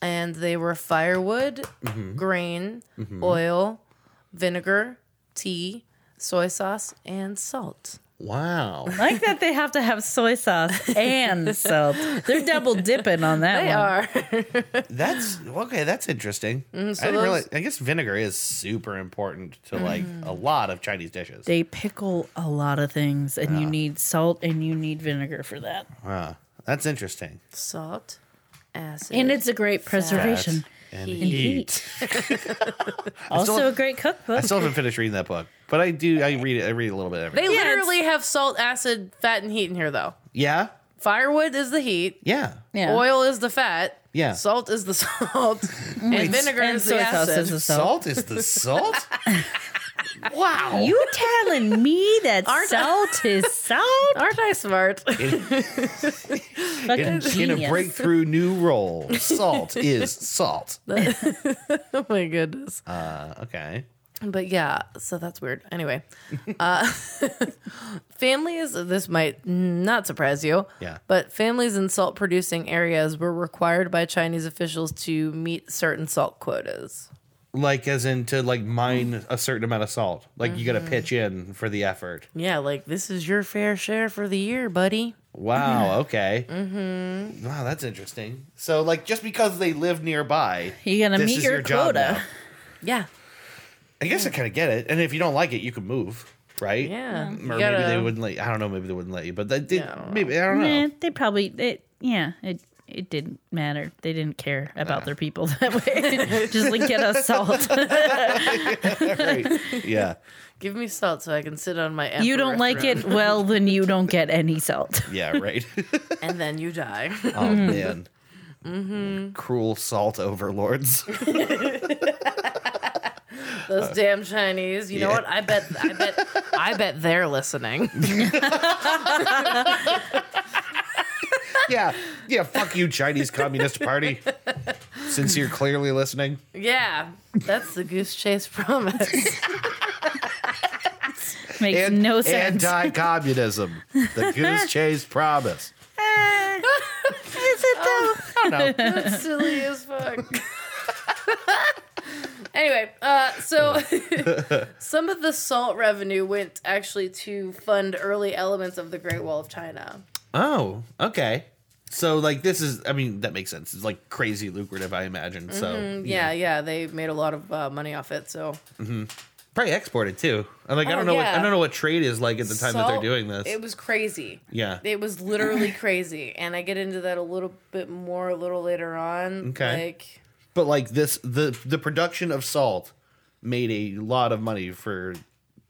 And they were firewood, grain, oil, vinegar, tea, soy sauce, and salt. Wow. I like that they have to have soy sauce and salt. They're double dipping on that They one. are. That's okay. That's interesting. I didn't Mm-hmm. those- Mm-hmm. realize. I guess vinegar is super important to like a lot of Chinese dishes. They pickle a lot of things, and you need salt and you need vinegar for that. Huh. That's interesting. salt, acid. And it's a great preservation. And Heat. heat. Also a great cookbook. I still haven't finished reading that book, but I do. I read it. I read a little bit every. they Yeah, it's- literally have salt, acid, fat, and heat in here, though. yeah. Firewood is the heat. Yeah. yeah. Oil is the fat. Yeah. Mm-hmm. Salt is the salt. and vinegar and is the soy sauce acid. is the salt. Salt is the salt. wow. You telling me that Aren't I- salt is salt? Aren't I smart? Fucking in, in a genius. breakthrough new role, salt is salt. oh my goodness. Uh, okay. But yeah, so that's weird. Anyway, uh, families, this might not surprise you, Yeah. but families in salt producing areas were required by Chinese officials to meet certain salt quotas. Like as in to like mine a certain amount of salt. Like you got to pitch in for the effort. Yeah, like this is your fair share for the year, buddy. Wow. Okay. Mm-hmm. Wow, that's interesting. So, like, just because they live nearby, You gotta this meet is your job quota. now. Yeah. I guess I kind of get it. And if you don't like it, you can move, right? Yeah. Mm. Or You maybe gotta- they wouldn't let. You. I don't know. Maybe they wouldn't let you. But that did. Yeah, I don't know. maybe I don't Eh, know. they probably it, yeah it it didn't matter they didn't care about their people that way just like get us salt Right. Yeah. Give me salt so I can sit on my you emperor don't like throne. it well then you don't get any salt Yeah. Right. and then you die. oh man. Mm-hmm. Cruel salt overlords. Those damn Chinese. You know yeah. what? I bet. I bet. Uh, I bet they're listening. yeah. Yeah. Fuck you, Chinese Communist Party. Since you're clearly listening. yeah, that's the goose chase promise. makes And no sense Anti-communism. the goose chase promise. is it though that's silly as fuck. anyway, uh, so some of the salt revenue went actually to fund early elements of the Great Wall of China. Oh, okay. So like this is I mean that makes sense. It's like crazy lucrative I imagine. So Yeah, yeah, they made a lot of uh, money off it. So probably exported too. I'm like I Oh, don't know what yeah. I don't know what trade is like at the time that they're Salt, doing this. it was crazy. yeah. It was literally crazy, and I get into that a little bit more a little later on. Okay. Like, but like this the the production of salt made a lot of money for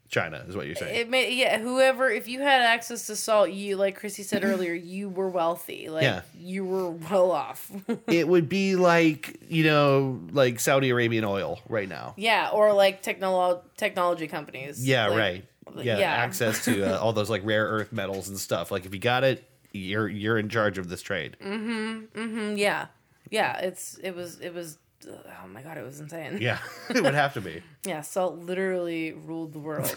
China is what you're saying. It may, yeah, whoever, if you had access to salt, you, like Chrissy said earlier, you were wealthy. Like, Yeah. you were well off. it would be like you know like saudi arabian oil right now yeah, or like technolo- technology companies. yeah Like, right yeah, yeah. access to uh, all those like rare earth metals and stuff like if you got it you're you're in charge of this trade Mm-hmm. mm, Yeah. Yeah, it's, it was, it was, oh my God, it was insane. yeah it would have to be Yeah, salt literally ruled the world.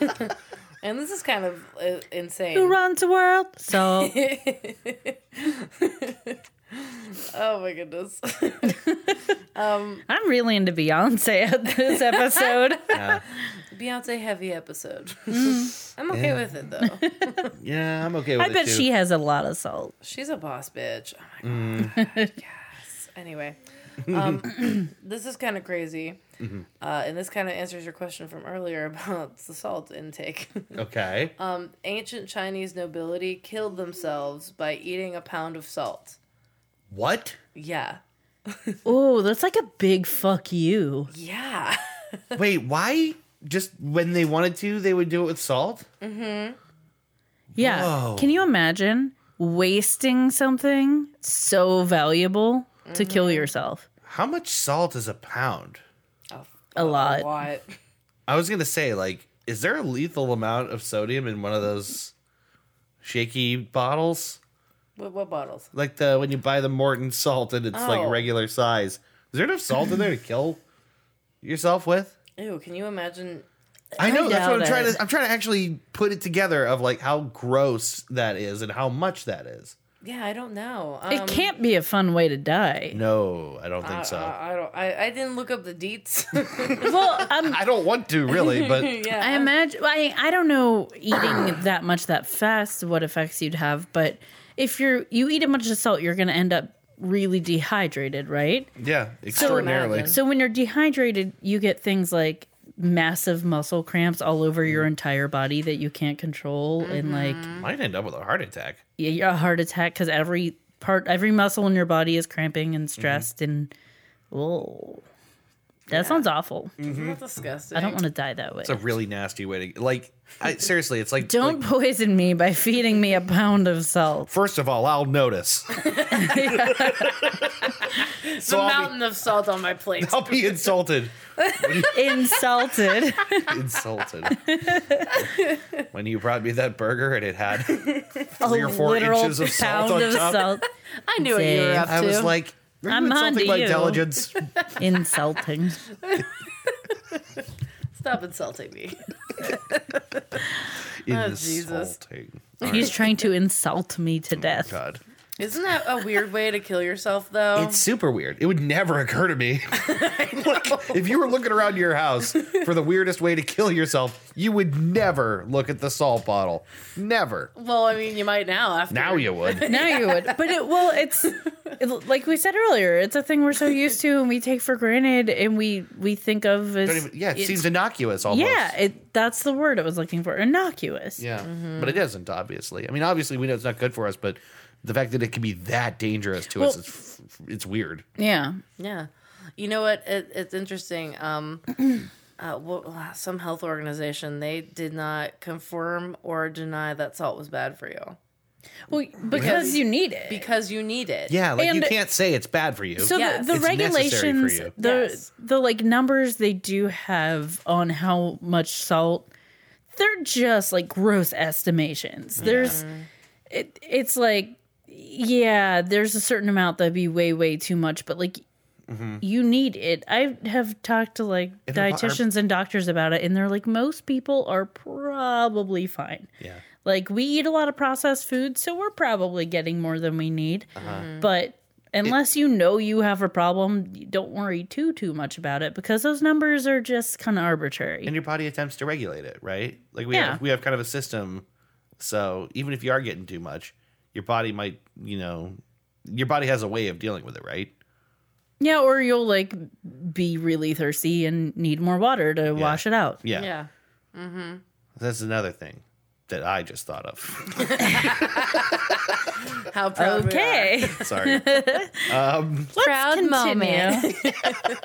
and this is kind of uh, insane. Who runs the world? So Oh my goodness. I'm really into Beyonce at this episode. Beyonce heavy episode. Mm. I'm okay with it though. yeah i'm okay with I it bet too. she has a lot of salt. She's a boss bitch. Oh my Mm. god. yes. Anyway, um, this is kind of crazy. Mm-hmm. Uh, and this kind of answers your question from earlier about the salt intake. okay um, ancient Chinese nobility killed themselves by eating a pound of salt. what Yeah. Oh, that's like a big fuck you. Yeah. wait why just when they wanted to they would do it with salt Yeah. Whoa. Can you imagine wasting something so valuable to kill yourself? how much salt is a pound Oh, A lot. What? i was gonna say like is there a lethal amount of sodium in one of those shaky bottles What, what bottles? like the when you buy the Morton salt and it's like Oh. regular size. Is there enough salt in there to kill yourself with? Ew, can you imagine? I know that's what doubt I'm trying it. to. I'm trying to actually put it together of like how gross that is and how much that is. Yeah, I don't know. Um, it can't be a fun way to die. No, I don't I, think so. I, I don't. I, I didn't look up the deets. Well, um, I don't want to really, but yeah. I imagine. I I don't know eating that much that fast what effects you'd have, but if you're you eat a bunch of salt, you're gonna end up really dehydrated, right? yeah, extraordinarily. So when you're dehydrated, you get things like massive muscle cramps all over your Mm. entire body that you can't control, and like Might end up with a heart attack. yeah, a heart attack because every part, every muscle in your body is cramping Mm-hmm. and stressed, and oh, that sounds awful. Isn't that disgusting? I don't want to die that way. It's a really nasty way to like. I, seriously, it's like Don't like, poison me by feeding me a pound of salt. first of all, I'll notice. so a I'll be, mountain of salt on my plate. I'll be insulted. Insulted. insulted when you brought me that burger and it had three A or four literal inches of salt pound on of top. salt. I knew what you were Dave. up to. I was like, "Are you I'm on insulting to my you." intelligence?" Insulting. Stop insulting me. Oh, Jesus. Insulting. He's trying to insult me to death. God, Isn't that a weird way to kill yourself, though? it's super weird. It would never occur to me. Like, if you were looking around your house for the weirdest way to kill yourself, you would never look at the salt bottle. Never. well, I mean, you might now. After Now you would. Now you would, but it well, it's it, like we said earlier. It's a thing we're so used to, and we take for granted, and we we think of as Don't even- yeah, it it's- seems innocuous almost. Yeah, it, that's the word I was looking for. Innocuous. Yeah, but it isn't obviously. I mean, obviously we know it's not good for us, but the fact that it can be that dangerous to us, Well- it's, f- it's weird. Yeah. Yeah. You know what? It, it's interesting. Um, uh, well, some health organization they did not confirm or deny that salt was bad for you Well, because you need it. because you need it. Yeah, like you And- can't say it's bad for you. so Yes. the, the It's necessary for regulations, you. the Yes. the like numbers they do have on how much salt, they're just like gross estimations. There's, it it's like, yeah, there's a certain amount that'd be way way too much, but like. You need it. I have talked to like Mm-hmm. If our- our- dietitians and doctors about it, and they're like, most people are probably fine. yeah, Like we eat a lot of processed food, so we're probably getting more than we need. Uh-huh. Mm-hmm. But unless you know you have a problem, don't worry too too much about it because those numbers are just kind of arbitrary. and your body attempts to regulate it, right? Like we Yeah. have, we have kind of a system. So even if you are getting too much, your body might, you know, your body has a way of dealing with it, right? yeah, or you'll like be really thirsty and need more water to wash it out. Yeah, Yeah. that's another thing. that I just thought of. How proud we are. Okay. Sorry. Oh, proud moment. Continue.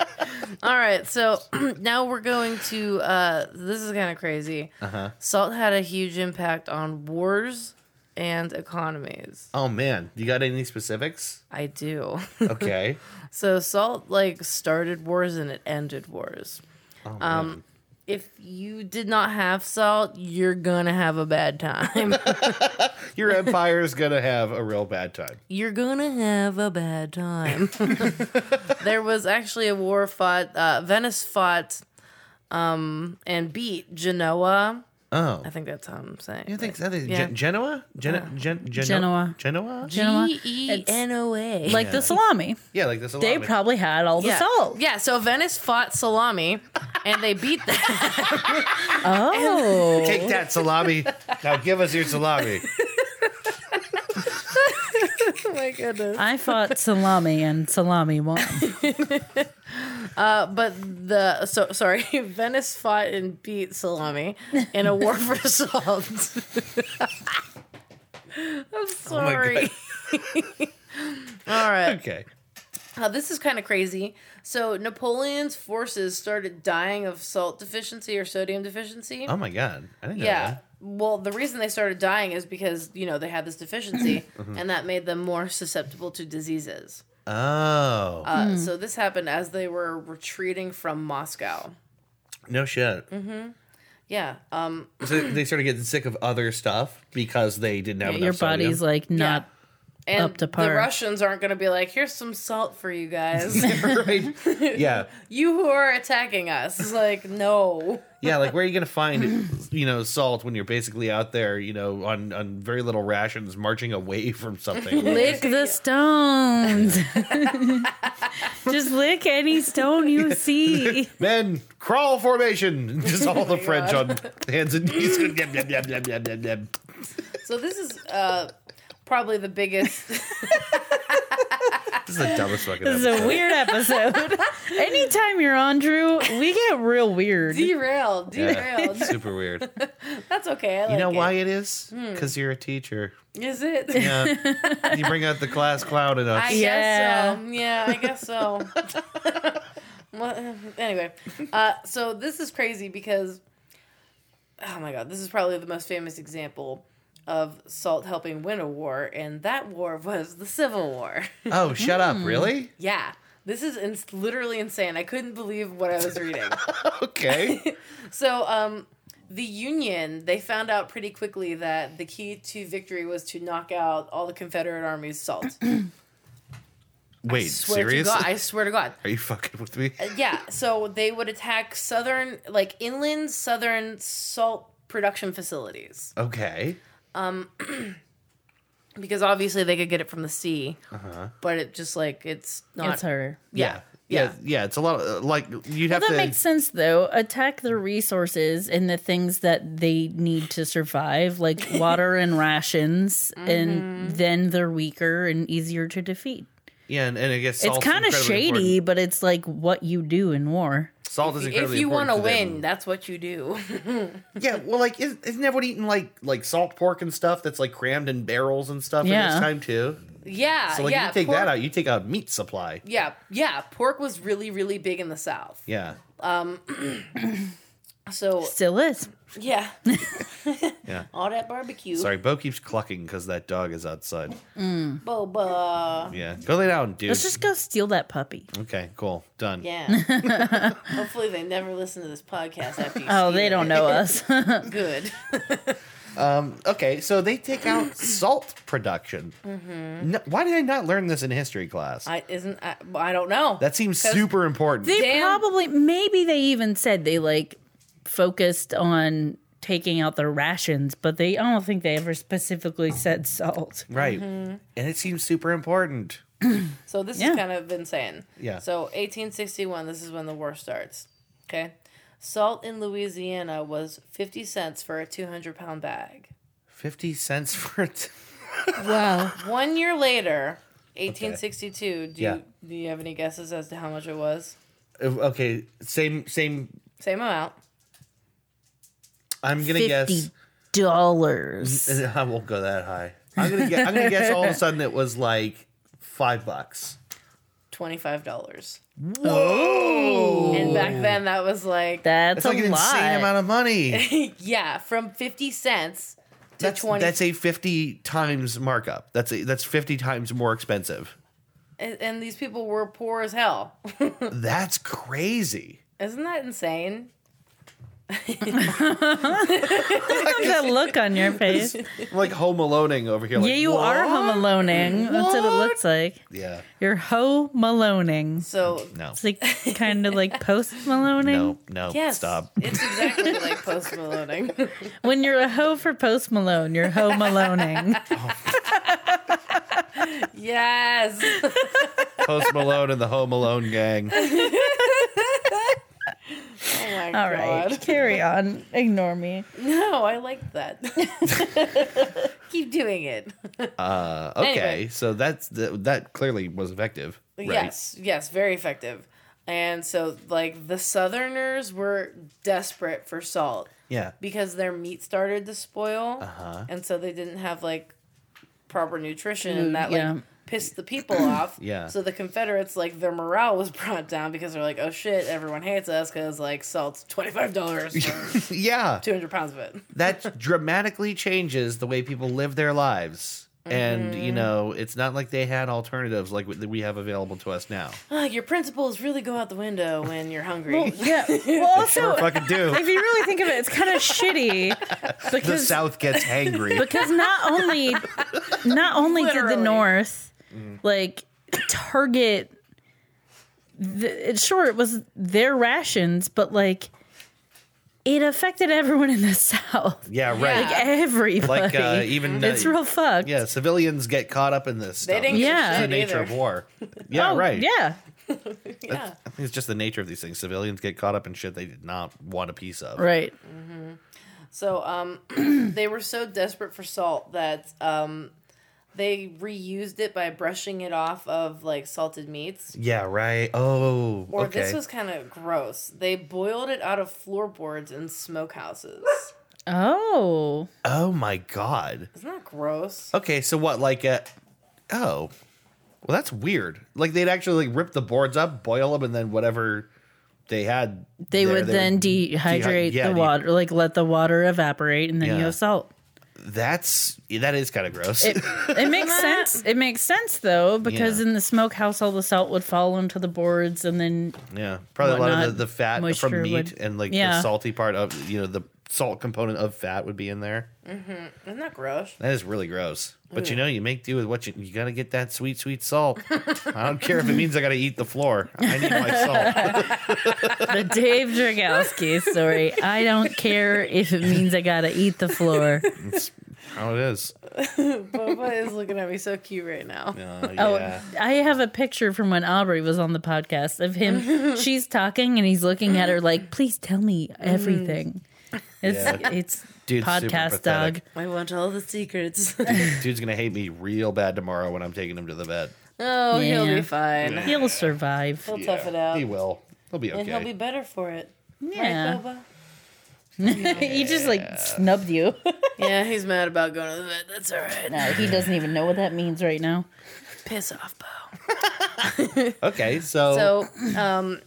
All right, so now we're going to. Uh, this is kind of crazy. Uh-huh. Salt had a huge impact on wars and economies. oh man, you got any specifics? I do. Okay. so salt like started wars and it ended wars. Um, Oh, man. If you did not have salt, you're gonna have a bad time. Your empire's gonna have a real bad time. you're gonna have a bad time. there was actually a war fought. Uh, Venice fought um, and beat Genoa. Oh. I think that's how I'm saying. You think it. that is Yeah. Gen- Genoa? Gen- Gen- Geno- Uh, Genoa. Genoa? Genoa. G E N O A. Like the salami. yeah, like this. They probably had all the yeah. salt. Yeah, so Venice fought salami and they beat them. Oh. Take that salami. now give us your salami. oh my goodness. I fought salami and salami won. But the so sorry, Venice fought and beat salami in a war for salt. Oh I'm sorry. All right. Okay. Uh, this is kind of crazy. So Napoleon's forces started dying of salt deficiency or sodium deficiency. Oh my god. I didn't know Yeah. that. Well, the reason they started dying is because, you know, they had this deficiency and that made them more susceptible to diseases. Oh. Uh, So this happened as they were retreating from Moscow. no shit. Mm-hmm. Yeah. Um, So they started getting sick of other stuff because they didn't have enough Your body's sodium. like not. and Up to The par. Russians aren't going to be like, here's some salt for you guys. right? Yeah. you who are attacking us. It's like, no. Yeah, like where are you going to find, you know, salt when you're basically out there, you know, on on very little rations marching away from something? Lick the stones. Just lick any stone you see. Men, crawl formation. Just all the French on hands and knees. Yum, yum, yum, yum, yum, yum, yum. So this is uh, probably the biggest. This is the dumbest fucking This is a episode. weird episode. Anytime you're on, Drew, we get real weird. derailed. Yeah, Derailed. Super weird. That's okay. I like You know it. why it is? Because you're a teacher. Is it? Yeah. you bring out the class clown in us. I Yeah. guess so. Yeah, I guess so. Well, anyway, uh, so this is crazy because, oh my god, this is probably the most famous example of salt helping win a war, and that war was the Civil War. oh, shut up. Really? yeah. This is ins- literally insane. I couldn't believe what I was reading. Okay. so, um, the Union, they found out pretty quickly that the key to victory was to knock out all the Confederate Army's salt. Wait, swear to seriously? God, I swear to God. Are you fucking with me? Yeah, so they would attack southern, like inland southern salt production facilities Okay. because obviously they could get it from the sea, Uh-huh. but it just like it's not. It's harder. Yeah. Yeah. yeah, it's a lot of like you'd have That to makes sense though. Attack the resources and the things that they need to survive, like water and rations, and then they're weaker and easier to defeat. yeah, and, and I guess It's salt's kind of incredibly shady, important. but it's like what you do in war. Salt is If incredibly you want important to to them. win, that's what you do. Yeah, well, like isn't, isn't everyone eating like like salt pork and stuff that's like crammed in barrels and stuff at Yeah. this time too? yeah, So like yeah. you take pork, that out, you take out meat supply. Yeah, yeah. Pork was really, really big in the South. Um, Yeah, So Still is. yeah, Yeah. All that barbecue, sorry, Bo keeps clucking because that dog is outside. boba. Yeah, go lay down, dude. Let's just go steal that puppy. Okay, cool, done. Yeah. Hopefully they never listen to this podcast after you. Oh, see they it. don't know us. Good. Okay, so they take out salt production. Mm-hmm. No, why did I not learn this in history class? I isn't. I, I don't know. that seems 'Cause super important. They Damn. probably, maybe they even said they like focused on taking out their rations, but they I don't think they ever specifically said salt. right, Mm-hmm. and it seems super important. So this Yeah. is kind of insane. Yeah. So 1861, this is when the war starts. Okay. Salt in Louisiana was 50 cents for a 200 pound bag. Fifty cents for it. Oh. Wow. One year later, 1862. Do Yeah. you do you have any guesses as to how much it was? Okay, same same. Same amount. I'm gonna 50 guess dollars. I won't go that high. I'm gonna, guess, I'm gonna guess. All of a sudden, it was like five bucks. Twenty-five dollars. Whoa! And back then, that was like That's That's like a an lot. insane amount of money. yeah, from fifty cents to That's twenty. that's a fifty times markup. That's a, that's fifty times more expensive. and, and these people were poor as hell. That's crazy. Isn't that insane? Look at that look on your face. I'm like home aloneing over here. Like, yeah, you are "What?" home aloneing. That's what it looks like. Yeah. You're ho maloneing. So No. It's like kind of like post maloneing. No. No. yes, Stop. It's exactly like post Malone. When you're a hoe for post Malone, you're ho maloneing. yes. Post Malone and the Home Alone gang. Uh, Oh my All god. right, carry on. Ignore me. No, I like that. Keep doing it. Uh, okay, Anyway. so that's the, that clearly was effective. Right? Yes, yes, very effective. And so, like, the Southerners were desperate for salt Yeah. because their meat started to spoil. Uh-huh. And so they didn't have, like, proper nutrition, and that, like, Mm, yeah. pissed the people off. Yeah. So the Confederates, like, their morale was brought down because they're like, oh shit, everyone hates us because, like, salt's $25 for Yeah. 200 pounds of it. That dramatically changes the way people live their lives. And, you know, it's not like they had alternatives like w- that we have available to us now. Ah, your principles really go out the window when you're hungry. Yeah. Well, also, Sure, fucking do. if you really think of it, it's kind of shitty The because South gets hangry. because not only not only did the Literally. North Mm-hmm. like target. The, it, sure, it was their rations, but like it affected everyone in the South. Yeah, right. Yeah. Everybody. Like, uh, even. Uh, it's real fucked. yeah, civilians get caught up in this They stuff. didn't Yeah. yeah. It's the shit nature either. of war. Yeah, Oh, right. Yeah. Yeah. I think it's just the nature of these things. Civilians get caught up in shit they did not want a piece of. Right. So um, they were so desperate for salt that um, they reused it by brushing it off of like salted meats. Yeah, right. Oh, Or okay. this was kind of gross. They boiled it out of floorboards in smokehouses. Oh. Oh my god. Isn't that gross? Okay, so what? Like, uh, oh, well, that's weird. Like they'd actually like, rip the boards up, boil them, and then whatever they had, They there, would then would- dehydrate yeah, the de- water, like let the water evaporate, and then Yeah. you have salt. that's that is kind of gross. It, it makes sense. It makes sense though, because Yeah. in the smokehouse, all the salt would fall onto the boards, and then yeah, probably a lot of whatnot, the, the fat moisture from meat would- and like the yeah. salty part of you know the salt component of fat would be in there. Isn't that gross? That is really gross. But Mm. you know, you make do with what you you gotta get that sweet sweet salt. I don't care if it means I gotta eat the floor. I need my salt. the Dave Dragowski story. I don't care if it means I gotta eat the floor. How it is? Boba is looking at me so cute right now. Uh, Oh, yeah. I have a picture from when Aubrey was on the podcast of him. she's talking and he's looking at her like, "Please tell me everything." It's Yeah. it's Dude's super podcast dog. pathetic. I want all the secrets. Dude's gonna hate me real bad tomorrow when I'm taking him to the vet. oh, he'll Yeah. be fine. He'll survive. He'll tough it out. He will. He'll be okay. And he'll be better for it. Yeah. Right, Boba? he just like snubbed you. Yeah, he's mad about going to the vet. That's all right. no, he doesn't even know what that means right now. Piss off, Bo. okay, so, So, Oh. um,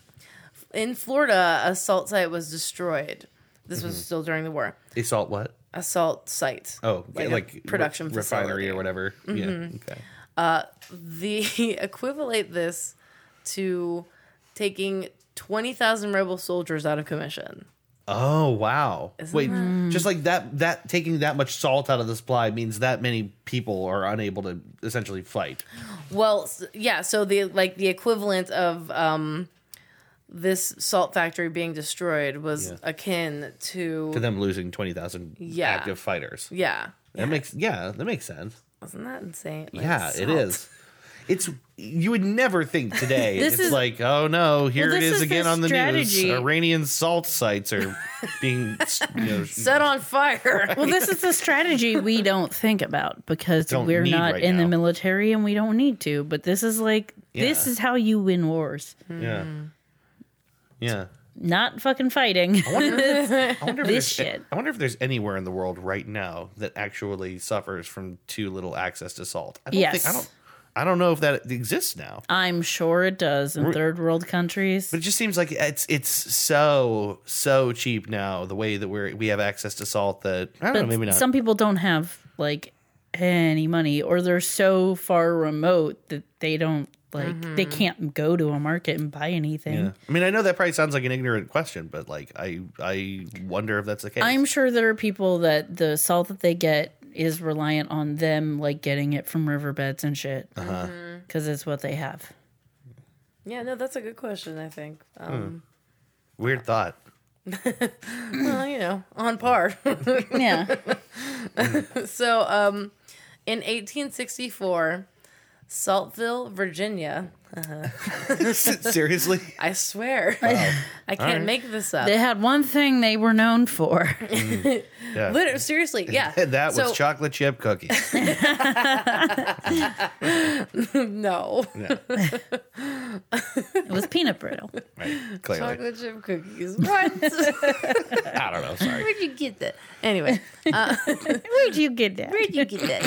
in Florida, a salt site was destroyed. This was still during the war. they salt what? A salt site. Mm-hmm. Oh, Like like, a production re- refinery facility. Mm-hmm. or whatever. Yeah. Okay. The equivalent this to taking 20,000 rebel soldiers out of commission. Oh wow! Wait, just like that. That taking that much salt out of the supply means that many people are unable to essentially fight. Well, s- yeah, so the like the equivalent of um this salt factory being destroyed was Yeah. akin to, To them losing twenty thousand Yeah. active fighters. yeah. That makes yeah, that makes sense. Wasn't that insane? Like, Yeah, it salt. is. It's you would never think today. This it's is- like, oh no, here Well, it this is is again the on the strategy. news. Iranian salt sites are being you know, Set on fire. Well, this is the strategy we don't think about because Don't we're need not right in the now. military and we don't need to. But this is like this Yeah. hmm. is how you win wars. yeah, yeah. not fucking fighting. I wonder if This there's- shit. I wonder if there's anywhere in the world right now that actually suffers from too little access to salt. I don't Yes. Think, I don't. I don't know if that exists now, I'm sure it does in third world countries. but it just seems like it's it's so so cheap now. The way that we're we have access to salt that I don't know, But maybe not. some people don't have like any money or they're so far remote that they don't like they can't go to a market and buy anything. Mm-hmm. Yeah. I mean, I know that probably sounds like an ignorant question, but like I I wonder if that's the case. I'm sure there are people that the salt that they get is reliant on them like getting it from riverbeds and shit because it's what they have. Yeah, no, that's a good question, I think. Hmm. Um, Weird thought. Well, you know, on par. Yeah, so, um, in 1864, Saltville, Virginia, Seriously, I swear, I can't make this up. they had one thing they were known for. yeah. Literally, seriously, yeah. that was So- chocolate chip cookies. No. Yeah, It was peanut brittle. right. Clearly, Chocolate chip cookies. What? I don't know. Sorry. Where'd you get that? Anyway, Where'd you get that? where'd you get that?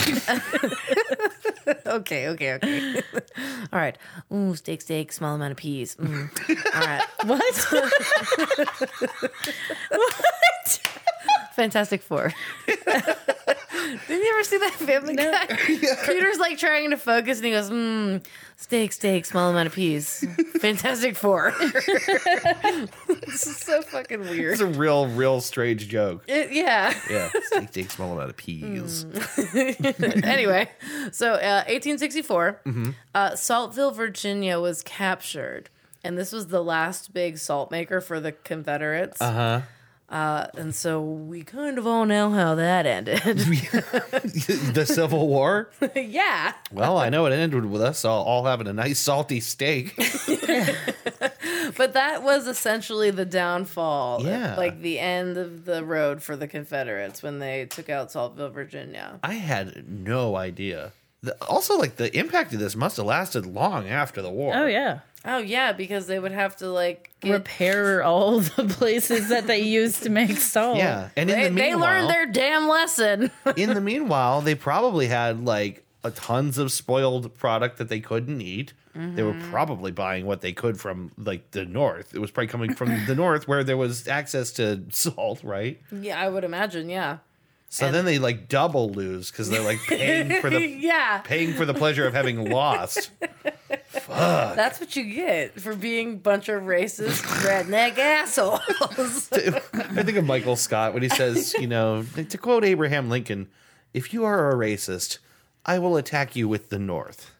okay, okay, okay. All right. Ooh, steak, steak, small amount of peas. Mm. All right. What? what? Fantastic Four. Did you ever see that Family Guy? Peter's like trying to focus, and he goes, "Mmm, steak, steak, small amount of peas." Fantastic Four. this is so fucking weird. It's a real, real strange joke. It- yeah. Yeah, steak takes small amount of peas. anyway, so uh, 1864, Mm-hmm. uh, Saltville, Virginia was captured. And this was the last big salt maker for the Confederates. Uh-huh. and so we kind of all know how that ended. Mm. the Civil War. yeah. Well, I know it ended with us all, all having a nice salty steak. But that was essentially the downfall. Yeah. Like the end of the road for the Confederates when they took out Saltville, Virginia. I had no idea. The, also, like the impact of this must have lasted long after the war. Oh yeah. Oh, yeah, because they would have to like get- Repair all the places that they used to make salt. Yeah, and in They, the they meanwhile, learned their damn lesson. in the meanwhile, they probably had like a tons of spoiled product that they couldn't eat. They were Mm-hmm. probably buying what they could from like the north. It was probably coming from the north where there was access to salt, right? yeah, I would imagine. Yeah. So then they like double lose because they're like paying for the yeah. paying for the pleasure of having lost. That's what you get for being a bunch of racist redneck assholes. I think of Michael Scott when he says, you know, to quote Abraham Lincoln, if you are a racist, I will attack you with the North.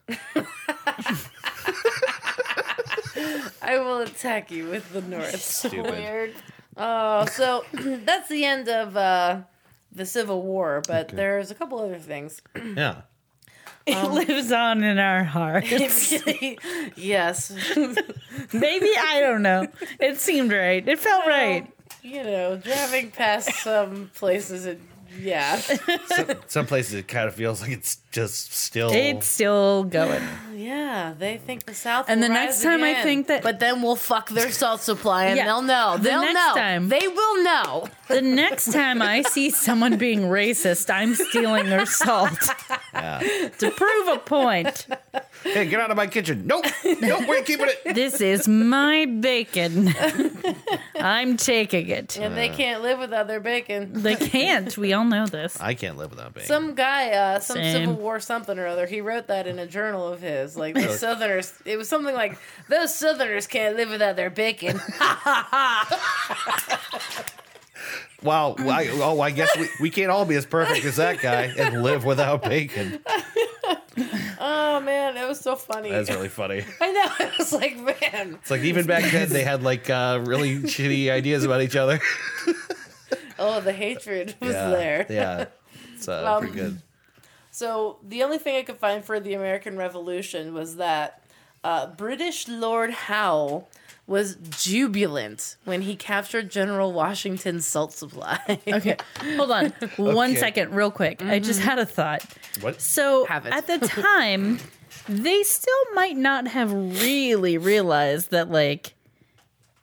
I will attack you with the North. Stupid. Weird. Oh, so that's the end of uh, the Civil War, but there's a couple other things. Yeah. It lives on in our hearts. yes. Maybe I don't know. It seemed right. It felt right. You know, driving past some places, it, yeah. Some, some places it kind of feels like it's just still. It's still going. Yeah, they think the South. And will the next rise time I again. think that- but then we'll fuck their salt supply, and Yeah. they'll know. The They'll next know. time. They will know. The next time I see someone being racist, I'm stealing their salt to prove a point. Hey, get out of my kitchen. Nope. Nope. We're keeping it. This is my bacon. I'm taking it. And they can't live without their bacon. They can't. We all know this. I can't live without bacon. Some guy, uh, some Same. Civil War something or other, he wrote that in a journal of his. Like, the Southerners, it was something like, those Southerners can't live without their bacon. wow. I, oh, I guess we, we can't all be as perfect as that guy and live without bacon. oh, man, it was so funny. That's really funny. I know. I was like, man. It's like even back then they had like uh, really shitty ideas about each other. Oh, the hatred was yeah. there. Yeah. It's uh, Um, pretty good. So the only thing I could find for the American Revolution was that uh, British Lord Howe was jubilant when he captured General Washington's salt supply. Okay, hold on one Okay. second, real quick. I just had a thought. What? So Mm-hmm. Have it. at the time, they still might not have really realized that like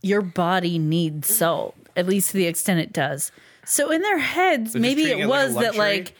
your body needs salt, at least to the extent it does. So in their heads, maybe treating it it like a was that luxury? like,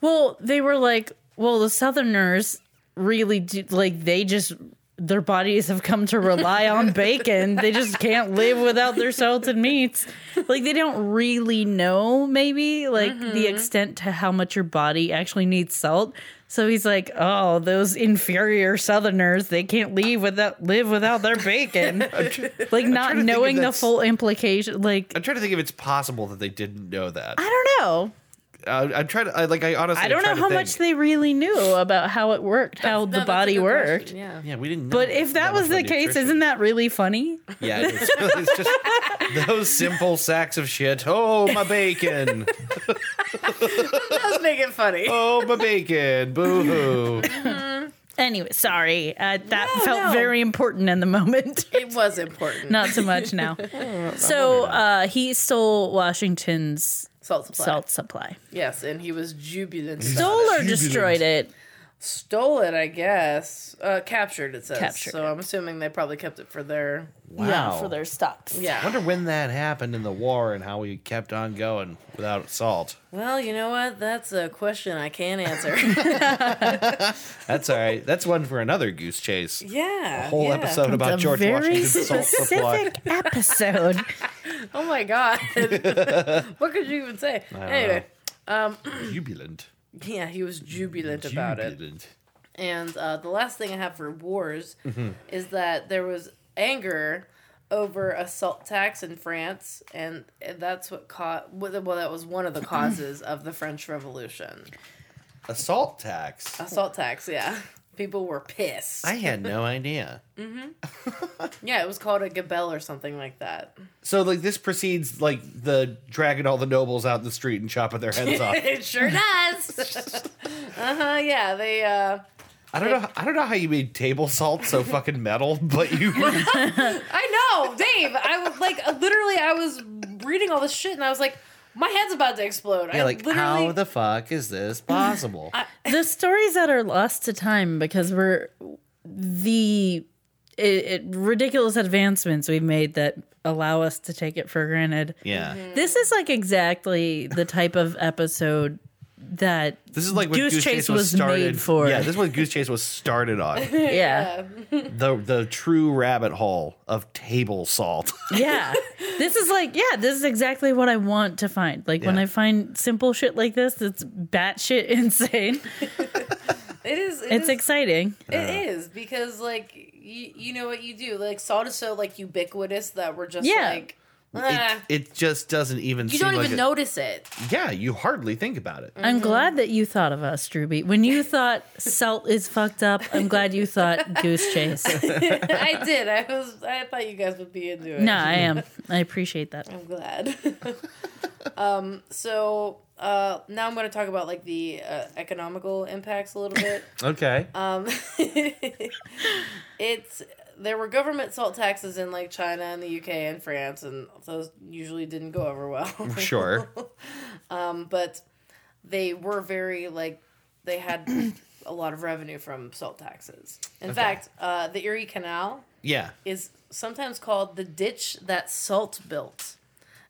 well, they were like, well, the Southerners really do like they just their bodies have come to rely on bacon. They just can't live without their salted meats. Like they don't really know maybe like Mm-hmm. the extent to how much your body actually needs salt. So he's like, "Oh, those inferior southerners, they can't leave without live without their bacon." like not to think if knowing the that's- full implication like I'm trying to think if it's possible that they didn't know that. I don't know. Uh, I'm trying to I, like I honestly I am don't know trying to how think. much they really knew about how it worked, how No, the that's a body good question, worked. Yeah. Yeah, we didn't. Know But if that much was the about case, nutrition. isn't that really funny? yeah, it is. it's just those simple sacks of shit. Oh my bacon. Let's make it funny. Oh my bacon. Boo hoo. Anyway, sorry. Uh, that No, felt no. very important in the moment. It was important. Not so much now. so uh, he stole Washington's Salt supply. salt supply. Yes, and he was jubilant. Stole or destroyed it. Stole it, I guess. Uh, captured, it says. Captured So I'm assuming they probably kept it for their. Wow. Yeah, for their stocks. Yeah. I wonder when that happened in the war and how we kept on going without salt. Well, you know what? That's a question I can't answer. That's all right. That's one for another goose chase. yeah. Whole yeah. episode about It's a George very Washington's salt supply. specific episode. Oh my God. what could you even say? don't Anyway. Jubilant. Yeah, he was jubilant about it. Jubilant. And uh, the last thing I have for wars Mm-hmm. is that there was anger over a salt tax in France, and that's what caught. Well, that was one of the causes of the French Revolution. A salt tax. A salt tax, yeah. People were pissed. I had no idea. yeah, it was called a gabelle or something like that. So like this precedes like the dragging all the nobles out in the street and chopping their heads off. It sure does. uh huh. Yeah, they. uh I don't know. I don't know how you made table salt so fucking metal, but you I know, Dave. I was like, uh, literally, I was reading all this shit, and I was like, my head's about to explode. I Yeah, like literally. how the fuck is this possible? the stories that are lost to time because we're the it, it, ridiculous advancements we've made that allow us to take it for granted. yeah, This is like exactly the type of episode that this is like when Goose Goose, Chase, Chase was, was started made for. Yeah, this is what Goose Chase was started on yeah Uh, yeah, the the true rabbit hole of table salt. this is like yeah this is exactly what I want to find like when Yeah. I find simple shit like this that's batshit insane it is. it it's is- exciting It is because like you, you know what you do. Like salt is so like ubiquitous that we're just Yeah. like it, "Ah." it just doesn't even. you seem don't even like a- notice it. Yeah, you hardly think about it. I'm glad that you thought of us, Drewby. When you thought salt is fucked up, I'm glad you thought goose chase. I did. I was. I thought you guys would be into it. No, I am. I appreciate that. I'm glad. um. So uh, now I'm going to talk about like the uh, economical impacts a little bit. Okay, Um, it's there were government salt taxes in like China and the UK and France, and those usually didn't go over well. sure. um, but they were very like they had a lot of revenue from salt taxes. In fact, uh, the Erie Canal Yeah. is sometimes called the ditch that salt built,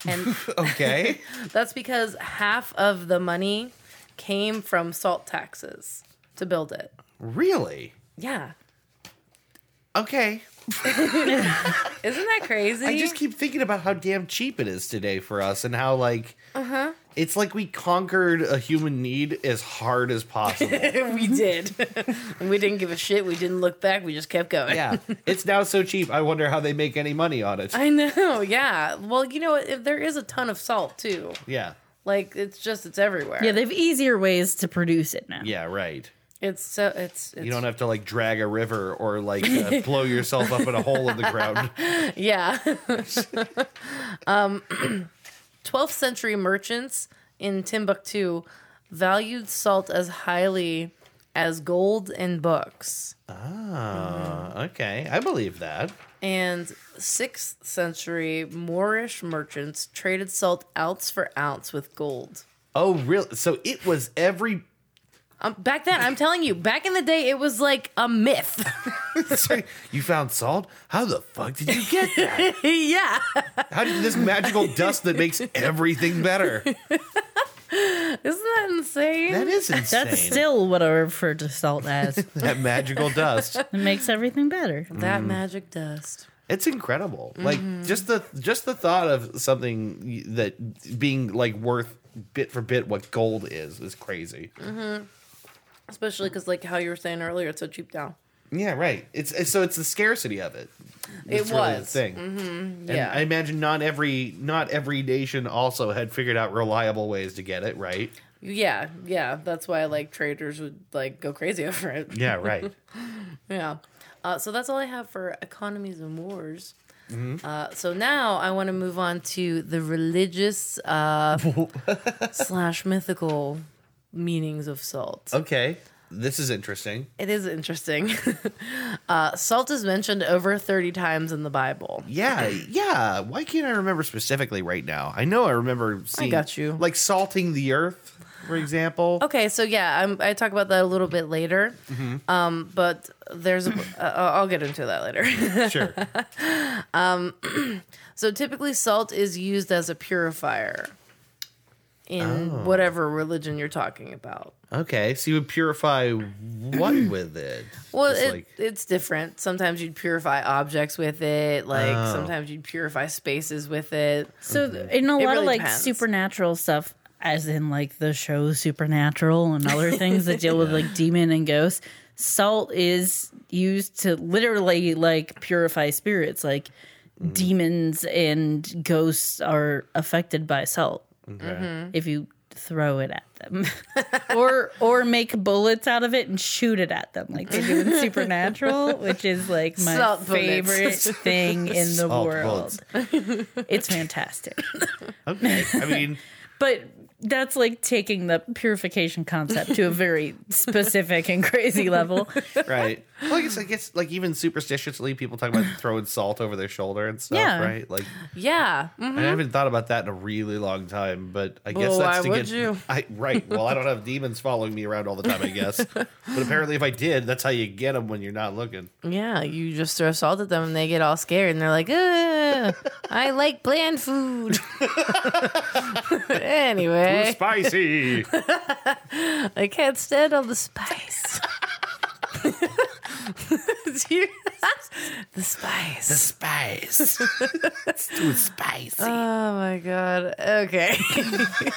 and Okay. that's because half of the money came from salt taxes to build it. really? Yeah. Okay. Isn't that crazy? I just keep thinking about how damn cheap it is today for us, and how like, Uh-huh. it's like we conquered a human need as hard as possible. we did. and we didn't give a shit. We didn't look back. We just kept going. yeah, it's now so cheap. I wonder how they make any money on it. I know. Yeah. Well, you know, it, there is a ton of salt too. yeah, Like it's just it's everywhere. Yeah, they have easier ways to produce it now. yeah, right. it's so it's, it's You don't have to like drag a river or like uh, blow yourself up in a hole in the ground. yeah. um 12th Um, century merchants in Timbuktu valued salt as highly as gold and books. Ah, okay, I believe that. And 6th century Moorish merchants traded salt ounce for ounce with gold. Oh, really? So it was every Um, back then, I'm telling you, back in the day, it was like a myth. It's like, you found salt? How the fuck did you get that? yeah. How did this magical dust that makes everything better? Isn't that insane? That is insane. That's still what I refer to salt as. it that magical dust. makes everything better. that Mm. magic dust. It's incredible. Like just the just the thought of something that being like worth bit for bit what gold is is crazy. Especially because, like how you were saying earlier, it's so cheap now. Yeah, right. It's, it's- so it's the scarcity of it. It's It really the was. thing. Yeah. I imagine not every not every nation also had figured out reliable ways to get it right. yeah. Yeah. That's why, like, traders would, like, go crazy over it. Yeah, right. Yeah. Uh, so that's all I have for economies and wars. Mm-hmm. Uh, so now I want to move on to the religious uh, slash mythical meanings of salt. okay, this is interesting. It is interesting. uh, salt is mentioned over 30 times in the Bible. Yeah, yeah. Why can't I remember specifically right now? I know I remember seeing. got you. Like salting the earth, for example. Okay, so yeah, I'm, I talk about that a little bit later, Mm-hmm. um, but there's, a, uh, I'll get into that later. Sure. so typically, salt is used as a purifier in Oh. whatever religion you're talking about. Okay, so you would purify what with it? Well, Just it, like- it's different. Sometimes you'd purify objects with it. Like Oh. sometimes you'd purify spaces with it. So in a lot of really like depends. supernatural stuff, as in like the show Supernatural and other things that deal with like demon and ghosts, salt is used to literally like purify spirits. Like demons and ghosts are affected by salt Mm-hmm. if you throw it at them, or or make bullets out of it and shoot it at them like they do in Supernatural, which is like my Salt bullets. favorite thing in the Salt world. It's fantastic. Okay, I mean, But that's like taking the purification concept to a very specific and crazy level. right? Well, I guess I guess like even superstitiously, people talk about throwing salt over their shoulder and stuff, Yeah. right? Like Yeah. I Mhm. Mm-hmm. haven't thought about that in a really long time, but I guess Well, that's why to would get you? I, right. Well, I don't have demons following me around all the time, I guess. but apparently, if I did, that's how you get them when you're not looking. Yeah. You just throw salt at them and they get all scared and they're like, "Ugh, I like bland food. anyway, Spicy. I can't stand all the spice. the spice. Spice. it's too spicy. Oh my God. Okay.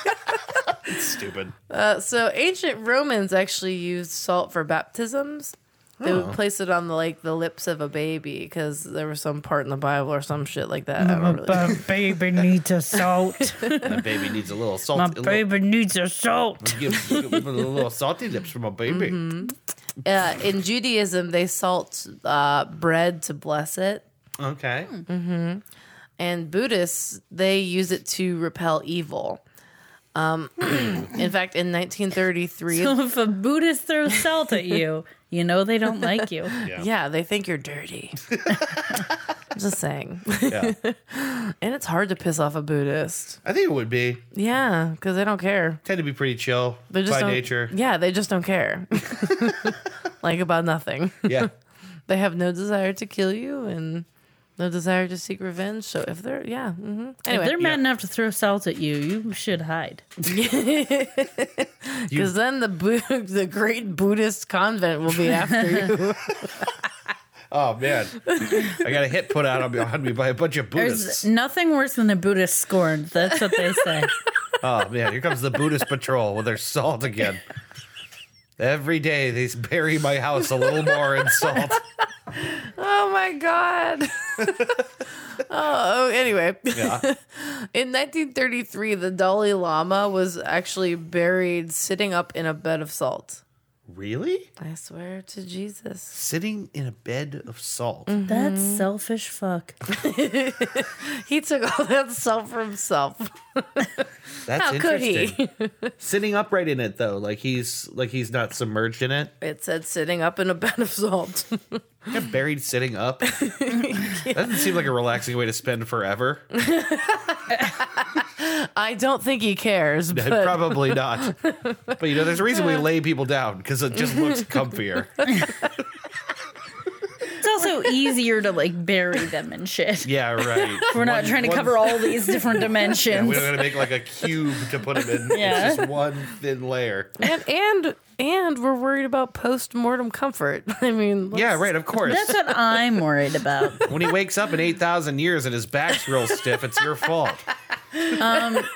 Stupid. Uh, so ancient Romans actually used salt for baptisms. They Oh. would place it on the like the lips of a baby because there was some part in the Bible or some shit like that. I don't really- baby needs a salt. My baby needs a little salt. a little- needs a salt. give, give him a little salty lips from a baby. Uh, in Judaism, they salt uh, bread to bless it, Okay. and Buddhists they use it to repel evil. Um, in fact, in 1933, So if a Buddhist throws salt at you, you know they don't like you. yeah, they think you're dirty. Just saying, Yeah. and it's hard to piss off a Buddhist. I think it would be. Yeah, because they don't care. Tend to be pretty chill They just by don't- nature. Yeah, they just don't care. like about nothing. Yeah. They have no desire to kill you and no desire to seek revenge. So if they're yeah, hmm If they're anyway, mad enough to throw salt at you, you should hide. because then the Bu- the great Buddhist convent will be after you. Oh man, I got a hit put out on me, on me by a bunch of There's Buddhists. nothing worse than the Buddhist scorned. That's what they say. Oh man, here comes the Buddhist patrol with their salt again. Every day they bury my house a little more in salt. oh my god. oh, oh, anyway. Yeah. In 1933, the Dalai Lama was actually buried sitting up in a bed of salt. Really? I swear to Jesus. Sitting in a bed of salt. That's selfish fuck. He took all that salt for himself. That's How could he? interesting. Sitting upright in it though, like he's like he's not submerged in it. It said sitting up in a bed of salt. Got buried sitting up. That doesn't seem like a relaxing way to spend forever. I don't think he cares, but Probably not. But you know, there's a reason we lay people down because it just looks comfier. It's also easier to like bury them and shit. Yeah, right. We're not trying to cover all these different dimensions. We don't got to make like a cube to put them in. Yeah. It's just one thin layer. and and and we're worried about post mortem comfort. I mean, let's- Yeah, right. Of course. That's what I'm worried about. when he wakes up in eight thousand years and his back's real stiff, it's your fault. Oh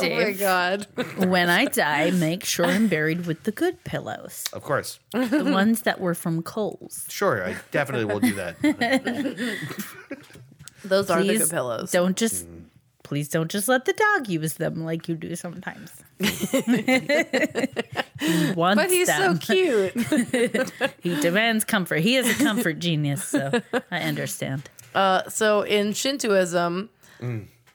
my god, When I die, make sure I'm buried with the good pillows, Of course. the ones that were from Coles. Sure, I definitely will do that. those are the Please good pillows. Don't just, Mm. please don't just let the dog use them like you do sometimes. he wants But he's so them. cute. He demands comfort. He is a comfort genius, so I understand. so in Shintoism,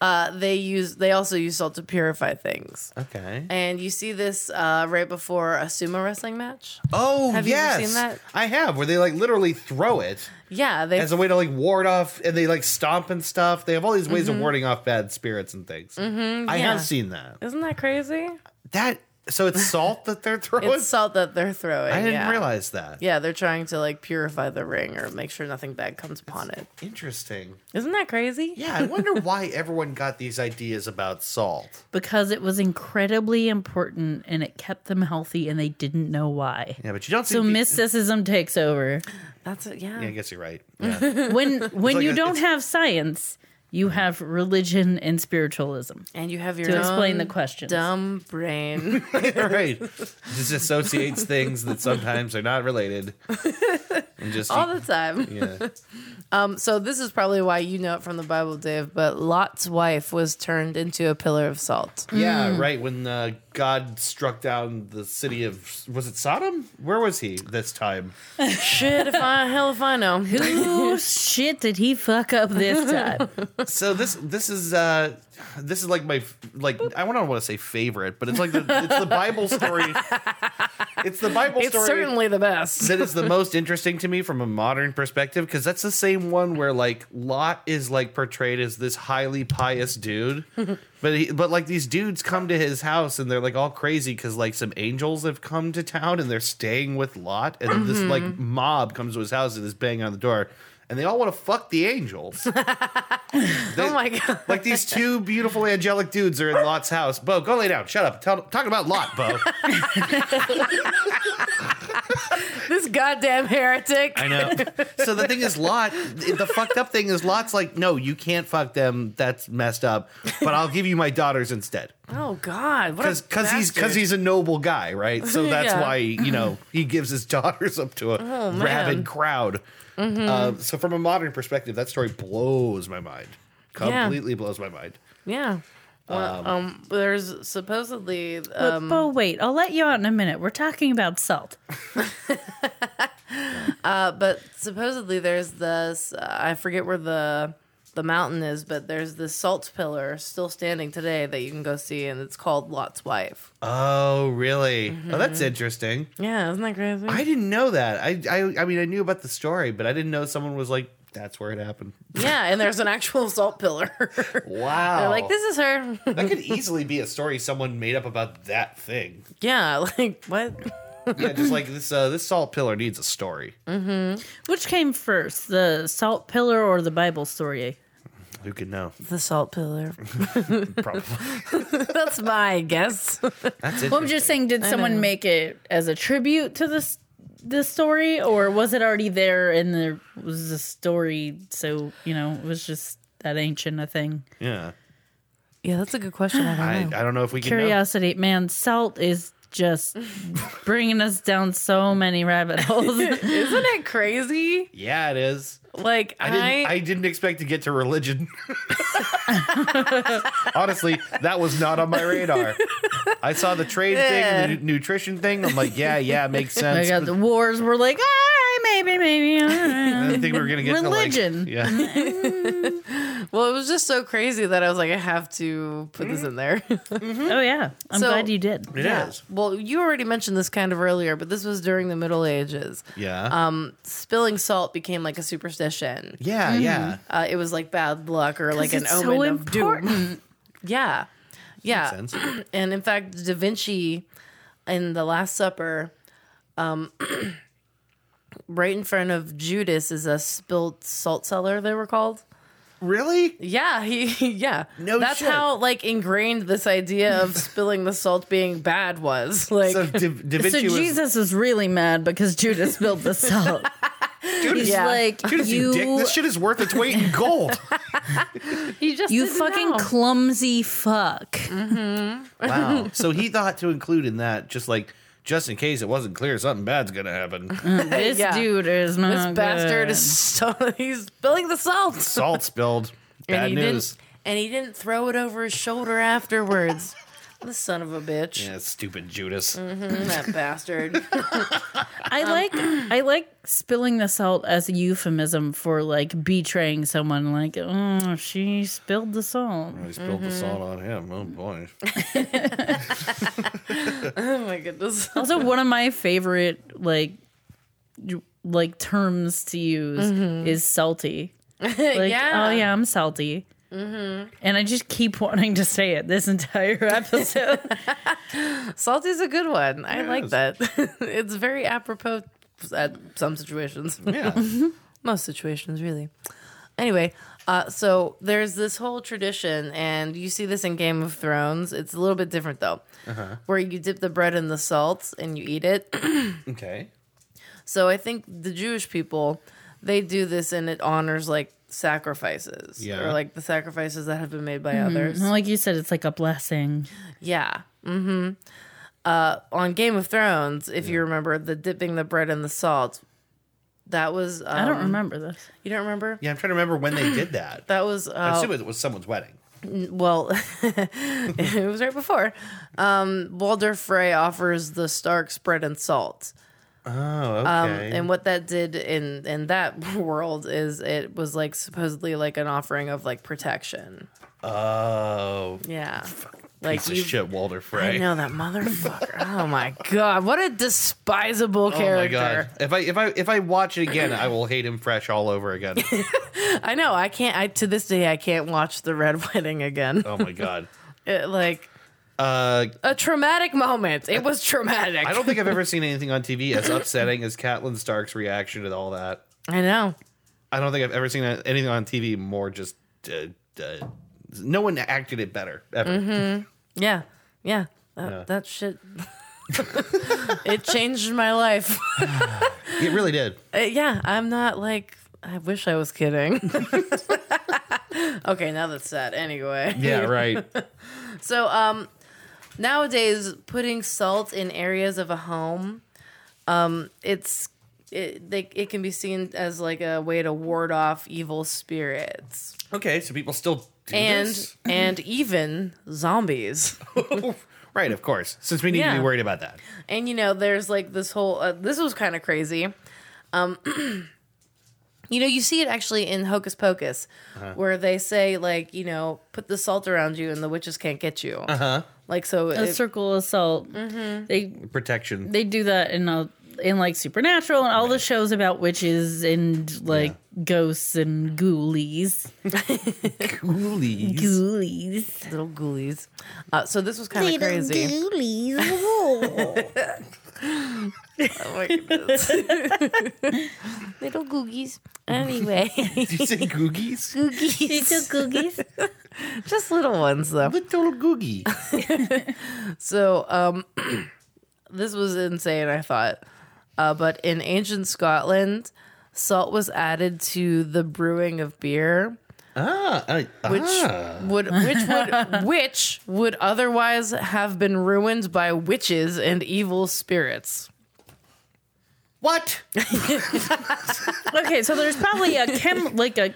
uh, they use they also use salt to purify things. Okay. And you see this uh, right before a sumo wrestling match. Oh Have you yes, ever seen that? I have. Where they like literally throw it Yeah, they as a way to like ward off, and they like stomp and stuff. They have all these ways of warding off bad spirits and things. I yeah. have seen that. isn't that crazy? That so it's salt that they're throwing. It's salt that they're throwing. I didn't yeah. realize that. Yeah, they're trying to like purify the ring or make sure nothing bad comes upon it. Interesting. Isn't that crazy? Yeah, I wonder why everyone got these ideas about salt. Because it was incredibly important and it kept them healthy and they didn't know why. Yeah, but you don't. So see mysticism takes over. That's it. Yeah. I guess you're right. Yeah. When when like you a- don't it's- have science, you have religion and spiritualism. And you have your To own explain the questions. dumb brain. You're right. Just associates things that sometimes are not related, and just all the time. yeah. Um, so this is probably why you know it from the Bible, Dave. But Lot's wife was turned into a pillar of salt. Yeah, right. When uh, God struck down the city of was it Sodom? Where was he this time? Shit, if I hell if I know. Who shit did he fuck up this time? So this this is uh this is like my like I don't want to say favorite, but it's like the, it's the Bible story. It's the Bible It's story. certainly the best. that is the most interesting to me from a modern perspective because that's the same one where like Lot is like portrayed as this highly pious dude, but he, but like these dudes come to his house and they're like all crazy because like some angels have come to town and they're staying with Lot and this Mm-hmm. like mob comes to his house and is banging on the door and they all want to fuck the angels. Oh my god. Like these two beautiful angelic dudes are in Lot's house. Bo, go lay down. Shut up. Tell, talk about Lot, Bo. This goddamn heretic. I know. so the thing is, Lot, the fucked up thing is, Lot's like, no, you can't fuck them. That's messed up. But I'll give you my daughters instead, Oh god. What a because he's because bastard. he's a noble guy, right? So that's Yeah. Oh, why you know he gives his daughters up to a man. Mm-hmm. rabid crowd. Uh, so from a modern perspective, that story blows my mind. Completely blows my mind. Yeah. Well, um, there's supposedly uh, Um, But, but wait, I'll let you out in a minute. We're talking about salt. but supposedly there's this uh, I forget where the the mountain is, but there's this salt pillar still standing today that you can go see and it's called Lot's wife. Oh, really? Mm-hmm. Oh, that's interesting. Yeah, isn't that crazy? I didn't know that. I, I I mean, I knew about the story, but I didn't know someone was like, "That's where it happened." yeah, and there's an actual salt pillar. Wow. They're like, this is her. That could easily be a story someone made up about that thing. yeah, like what? Yeah, just like this. Uh, this salt pillar needs a story. Which came first, the salt pillar or the Bible story? Who could know? The salt pillar. Probably. That's my guess. That's it. Well, I'm just saying, did someone make it as a tribute to this the story, or was it already there and there was a story? So you know, it was just that ancient a thing. Yeah. Yeah, that's a good question. I don't I, know. I don't know if we can. Curiosity, man. Salt is just bringing us down so many rabbit holes. Isn't it crazy? Yeah, it is. Like I I, didn't. I didn't expect to get to religion. Honestly, that was not on my radar. I saw the trade thing, and the nu- nutrition thing. I'm like, yeah, yeah, makes I sense. got the wars. We're like, all right, maybe, maybe. all right." I didn't think we were gonna get Religion. To like, yeah. well, it was just so crazy that I was like, I have to put this in there. Oh yeah, I'm So- glad you did. It Mm-hmm. is. Yeah. yeah. Well, you already mentioned this kind of earlier, but this was during the Middle Ages. Yeah. Spilling salt became like a superstition. yeah. Uh, it was like bad luck or like an It's omen so of doom. important. Yeah. Yeah. sense. And in fact, Da Vinci in The Last Supper, um, right in front of Judas is a spilled salt cellar, they were called. Really? Yeah, he, yeah. No That's shit. how, like, ingrained this idea of spilling the salt being bad was. Like, So Da, da So Vinci was Jesus is really mad because Judas spilled the salt. He's Yeah. like, Judas, you, dick. you, This shit is worth its weight in gold. he just you didn't fucking know. clumsy fuck. Mm-hmm. wow. So he thought to include in that just like just in case it wasn't clear something bad's gonna happen. This Yeah. dude is not this bastard good. is so, he's spilling the salt. Salt spilled. Bad he news. Didn't, and he didn't throw it over his shoulder afterwards. the son of a bitch. Yeah, stupid Judas. That bastard. I Um, like I like spilling the salt as a euphemism for like betraying someone. Like, oh, she spilled the salt. He spilled the salt on him. Oh boy. oh my goodness. Also, one of my favorite like ju- like terms to use is salty. Like, Mm-hmm. yeah. Mm-hmm. oh yeah, I'm salty. And I just keep wanting to say it this entire episode. Salty's a good one. I it like is. that. it's very apropos at some situations. Yeah. Most situations, really. Anyway, uh, so there's this whole tradition, and you see this in Game of Thrones. It's a little bit different, though, Uh-huh. where you dip the bread in the salt and you eat it. okay. So I think the Jewish people, they do this and it honors like sacrifices Yeah. or like the sacrifices that have been made by others. like you said, it's like a blessing. Yeah. Mm-hmm. Uh, on Game of Thrones, if you remember the dipping the bread in the salt, that was um, I don't remember this. You don't remember? Yeah, I'm trying to remember when they did that. That was I uh, assume it was someone's wedding. well, it was right before. Um, Walder Frey offers the Starks bread and salt. Oh, Um, okay. and what that did in in that world is it was like supposedly like an offering of like protection. oh, Yeah, like piece of shit, Walter Frey. I know that motherfucker. oh my god, what a despisable Oh my character! god! If I if I if I watch it again, I will hate him fresh all over again. I know. I can't. I to this day I can't watch the Red Wedding again. Oh my god! It, like Uh, a traumatic moment. It was traumatic. I don't think I've ever seen anything on TV as upsetting as Catelyn Stark's reaction to all that. I know. I don't think I've ever seen anything on TV more just. Uh, uh, no one acted it better ever. Yeah. Yeah. That, that shit. it changed my life. It really did. Uh, yeah, I'm not like. I wish I was kidding. okay, now that's sad. Anyway, Yeah, right. so um, nowadays putting salt in areas of a home, um, it's it they, it can be seen as like a way to ward off evil spirits okay, so people still do and this? and even zombies. right, of course. Since we need to Yeah. be worried about that. And you know, there's like this whole. Uh, this was kind of crazy. Um, you know, you see it actually in Hocus Pocus, where they say like, you know, put the salt around you and the witches can't get you. Uh huh. Like so, A it, circle of salt. They Protection. they do that in a in like Supernatural and all the shows about witches and like ghosts and ghoulies. Coolies. Ghoulies. little ghoulies. Uh, so this was kind of crazy. Ghoulies. Oh my goodness. little googies. Anyway, Did you say googies? you googies. took cookies? Just little ones though. Little googie. So, um, this was insane, I thought. Uh, but in ancient Scotland, salt was added to the brewing of beer, ah, I, which ah. would which would which would otherwise have been ruined by witches and evil spirits. What? okay, so there's probably a chem like a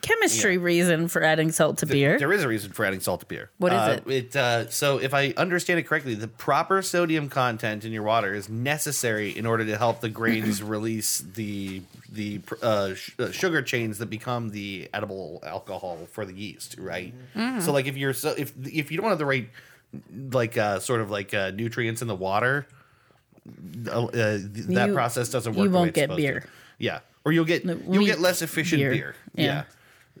chemistry reason for adding salt to beer. There is a reason for adding salt to beer. What is Uh, it? It uh, so if I understand it correctly, the proper sodium content in your water is necessary in order to help the grains release the the uh, sh- uh, sugar chains that become the edible alcohol for the yeast, right? Mm-hmm. So like if you're so if if you don't have the right like uh, sort of like uh, nutrients in the water, uh, uh, th- that You- process doesn't you work. the way won't it's get supposed to. beer. Yeah, or you'll get you'll weak get less efficient beer. beer. Yeah. yeah.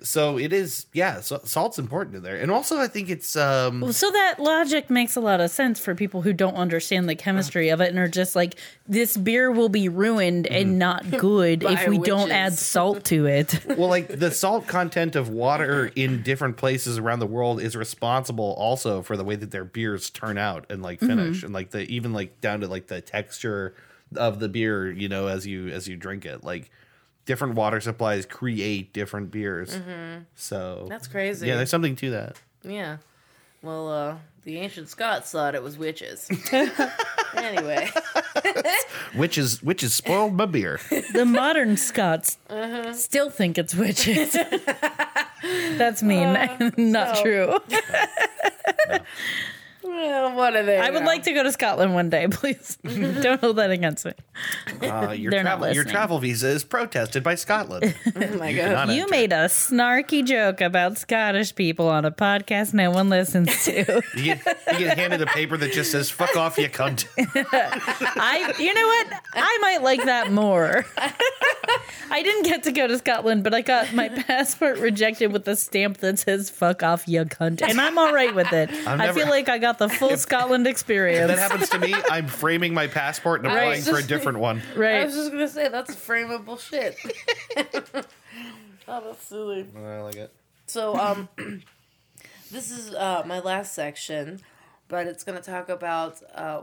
So it is, yeah. So, salt's important in there, and also I think it's um, So that logic makes a lot of sense for people who don't understand the chemistry of it and are just like, this beer will be ruined and not good By if we don't witches. add salt to it. well, like the salt content of water in different places around the world is responsible also for the way that their beers turn out and like Mm-hmm. finish, and like the even like down to like the texture of the beer, you know, as you as you drink it, like different water supplies create different beers. Mm-hmm. So That's crazy. Yeah, there's something to that. Yeah. Well, uh, the ancient Scots thought it was witches. anyway, Which is which is spoiled my beer. The modern Scots Uh-huh. still think it's witches. That's mean. Uh, Not no. true. well, what are they? I would now? like to go to Scotland one day, please. Mm-hmm. Don't hold that against me. Uh, your They're not travel your listening. travel visa is protested by Scotland. Oh my You're God. not You entered. made a snarky joke about Scottish people on a podcast no one listens to. you get, you get handed a paper that just says "fuck off, you cunt." I, you know what? I might like that more. I didn't get to go to Scotland, but I got my passport rejected with a stamp that says "fuck off, you cunt," and I'm all right with it. I never- feel like I got the full Scotland If experience. that happens to me, I'm framing my passport and applying Right. for a different one. I Right? was just gonna say that's frameable shit. oh, that's silly. I like it. So, um, this is uh, my last section, but it's gonna talk about uh,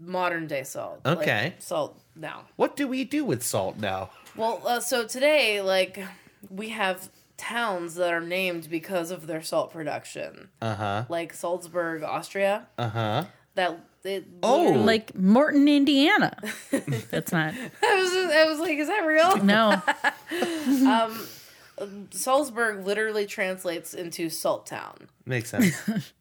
modern day salt. like, Okay. salt now. What do we do with salt now? Well, uh, so today, like, we have towns that are named because of their salt production. Uh Uh-huh. huh. Like Salzburg, Austria. Uh huh. That. It, Oh. like Morton, Indiana. That's not. I was, just- I was like, is that real? No, Salzburg literally translates into salt town. Makes sense.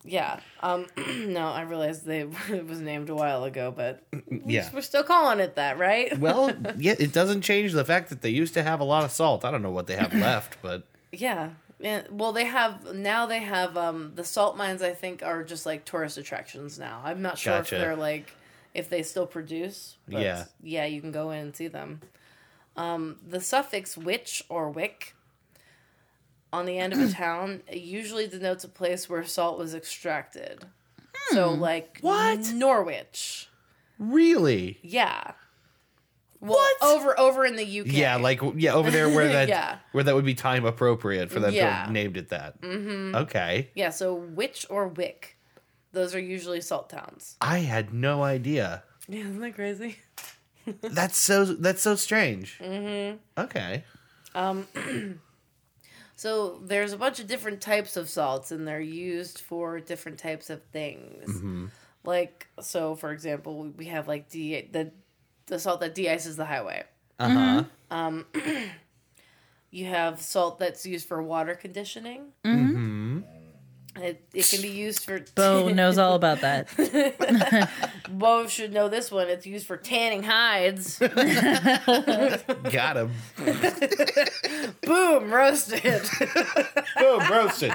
Yeah. Um. no, I realized they it was named a while ago, but Yeah. we're still calling it that, right? Well, yeah, it doesn't change the fact that they used to have a lot of salt. I don't know what they have left, but Yeah. Yeah. Well, they have now. They have um the salt mines. I think are just like tourist attractions now. I'm not sure Gotcha. if they're like if they still produce. But Yeah. Yeah, you can go in and see them. Um, the suffix "witch" or "wick" on the end of a town usually denotes a place where salt was extracted. So, like Hmm. What? Norwich? really, Yeah. Well, what over over in the UK? yeah, like uh, yeah, over there where that Yeah. where that would be time appropriate for them to Yeah. have named it that. Mm-hmm. Okay, yeah. So witch or wick, those are usually salt towns. I had no idea. Yeah, isn't that crazy? That's so that's so strange. Mm-hmm. Okay. So there's a bunch of different types of salts, and they're used for different types of things. Like so, for example, we have like de the the salt that de-ices the highway. Mm-hmm. Um, Uh huh. Uh-huh. You have salt that's used for water conditioning. Mm-hmm. It, it can be used for Bo knows all about that. Bo should know this one. It's used for tanning hides. Got him. Boom, roasted. Boom, roasted.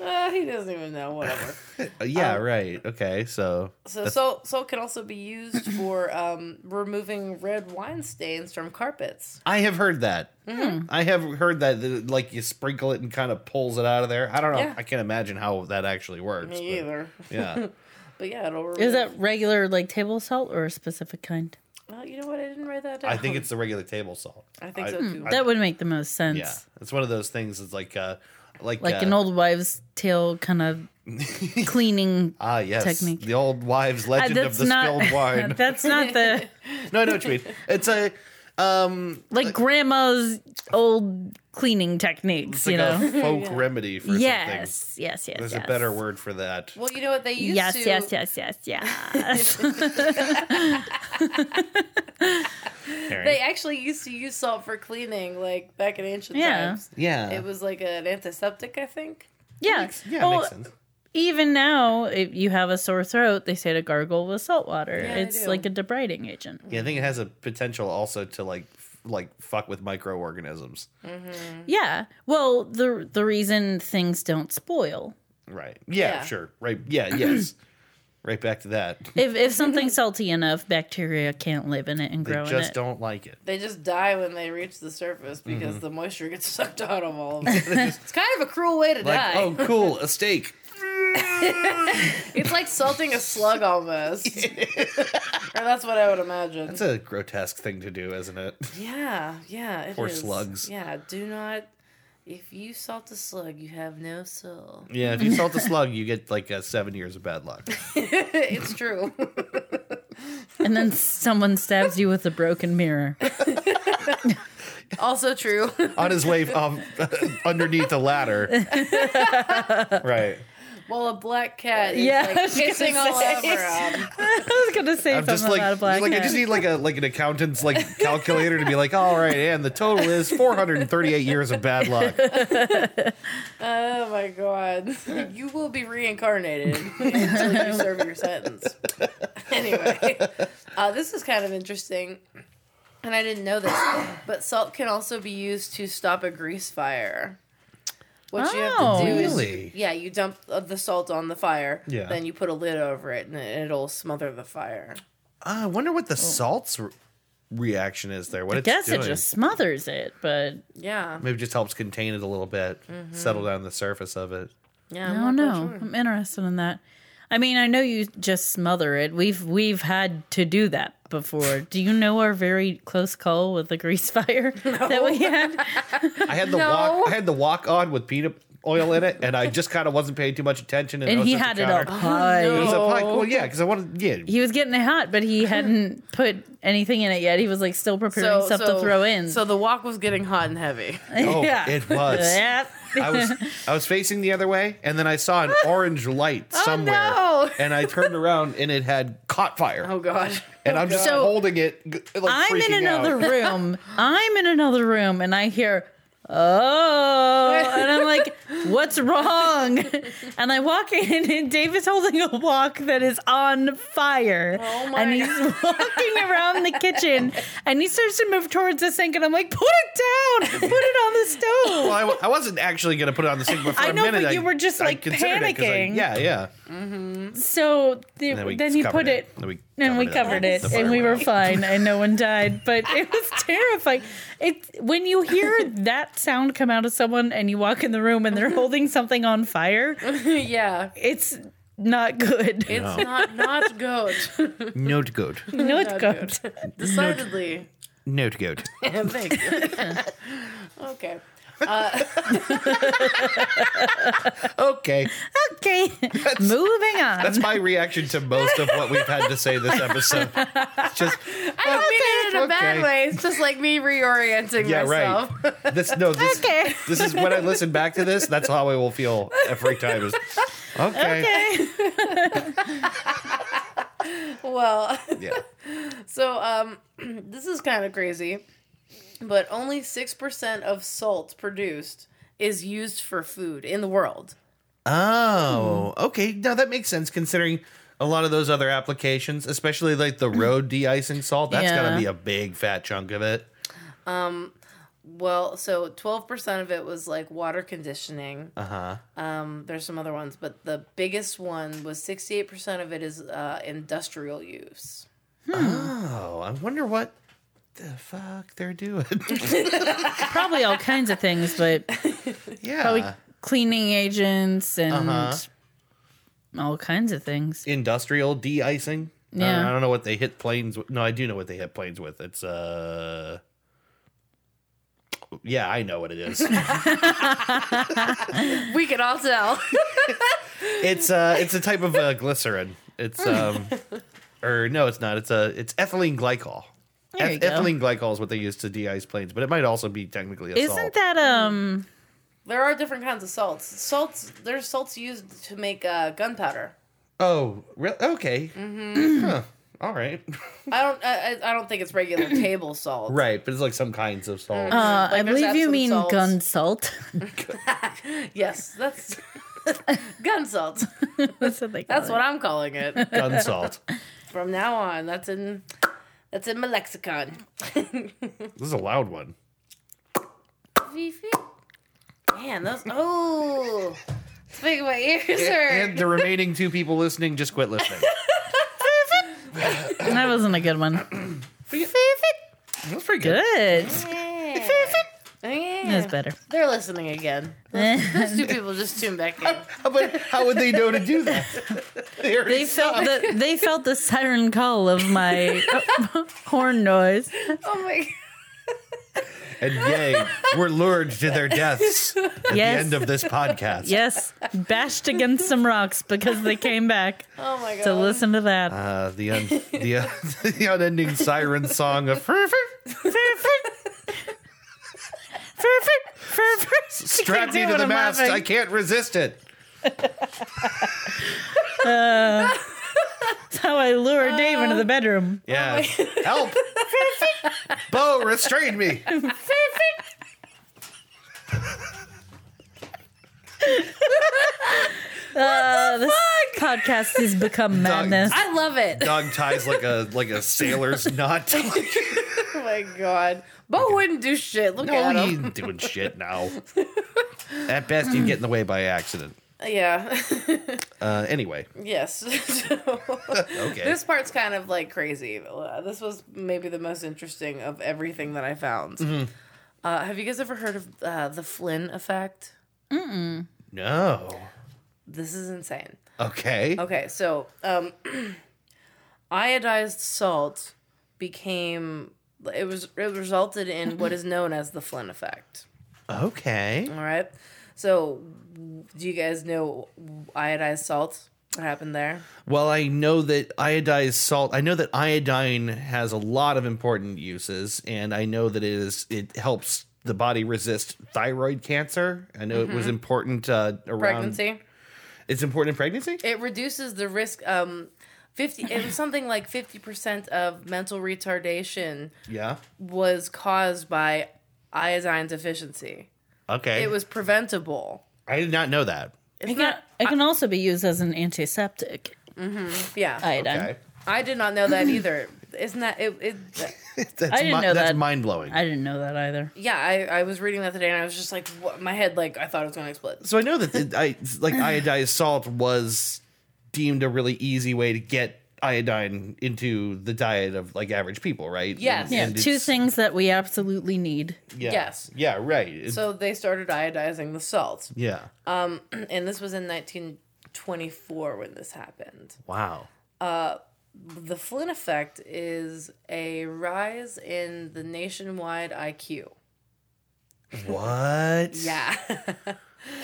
Uh, he doesn't even know. Whatever. Uh, Yeah, right. Okay, so So salt salt can also be used for um, removing red wine stains from carpets. I have heard that. I have heard that, that, like you sprinkle it and kind of pulls it out of there. I don't know. Yeah. I can't imagine how that actually works. Me but- either. Yeah. But yeah, it'll remove. Is that regular like table salt or a specific kind? Well, you know what? I didn't write that down. I think it's the regular table salt. I think so too. That would make the most sense. Yeah. It's one of those things that's like uh like Like uh, an old wives' tale kind of cleaning. Ah yes, technique. the old wives' legend Uh, of the spilled wine. That's not the no, I know what you mean. It's a like grandma's old cleaning techniques, it's you like know. a folk remedy for Yes, something. yes, yes. There's yes. a better word for that. Well, you know what they used Yes, to. yes, yes, yes, yes. They actually used to use salt for cleaning, like back in ancient Yeah. times. yeah. It was like an antiseptic, I think. yeah. yeah, Well, makes sense. even now, if you have a sore throat, they say to gargle with salt water. Yeah, I it's do. like a debriding agent. Yeah, I think it has a potential also to like f- like fuck with microorganisms. Yeah. Well, the the reason things don't spoil Right. Yeah, Yeah. sure. Right. Yeah, yes. Right back to that. If if something's salty enough, bacteria can't live in it and They grow in just it. don't like it. They just die when they reach the surface Mm-hmm. because the moisture gets sucked out of all of them. it's kind of a cruel way to die. Like, oh, cool, a steak. It's like salting a slug almost. or that's what I would imagine. That's a grotesque thing to do, isn't it? yeah, yeah. it Or is. slugs. Yeah, do not. If you salt a slug, you have no soul. Yeah, if you salt a slug, you get like uh, seven years of bad luck. it's true. And then someone stabs you with a broken mirror. also true. On his way um, underneath a ladder. right. well, a black cat is Yeah, I like was gonna kissing all say. over him. I was gonna say I'm something just like, about a black like I cat. just need like a like an accountant's like calculator to be like, all right, and the total is 438 years of bad luck. Oh my god. You will be reincarnated until you serve your sentence. Anyway, uh, this is kind of interesting. And I didn't know this, but salt can also be used to stop a grease fire. What you have Oh. to do Really? is, yeah, you dump uh, the salt on the fire, Yeah. then you put a lid over it, and it- it'll smother the fire. Uh, I wonder what the salt's re- reaction is there. What Oh. I it's guess doing. it just smothers it, but Yeah, maybe just helps contain it a little bit, Mm-hmm. settle down the surface of it. yeah. I don't I'm not quite know. Oh, I'm interested in that. I mean, I know you just smother it. We've we've had to do that before. do you know our very close call with the grease fire that we had? I had the walk. I had the walk on with peanut oil in it, and I just kind of wasn't paying too much attention. And I was he at the had it counter. up Oh. high. It was up high. Well, yeah, because I wanted. Yeah, He was getting it hot, but he hadn't put anything in it yet. He was like still preparing stuff to throw in. So the walk was getting hot and heavy. oh, it was. Yeah. I was I was facing the other way, and then I saw an orange light Oh, somewhere, no. and I turned around, and it had caught fire. Oh god. and I'm just God. So, holding it. g- Like, I'm in freaking another out. room. I'm in another room, and I hear, oh, and I'm like, what's wrong? And I walk in, and Dave is holding a wok that is on fire, Oh my and he's walking around the kitchen, and he starts to move towards the sink, and I'm like, put it down, put it on the stove. Well, I, w- I wasn't actually going to put it on the sink, but for I a know, but minute, I- you were just, I like, considered it 'cause I- panicking. yeah, yeah. So the, then then, we you covered put it. it, Then we and we covered covered it. it, The fire and we went were out. fine, and no one died. But it was terrifying. It when you hear that sound come out of someone, and you walk in the room, and they're holding something on fire. yeah. It's not good. It's not not good. Note good. not good. Decidedly. Note good. Thank you. okay. Okay. Okay, moving on. That's my reaction to most of what we've had to say this episode. It's Just I don't mean it in a bad Okay. way. It's just like me reorienting yeah, myself. right. This no, this Okay. this is when I listen back to this. That's how I will feel every time. Is okay. Okay. Well, Yeah. so um, this is kind of crazy, but only 6% of salt produced is used for food in the world. Oh, okay. Now that makes sense considering a lot of those other applications, especially like the road de-icing salt. That's got Yeah. to be a big fat chunk of it. Well, so 12% of it was like water conditioning. Uh huh. Um, there's some other ones, but the biggest one was 68% of it is uh, industrial use. Oh, I wonder what the fuck they're doing. Probably all kinds of things, but yeah. probably cleaning agents and Uh-huh. all kinds of things. industrial de-icing. I don't- Yeah. I don't know what they hit planes with. No, I do know what they hit planes with. It's uh Yeah, I know what it is. We can all tell. it's uh it's a type of uh, glycerin. It's um or no, it's not. It's a it's ethylene glycol. There you Eth- go. ethylene glycol is what they use to de-ice planes, but it might also be technically a Isn't salt. that um? There are different kinds of salts. Salts. There's salts used to make uh, gunpowder. oh, re- okay. Huh. All right. I don't. I, I I don't think it's regular table salt. right, but it's like some kinds of salt. Uh, I there's believe you Epsom mean salts. gun salt. Yes, that's gun salt. That's what they call That's it. what I'm calling it Gun salt. from now on. That's in. That's in my lexicon. This is a loud one. Man, those. Oh, Think my ears hurt. And the remaining two people listening just quit listening. That wasn't a good one. That's pretty good. Good. yeah. That's better. They're listening again. Those two people just tuned back in. But how would they know to do that? They already They felt the they felt the siren call of my horn noise. Oh my and yay, were lured to their deaths at the Yes. end of this podcast. Yes, bashed against some rocks because they came back Oh my god. to listen to that. Uh, the un- the, uh, the unending siren song of Perfect, perfect. strapped me to the mast. I can't resist it. That's how I lure Dave into the bedroom. Yeah, help! Bo, restrain me. Uh, this podcast has become madness. I love it. Dog ties like a like a sailor's knot. Oh my god. Bo wouldn't do shit. Look no, at he him. ain't doing shit now. At best, he'd get in the way by accident. Yeah. Uh, anyway, yes. So- okay. This part's kind of like crazy. Uh, This was maybe the most interesting of everything that I found. Mm-hmm. Uh, have you guys ever heard of uh, the Flynn effect? no. This is insane. Okay. Okay, so um, iodized salt became it was it resulted in what is known as the Flynn effect. Okay. All right, so do you guys know iodized salt? What happened there? Well, I know that iodized salt. I know that iodine has a lot of important uses, and I know that it is it helps the body resist thyroid cancer. I know it was Mm-hmm. important uh, around Pregnancy. It's important in pregnancy. It reduces the risk. Um, fifty. It was something like fifty percent of mental retardation Yeah. was caused by iodine deficiency. Okay. It was preventable. I did not know that. It can, it can also be used as an antiseptic Yeah, I, iodine. Okay. did not know that either. Isn't that it? it That's didn't know That's that. mind blowing. I didn't know that either. yeah, I, I was reading that today and I was just like, what? my head like I thought it was gonna explode. So I know that the, I like iodized salt was deemed a really easy way to get iodine into the diet of like average people, right? Yes. Yeah, and two it's- things that we absolutely need. Yeah. Yes. Yeah. Right. It's- So they started iodizing the salt, yeah. and this was in 1924 when this happened. Uh, wow. The Flynn effect is a rise in the nationwide IQ. What? Yeah.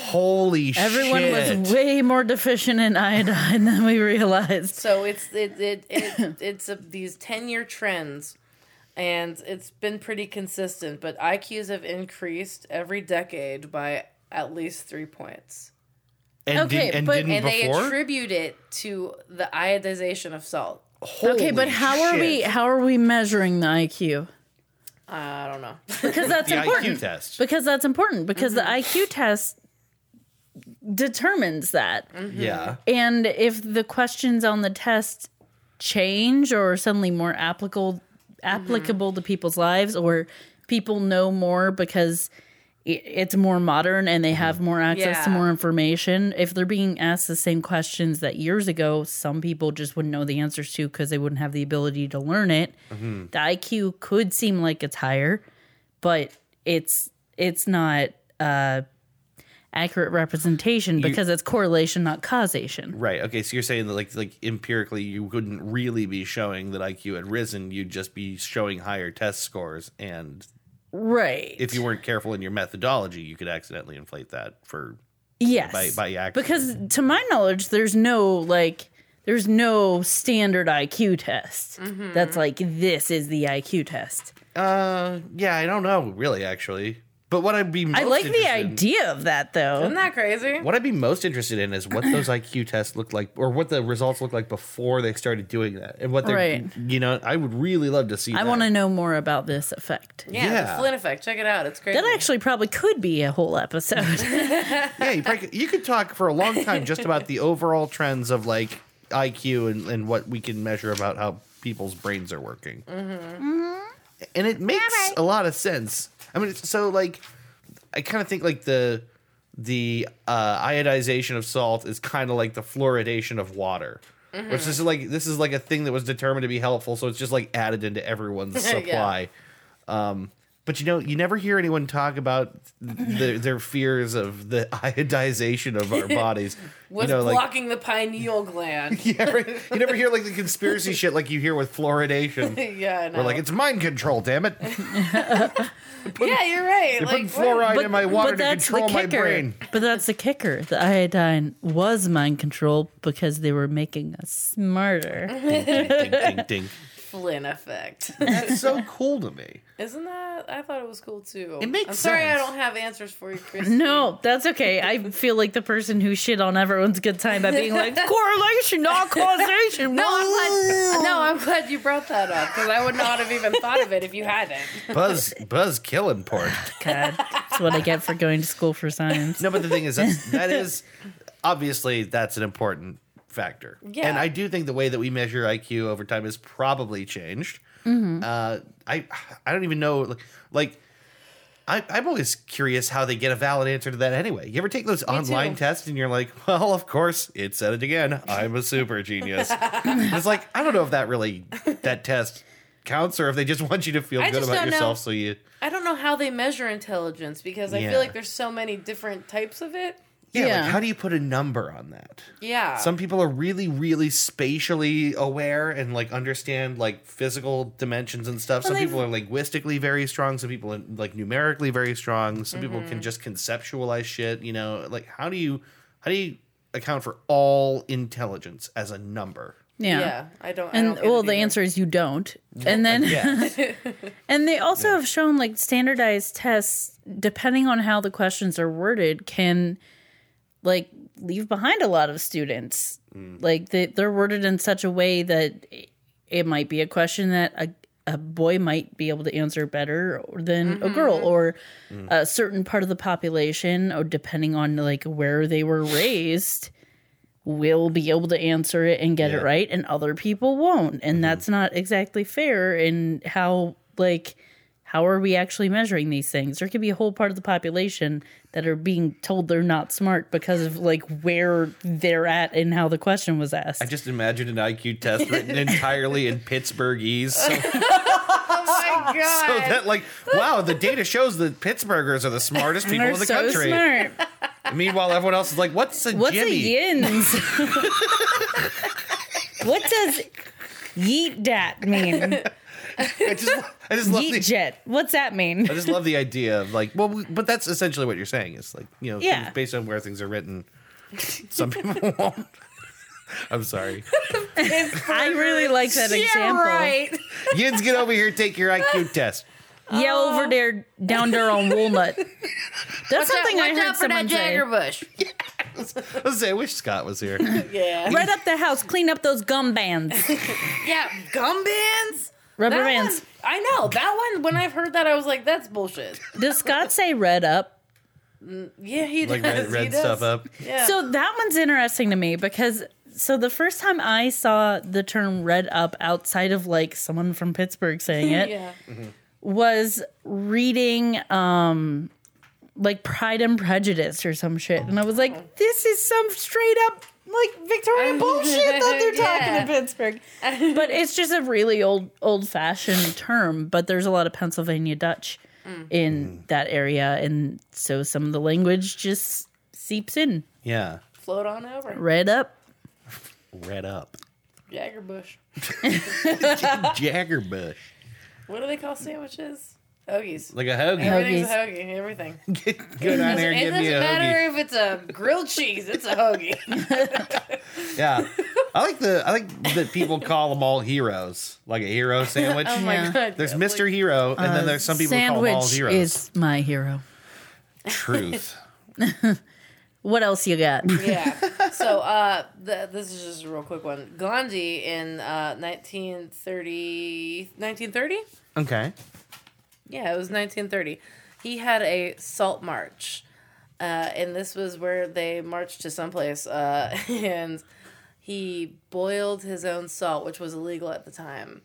Holy Everyone shit. was way more deficient in iodine than we realized. So it's it it, it it's a, these ten year trends, and it's been pretty consistent. But IQs have increased every decade by at least three points, and Okay, did, and but- didn't and before. they attribute it to the iodization of salt. okay, but Holy how are we shit. how are we measuring the IQ? Uh, I don't know. Because that's the important. IQ test? Because that's important because the IQ test determines that. yeah. And if the questions on the test change or are suddenly more applicable applicable to people's lives or people know more because i- it's more modern and they have more access to Yeah. more information. If they're being asked the same questions that years ago, some people just wouldn't know the answers to because they wouldn't have the ability to learn it. The IQ could seem like it's higher, but it's it's not uh, accurate representation because it's correlation, not causation. Right. Okay. So you're saying that like like empirically you wouldn't really be showing that IQ had risen. You'd just be showing higher test scores, and Right. if you weren't careful in your methodology, you could accidentally inflate that for yes. by by accident. because to my knowledge, there's no like there's no standard IQ test Mm-hmm. that's like this is the IQ test. uh, yeah, I don't know really actually. But what I'd be most I like the interested in- idea of that Isn't though. that crazy? What I'd be most interested in is what those IQ tests looked like, or what the results looked like before they started doing that, and what they, Right. you know, I would really love to see. I that. want to know more about this effect. Yeah, Yeah. the Flynn effect. Check it out. It's crazy. That actually probably could be a whole episode. Yeah, you, probably could, you could talk for a long time just about the overall trends of like IQ and, and what we can measure about how people's brains are working. Mm-hmm. And it makes a lot of sense. I mean, it's- so like, I kind of think like the the uh, iodization of salt is kind of like the fluoridation of water. Which this is like this is like a thing that was determined to be helpful, so it's just like added into everyone's Yeah. supply. Um, but you know, you never hear anyone talk about the, their fears of the iodization of our bodies. you What's know, like blocking the pineal gland? you never, you never hear like the conspiracy shit like you hear with fluoridation. yeah, I know. We're like, it's mind control, damn it! yeah, you're right. You're Like, putting fluoride But- in my water but to that's the control my kicker. brain. But that's the kicker. The iodine was mind control because they were making us smarter. ding, ding, ding. Flynn effect. That's so cool to me. Isn't that? I thought it was cool too. It makes I'm sorry I sense. don't have answers for you, Chris. No, that's okay. I feel like the person who shit on everyone's good time by being like correlation, not causation. No, Oh, I'm glad, no, I'm glad you brought that up because I would not have even thought of it if you hadn't. Buzz Buzz killing porn. God, that's what I get for going to school for science. No, but the thing is, that's, that is obviously that's an important factor. Yeah. and I do think the way that we measure IQ over time has probably changed. Mm-hmm. Uh, I I don't even know like like. I, I'm always curious how they get a valid answer to that anyway. You ever take those online too. tests and you're like, well, of course, it said it again. I'm a super genius. it's like, I don't know if that really, that test counts or if they just want you to feel I good just about don't know. yourself. So you, I don't know how they measure intelligence because I Yeah. feel like there's so many different types of it. yeah, Yeah. Like, how do you put a number on that? Yeah. Some people are really, really spatially aware and like understand like physical dimensions and stuff. Some they've- people are linguistically very strong. Some people are like numerically very strong. Some people Mm-hmm. can just conceptualize shit. You know, like how do you how do you account for all intelligence as a number? Yeah. I don't. I And don't get well, it the either. answer is you don't. And then Yeah, And they also have shown like standardized tests, depending on how the questions are worded, can like leave behind a lot of students. Mm. Like they, they're worded in such a way that it might be a question that a, a boy might be able to answer better than a girl or Mm. a certain part of the population, or depending on like where they were raised. Will be able to answer it and get Yeah. Mm-hmm. it right, and other people won't. And that's not exactly fair in how, like, how are we actually measuring these things? There could be a whole part of the population that are being told they're not smart because of like where they're at and how the question was asked. I just imagined an IQ test written entirely in Pittsburghese. So, so Oh my god. that like, wow, the data shows that Pittsburghers are the smartest people they're in the so country. smart. Meanwhile, everyone else is like, what's a What's Jimmy? a yins? what does yeet dat mean? I just, I just love Yeet the, jet. What's that mean? I just love the idea of like, well, we- but that's essentially what you're saying. It's like, you know, Yeah. things- based on where things are written, some people won't. I'm sorry. I really like that example. Yins, get over here, take your IQ test. Yeah, over there, down there on Walnut. That's something I heard someone say. Bush. I say, I wish Scott was here. Yeah. Right up the house, clean up those gum bands, Yeah. Gum bands. rubber That bands. one, I know that one. When I've heard that, I was like, "That's bullshit." Does Scott say red up? Yeah, he does. Like, read, he read does. stuff up. Yeah. So that one's interesting to me because so the first time I saw the term red up outside of like someone from Pittsburgh saying it yeah. was reading um like Pride and Prejudice or some shit. And I was like, this is some straight up like Victorian bullshit that they're talking Yeah. in Pittsburgh. But it's just a really old old fashioned term, but there's a lot of Pennsylvania Dutch in Mm. that area and so some of the language just seeps in. Yeah. Float on over. Red up. Read up. Jaggerbush. Jaggerbush. What do they call sandwiches? Hoagies. Like a hoagie. Everything's a hoagie. Everything. Get, get on there and it give me doesn't a hoagie. matter if it's a grilled cheese. It's a hoagie. Yeah. I like the I like that people call them all heroes. Like a hero sandwich. Oh my Yeah. god. there's yeah, Mr. Hero, and Uh, then there's some people call them all heroes. is my hero. Truth. What else you got? yeah. So uh, th this is just a real quick one. Gandhi in uh, 1930, 1930? Okay. Yeah, it was 1930. He had a salt march, uh, and this was where they marched to someplace, uh, and he boiled his own salt, which was illegal at the time.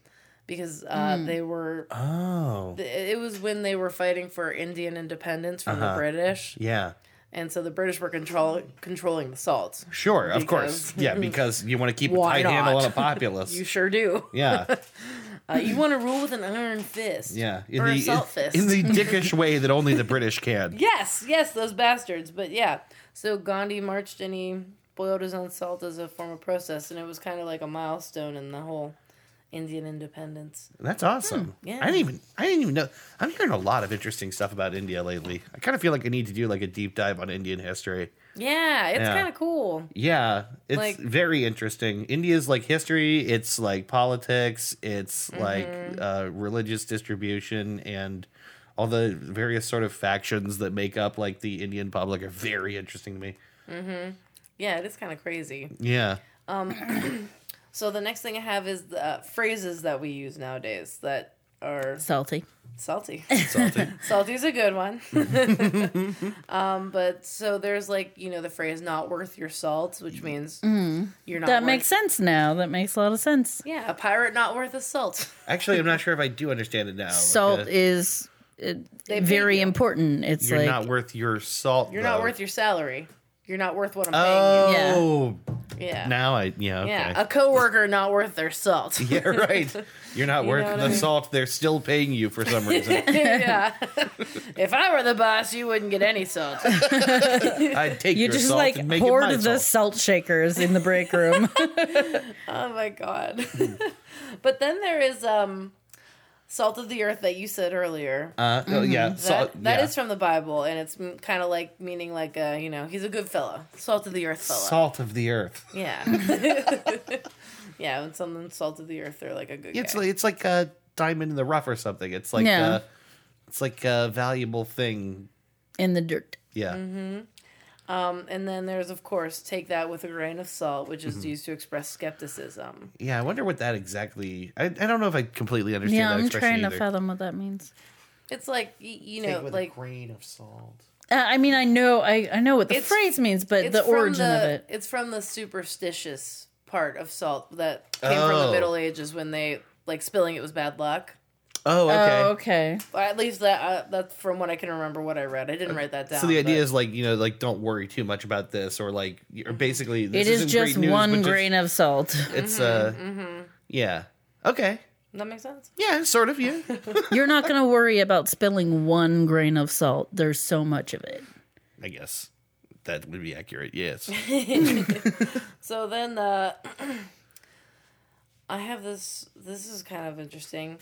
Because uh, they were, Oh. Uh-huh. it was when they were fighting for Indian independence from the British, Yeah. and so the British were control controlling the salts. Sure, of course. Because- Yeah, because you want to keep a Why tight handle not? on a populace. You sure do. yeah, Uh, you want to rule with an iron fist. yeah. or a the salt fist. in the dickish way that only the British can. Yes, yes, those bastards. But yeah, so Gandhi marched and he boiled his own salt as a form of protest, and it was kind of like a milestone in the whole Indian independence. That's awesome. Hmm, yeah. I didn't even I didn't even know. I'm hearing a lot of interesting stuff about India lately. I kind of feel like I need to do like a deep dive on Indian history. Yeah, it's Yeah. kind of cool. Yeah, it's Like- very interesting. India's like history, it's like politics, it's Mm-hmm. like uh, religious distribution, and all the various sort of factions that make up like the Indian public are very interesting to me. Yeah, it is kind of crazy. Yeah, So the next thing I have is the uh, phrases that we use nowadays that are Salty. salty. salty. Salty's a good one. um, but so there's like you know the phrase "not worth your salt," which Mm-hmm. means you're Mm-hmm. not. That worth- makes sense now. That makes a lot of sense. Yeah, a pirate not worth his salt. Actually, I'm not sure if I do understand it now. Salt Like, uh, is uh, They pay very you. important. It's you're like not worth your salt. You're not though. worth your salary. You're not worth what I'm paying Oh, you. Yeah. now I yeah okay. Yeah. A coworker not worth their salt. Yeah, right. You're not worth know what the I mean? salt. They're still paying you for some reason. yeah. if I were the boss, you wouldn't get any salt. I'd take you your just salt like and make hoard it my the salt. salt shakers in the break room. oh my god. but then there is um salt of the earth that you said earlier. Uh, oh, yeah, Mm-hmm. That, salt. that yeah. is from the Bible, and it's kind of like meaning like uh, you know he's a good fella, salt of the earth fella. salt of the earth. Yeah, yeah. When someone's salt of the earth, they're like a good. It's guy. like, it's like a diamond in the rough or something. It's like Yeah. uh, it's like a valuable thing. in the dirt. Yeah, Mm-hmm. Um, and then there's, of course, take that with a grain of salt, which Mm-hmm. is used to express skepticism. yeah. I wonder what that exactly. I, I don't know if I completely understand Yeah, that I'm expression trying to either. fathom what that means. It's like y- you know, like grain of salt. Uh, I mean, I know, I, I know what the It's- phrase means, but it's the from origin the, of it. It's from the superstitious part of salt that came from Oh. the Middle Ages when they like spilling it was bad luck. Oh, okay. Oh, okay. Or at least that uh, that's from what I can remember. What I read, I didn't write that down. So the idea but- is like you know like don't worry too much about this or like or basically this It is isn't just great news, one but just- grain of salt. It's uh, yeah, okay, that makes sense. yeah, sort of, yeah. You're not going to worry about spilling one grain of salt. There's so much of it. I guess that would be accurate. Yes. So then, uh, I have this. This is kind of interesting.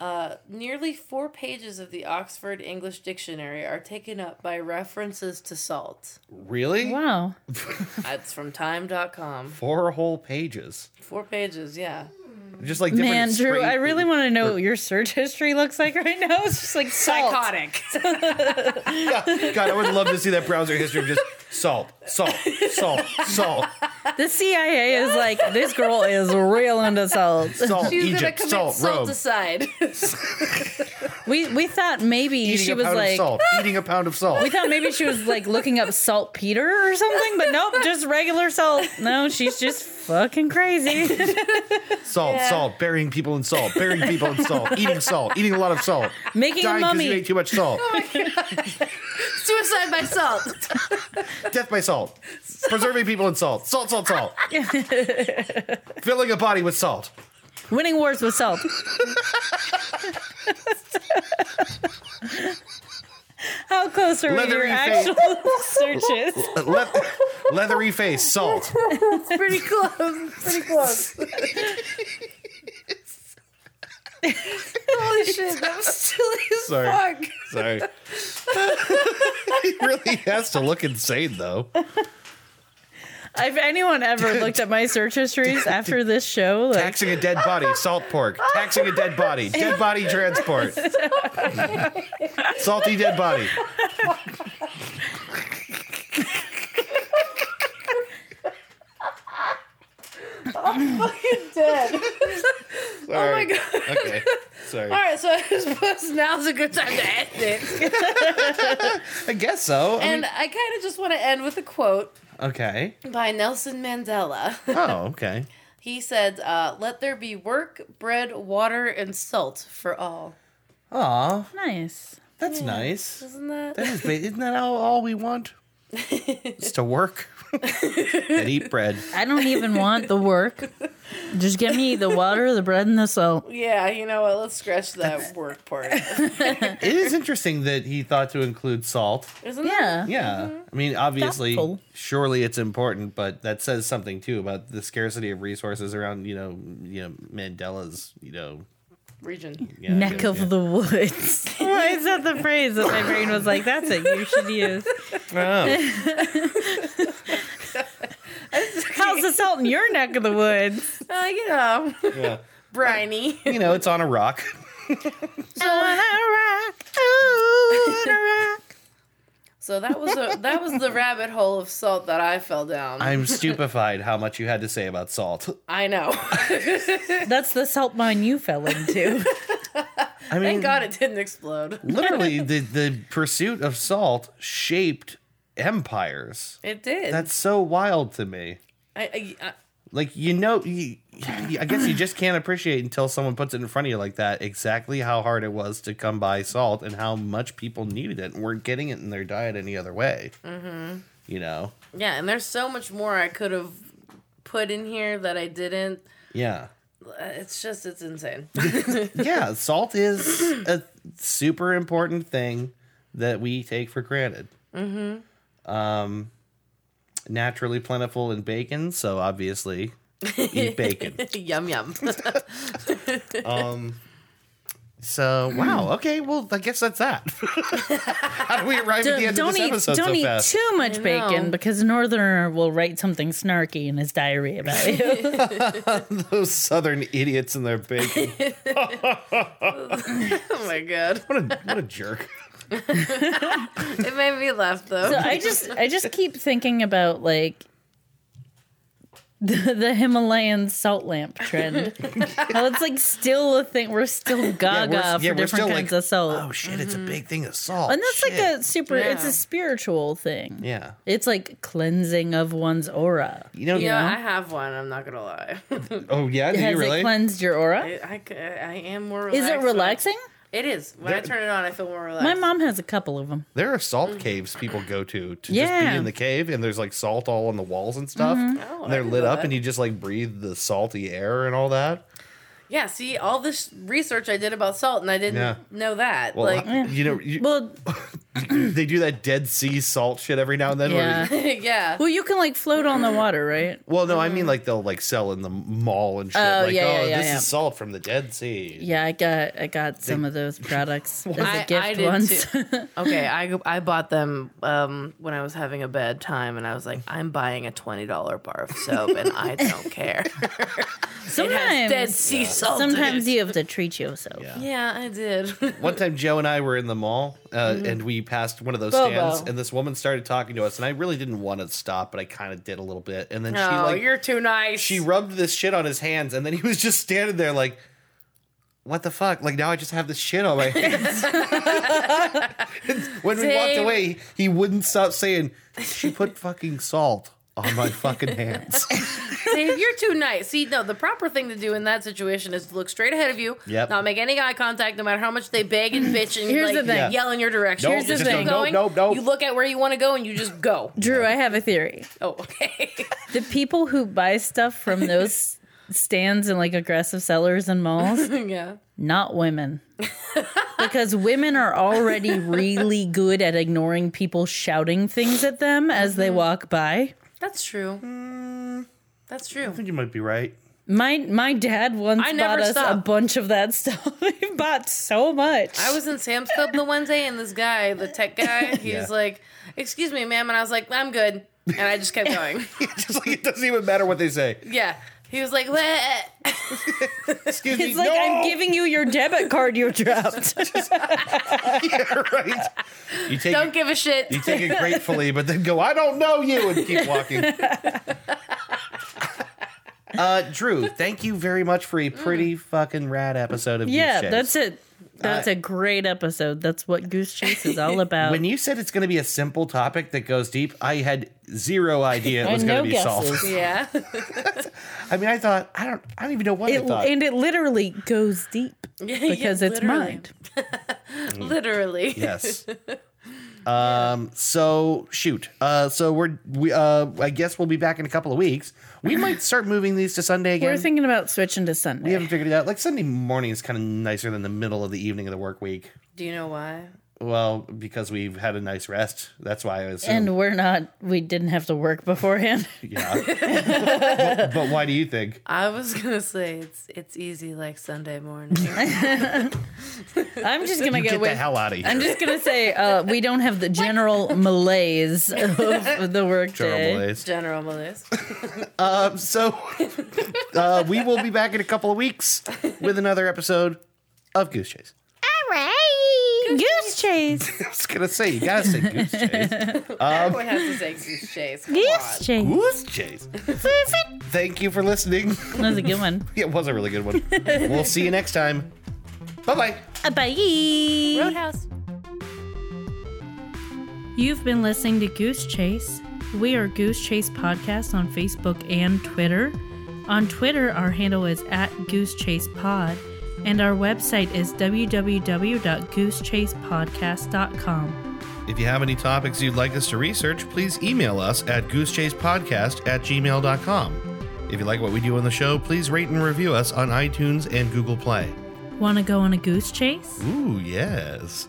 Uh, nearly four pages of the Oxford English Dictionary are taken up by references to salt. really? Wow. That's from time.com. Four whole pages, Four pages, yeah. just like different Man, Drew, spray- I really want to know what your search history looks like right now. It's just like salt. Psychotic. God, I would love to see that browser history of just salt, salt, salt, salt, The CIA is like, this girl is real into salt. salt, She's gonna Egypt, commit salt, salt, Rome. aside. We we thought maybe Eating she a was pound like of salt. Eating a pound of salt. we thought maybe she was like looking up saltpeter or something, but nope, just regular salt. No, she's just fucking crazy. Salt, salt. Burying people in salt. Burying people in salt. Eating salt. Eating a lot of salt. Making a Dying because you ate mummy. too much salt. Suicide by salt. Death by salt. Preserving people in salt. Salt, salt, salt. Filling a body with salt. Winning wars with salt. How close are we to your Leathery face. actual searches? Le- leathery face. Salt. Pretty close. Pretty close. Holy shit, that was silly as Sorry. fuck. Sorry. he really has to look insane, though. If anyone ever looked at my search histories after this show, like Taxing a dead body, salt pork. Taxing a dead body, dead body transport. Salty dead body. Fucking dead. Sorry. Oh my god. Okay. Sorry. All right, so I suppose now's a good time to end it. I guess so. I And mean- I kind of just want to end with a quote okay. by Nelson Mandela. Oh, okay. He said, uh, "Let there be work, bread, water, and salt for all." Aw, nice. that's nice. Isn't that? That is ba- Isn't that all, all we want? It's to work and eat bread. I don't even want the work. Just give me the water, the bread, and the salt. Yeah, you know what? Let's scratch that work part. It is interesting that he thought to include salt. Isn't Yeah. Yeah. I mean, obviously, Thoughtful. surely it's important, but that says something too about the scarcity of resources around, you know, you know Mandela's, you know, it? Region. yeah, Neck yeah, of yeah. the woods. Why is that the phrase that my brain was like, that's it, you should use? Oh, Oh. How's the salt in your neck of the woods? Uh, you know, yeah. briny. You know, it's on a rock. So that was a, that was the rabbit hole of salt that I fell down. I, I'm stupefied how much you had to say about salt. know. That's the salt mine you fell into. I mean, Thank God it didn't explode. literally, the, the pursuit of salt shaped empires. It did. That's so wild to me. I, I, I, like you know you, i guess you just can't appreciate until someone puts it in front of you like that exactly how hard it was to come by salt and how much people needed it and weren't getting it in their diet any other way mm-hmm. you know yeah, and there's so much more I could have put in here that I didn't. yeah Uh, It's just it's insane. yeah salt is a super important thing that we take for granted mm-hmm. um naturally plentiful in bacon so obviously eat bacon yum yum. Um. So wow. Okay. Well, I guess that's that. How do we arrive at Don't, the end of don't this eat, episode don't so eat fast? too much know. bacon because a northerner will write something snarky in his diary about you. Those southern idiots and their bacon. oh my god, What a what a jerk. it made me laugh though. So I just I just keep thinking about like the, the Himalayan salt lamp trend. How it's like still a thing. We're still gaga for yeah, we're still different like, kinds of salt. Oh shit! It's a big thing of salt. Mm-hmm. and that's like Shit. a super it's Yeah. a spiritual thing. yeah. It's like cleansing of one's aura. You know. you know, know? I have one. I'm not gonna lie. Oh yeah. Do Has you really? it cleansed your aura? I, I c- I am more. Is Relaxed it when I- relaxing? It is. When I There- turn it on, I feel more relaxed. My mom has a couple of them. there are salt caves people go to to just Mm. Yeah. Mm-hmm. be in the cave, and there's like salt all on the walls and stuff. Oh, I and they're didn't lit know up, that. and you just like breathe the salty air and all that. Yeah, see, all this research I did about salt, and I didn't Yeah. know that. Well, like, you know, you, Well, they do that Dead Sea salt shit every now and then. where yeah. yeah. Well, you can like float on the water, right? Well, no, I mean like they'll like sell in the mall and shit. Mm. Oh, like, yeah, oh, yeah, yeah, this yeah. is salt from the Dead Sea. Yeah, I got I got some of those products as I- a I gift did once. too. okay, I I bought them um, when I was having a bad time, and I was like, I'm buying a twenty dollar bar of soap, and I don't care. it has Sometimes, dead sea salt. in it. sometimes you have to treat yourself. Yeah. Yeah, I did. One time, Joe and I were in the mall, uh, and we passed one of those Mm-hmm. Bobo. stands, and this woman started talking to us, and I really didn't want to stop, but I kind of did a little bit, and then she oh, like you're too nice. she rubbed this shit on his hands, and then he was just standing there like. What the fuck? Like now I just have this shit on my hands. when we walked Dave. away, he wouldn't stop saying, "She put fucking salt on my fucking hands." Dave, you're too nice. See, no, the proper thing to do in that situation is to look straight ahead of you, Yep. not make any eye contact, no matter how much they beg and bitch and Here's like, the thing. Yeah. yell in your direction. Nope, Here's the just thing. go, nope, nope, nope. You look at where you want to go and you just go. Drew, I have a theory. Oh, okay. The people who buy stuff from those stands and like aggressive sellers and malls, yeah. not women. because women are already really good at ignoring people shouting things at them as Mm-hmm. they walk by. That's true. Hmm. That's true. think you might be right. My my dad once I never bought us a stop. bunch of that stuff. he bought so much. I was in Sam's Club the one day, and this guy, the tech guy, he Yeah. was like, "Excuse me, ma'am," and I was like, "I'm good," and I just kept going. Just like it doesn't even matter what they say. yeah. He was like, "Bleh." Excuse me. It's like no! I'm giving you your debit card you dropped. Yeah, right. You take "Don't it, give a shit." you take it gratefully, but then go, I don't know you, and keep walking. Uh, Drew, thank you very much for a pretty fucking rad episode of Mm. yeah, Goose Chase. that's it. That's a great episode. That's what Goose Chase is all about. When you said it's going to be a simple topic that goes deep, I had zero idea it and was no going to be guesses. solved. yeah. I mean, I thought I don't, I don't even know what It, I thought. and it literally goes deep Yeah, because it's literally. mind. Literally. yes. Um, so shoot. Uh, so we're we uh, I guess we'll be back in a couple of weeks. We might start moving these to Sunday again. We're thinking about switching to Sunday. we haven't figured it out. Like Sunday morning is kind of nicer than the middle of the evening of the work week. Do you know why? Well, because we've had a nice rest. That's why I assume. and we're not. We didn't have to work beforehand. yeah. but, but why do you think? I was gonna say it's it's easy like Sunday morning. I'm just gonna get, You get away. the hell out of here. I'm just gonna say uh, we don't have the general malaise of the workday. Terrible days. General Melissa. So uh, we will be back in a couple of weeks with another episode of Goose Chase. Goose chase. I was gonna say you gotta say Goose Chase. Everyone has to say goose chase. Come Goose on. chase. Goose Chase. Thank you for listening. That was a good one. It was a really good one. We'll see you next time. Bye bye. Uh, Bye. Roadhouse. You've been listening to Goose Chase. We are Goose Chase Podcast on Facebook and Twitter. On Twitter, our handle is at Goose Chase Pod, and our website is www.goosechasepodcast.com. If you have any topics you'd like us to research, please email us at goosechasepodcast at gmail.com. If you like what we do on the show, please rate and review us on iTunes and Google Play. Want to go on a goose chase? Ooh, yes.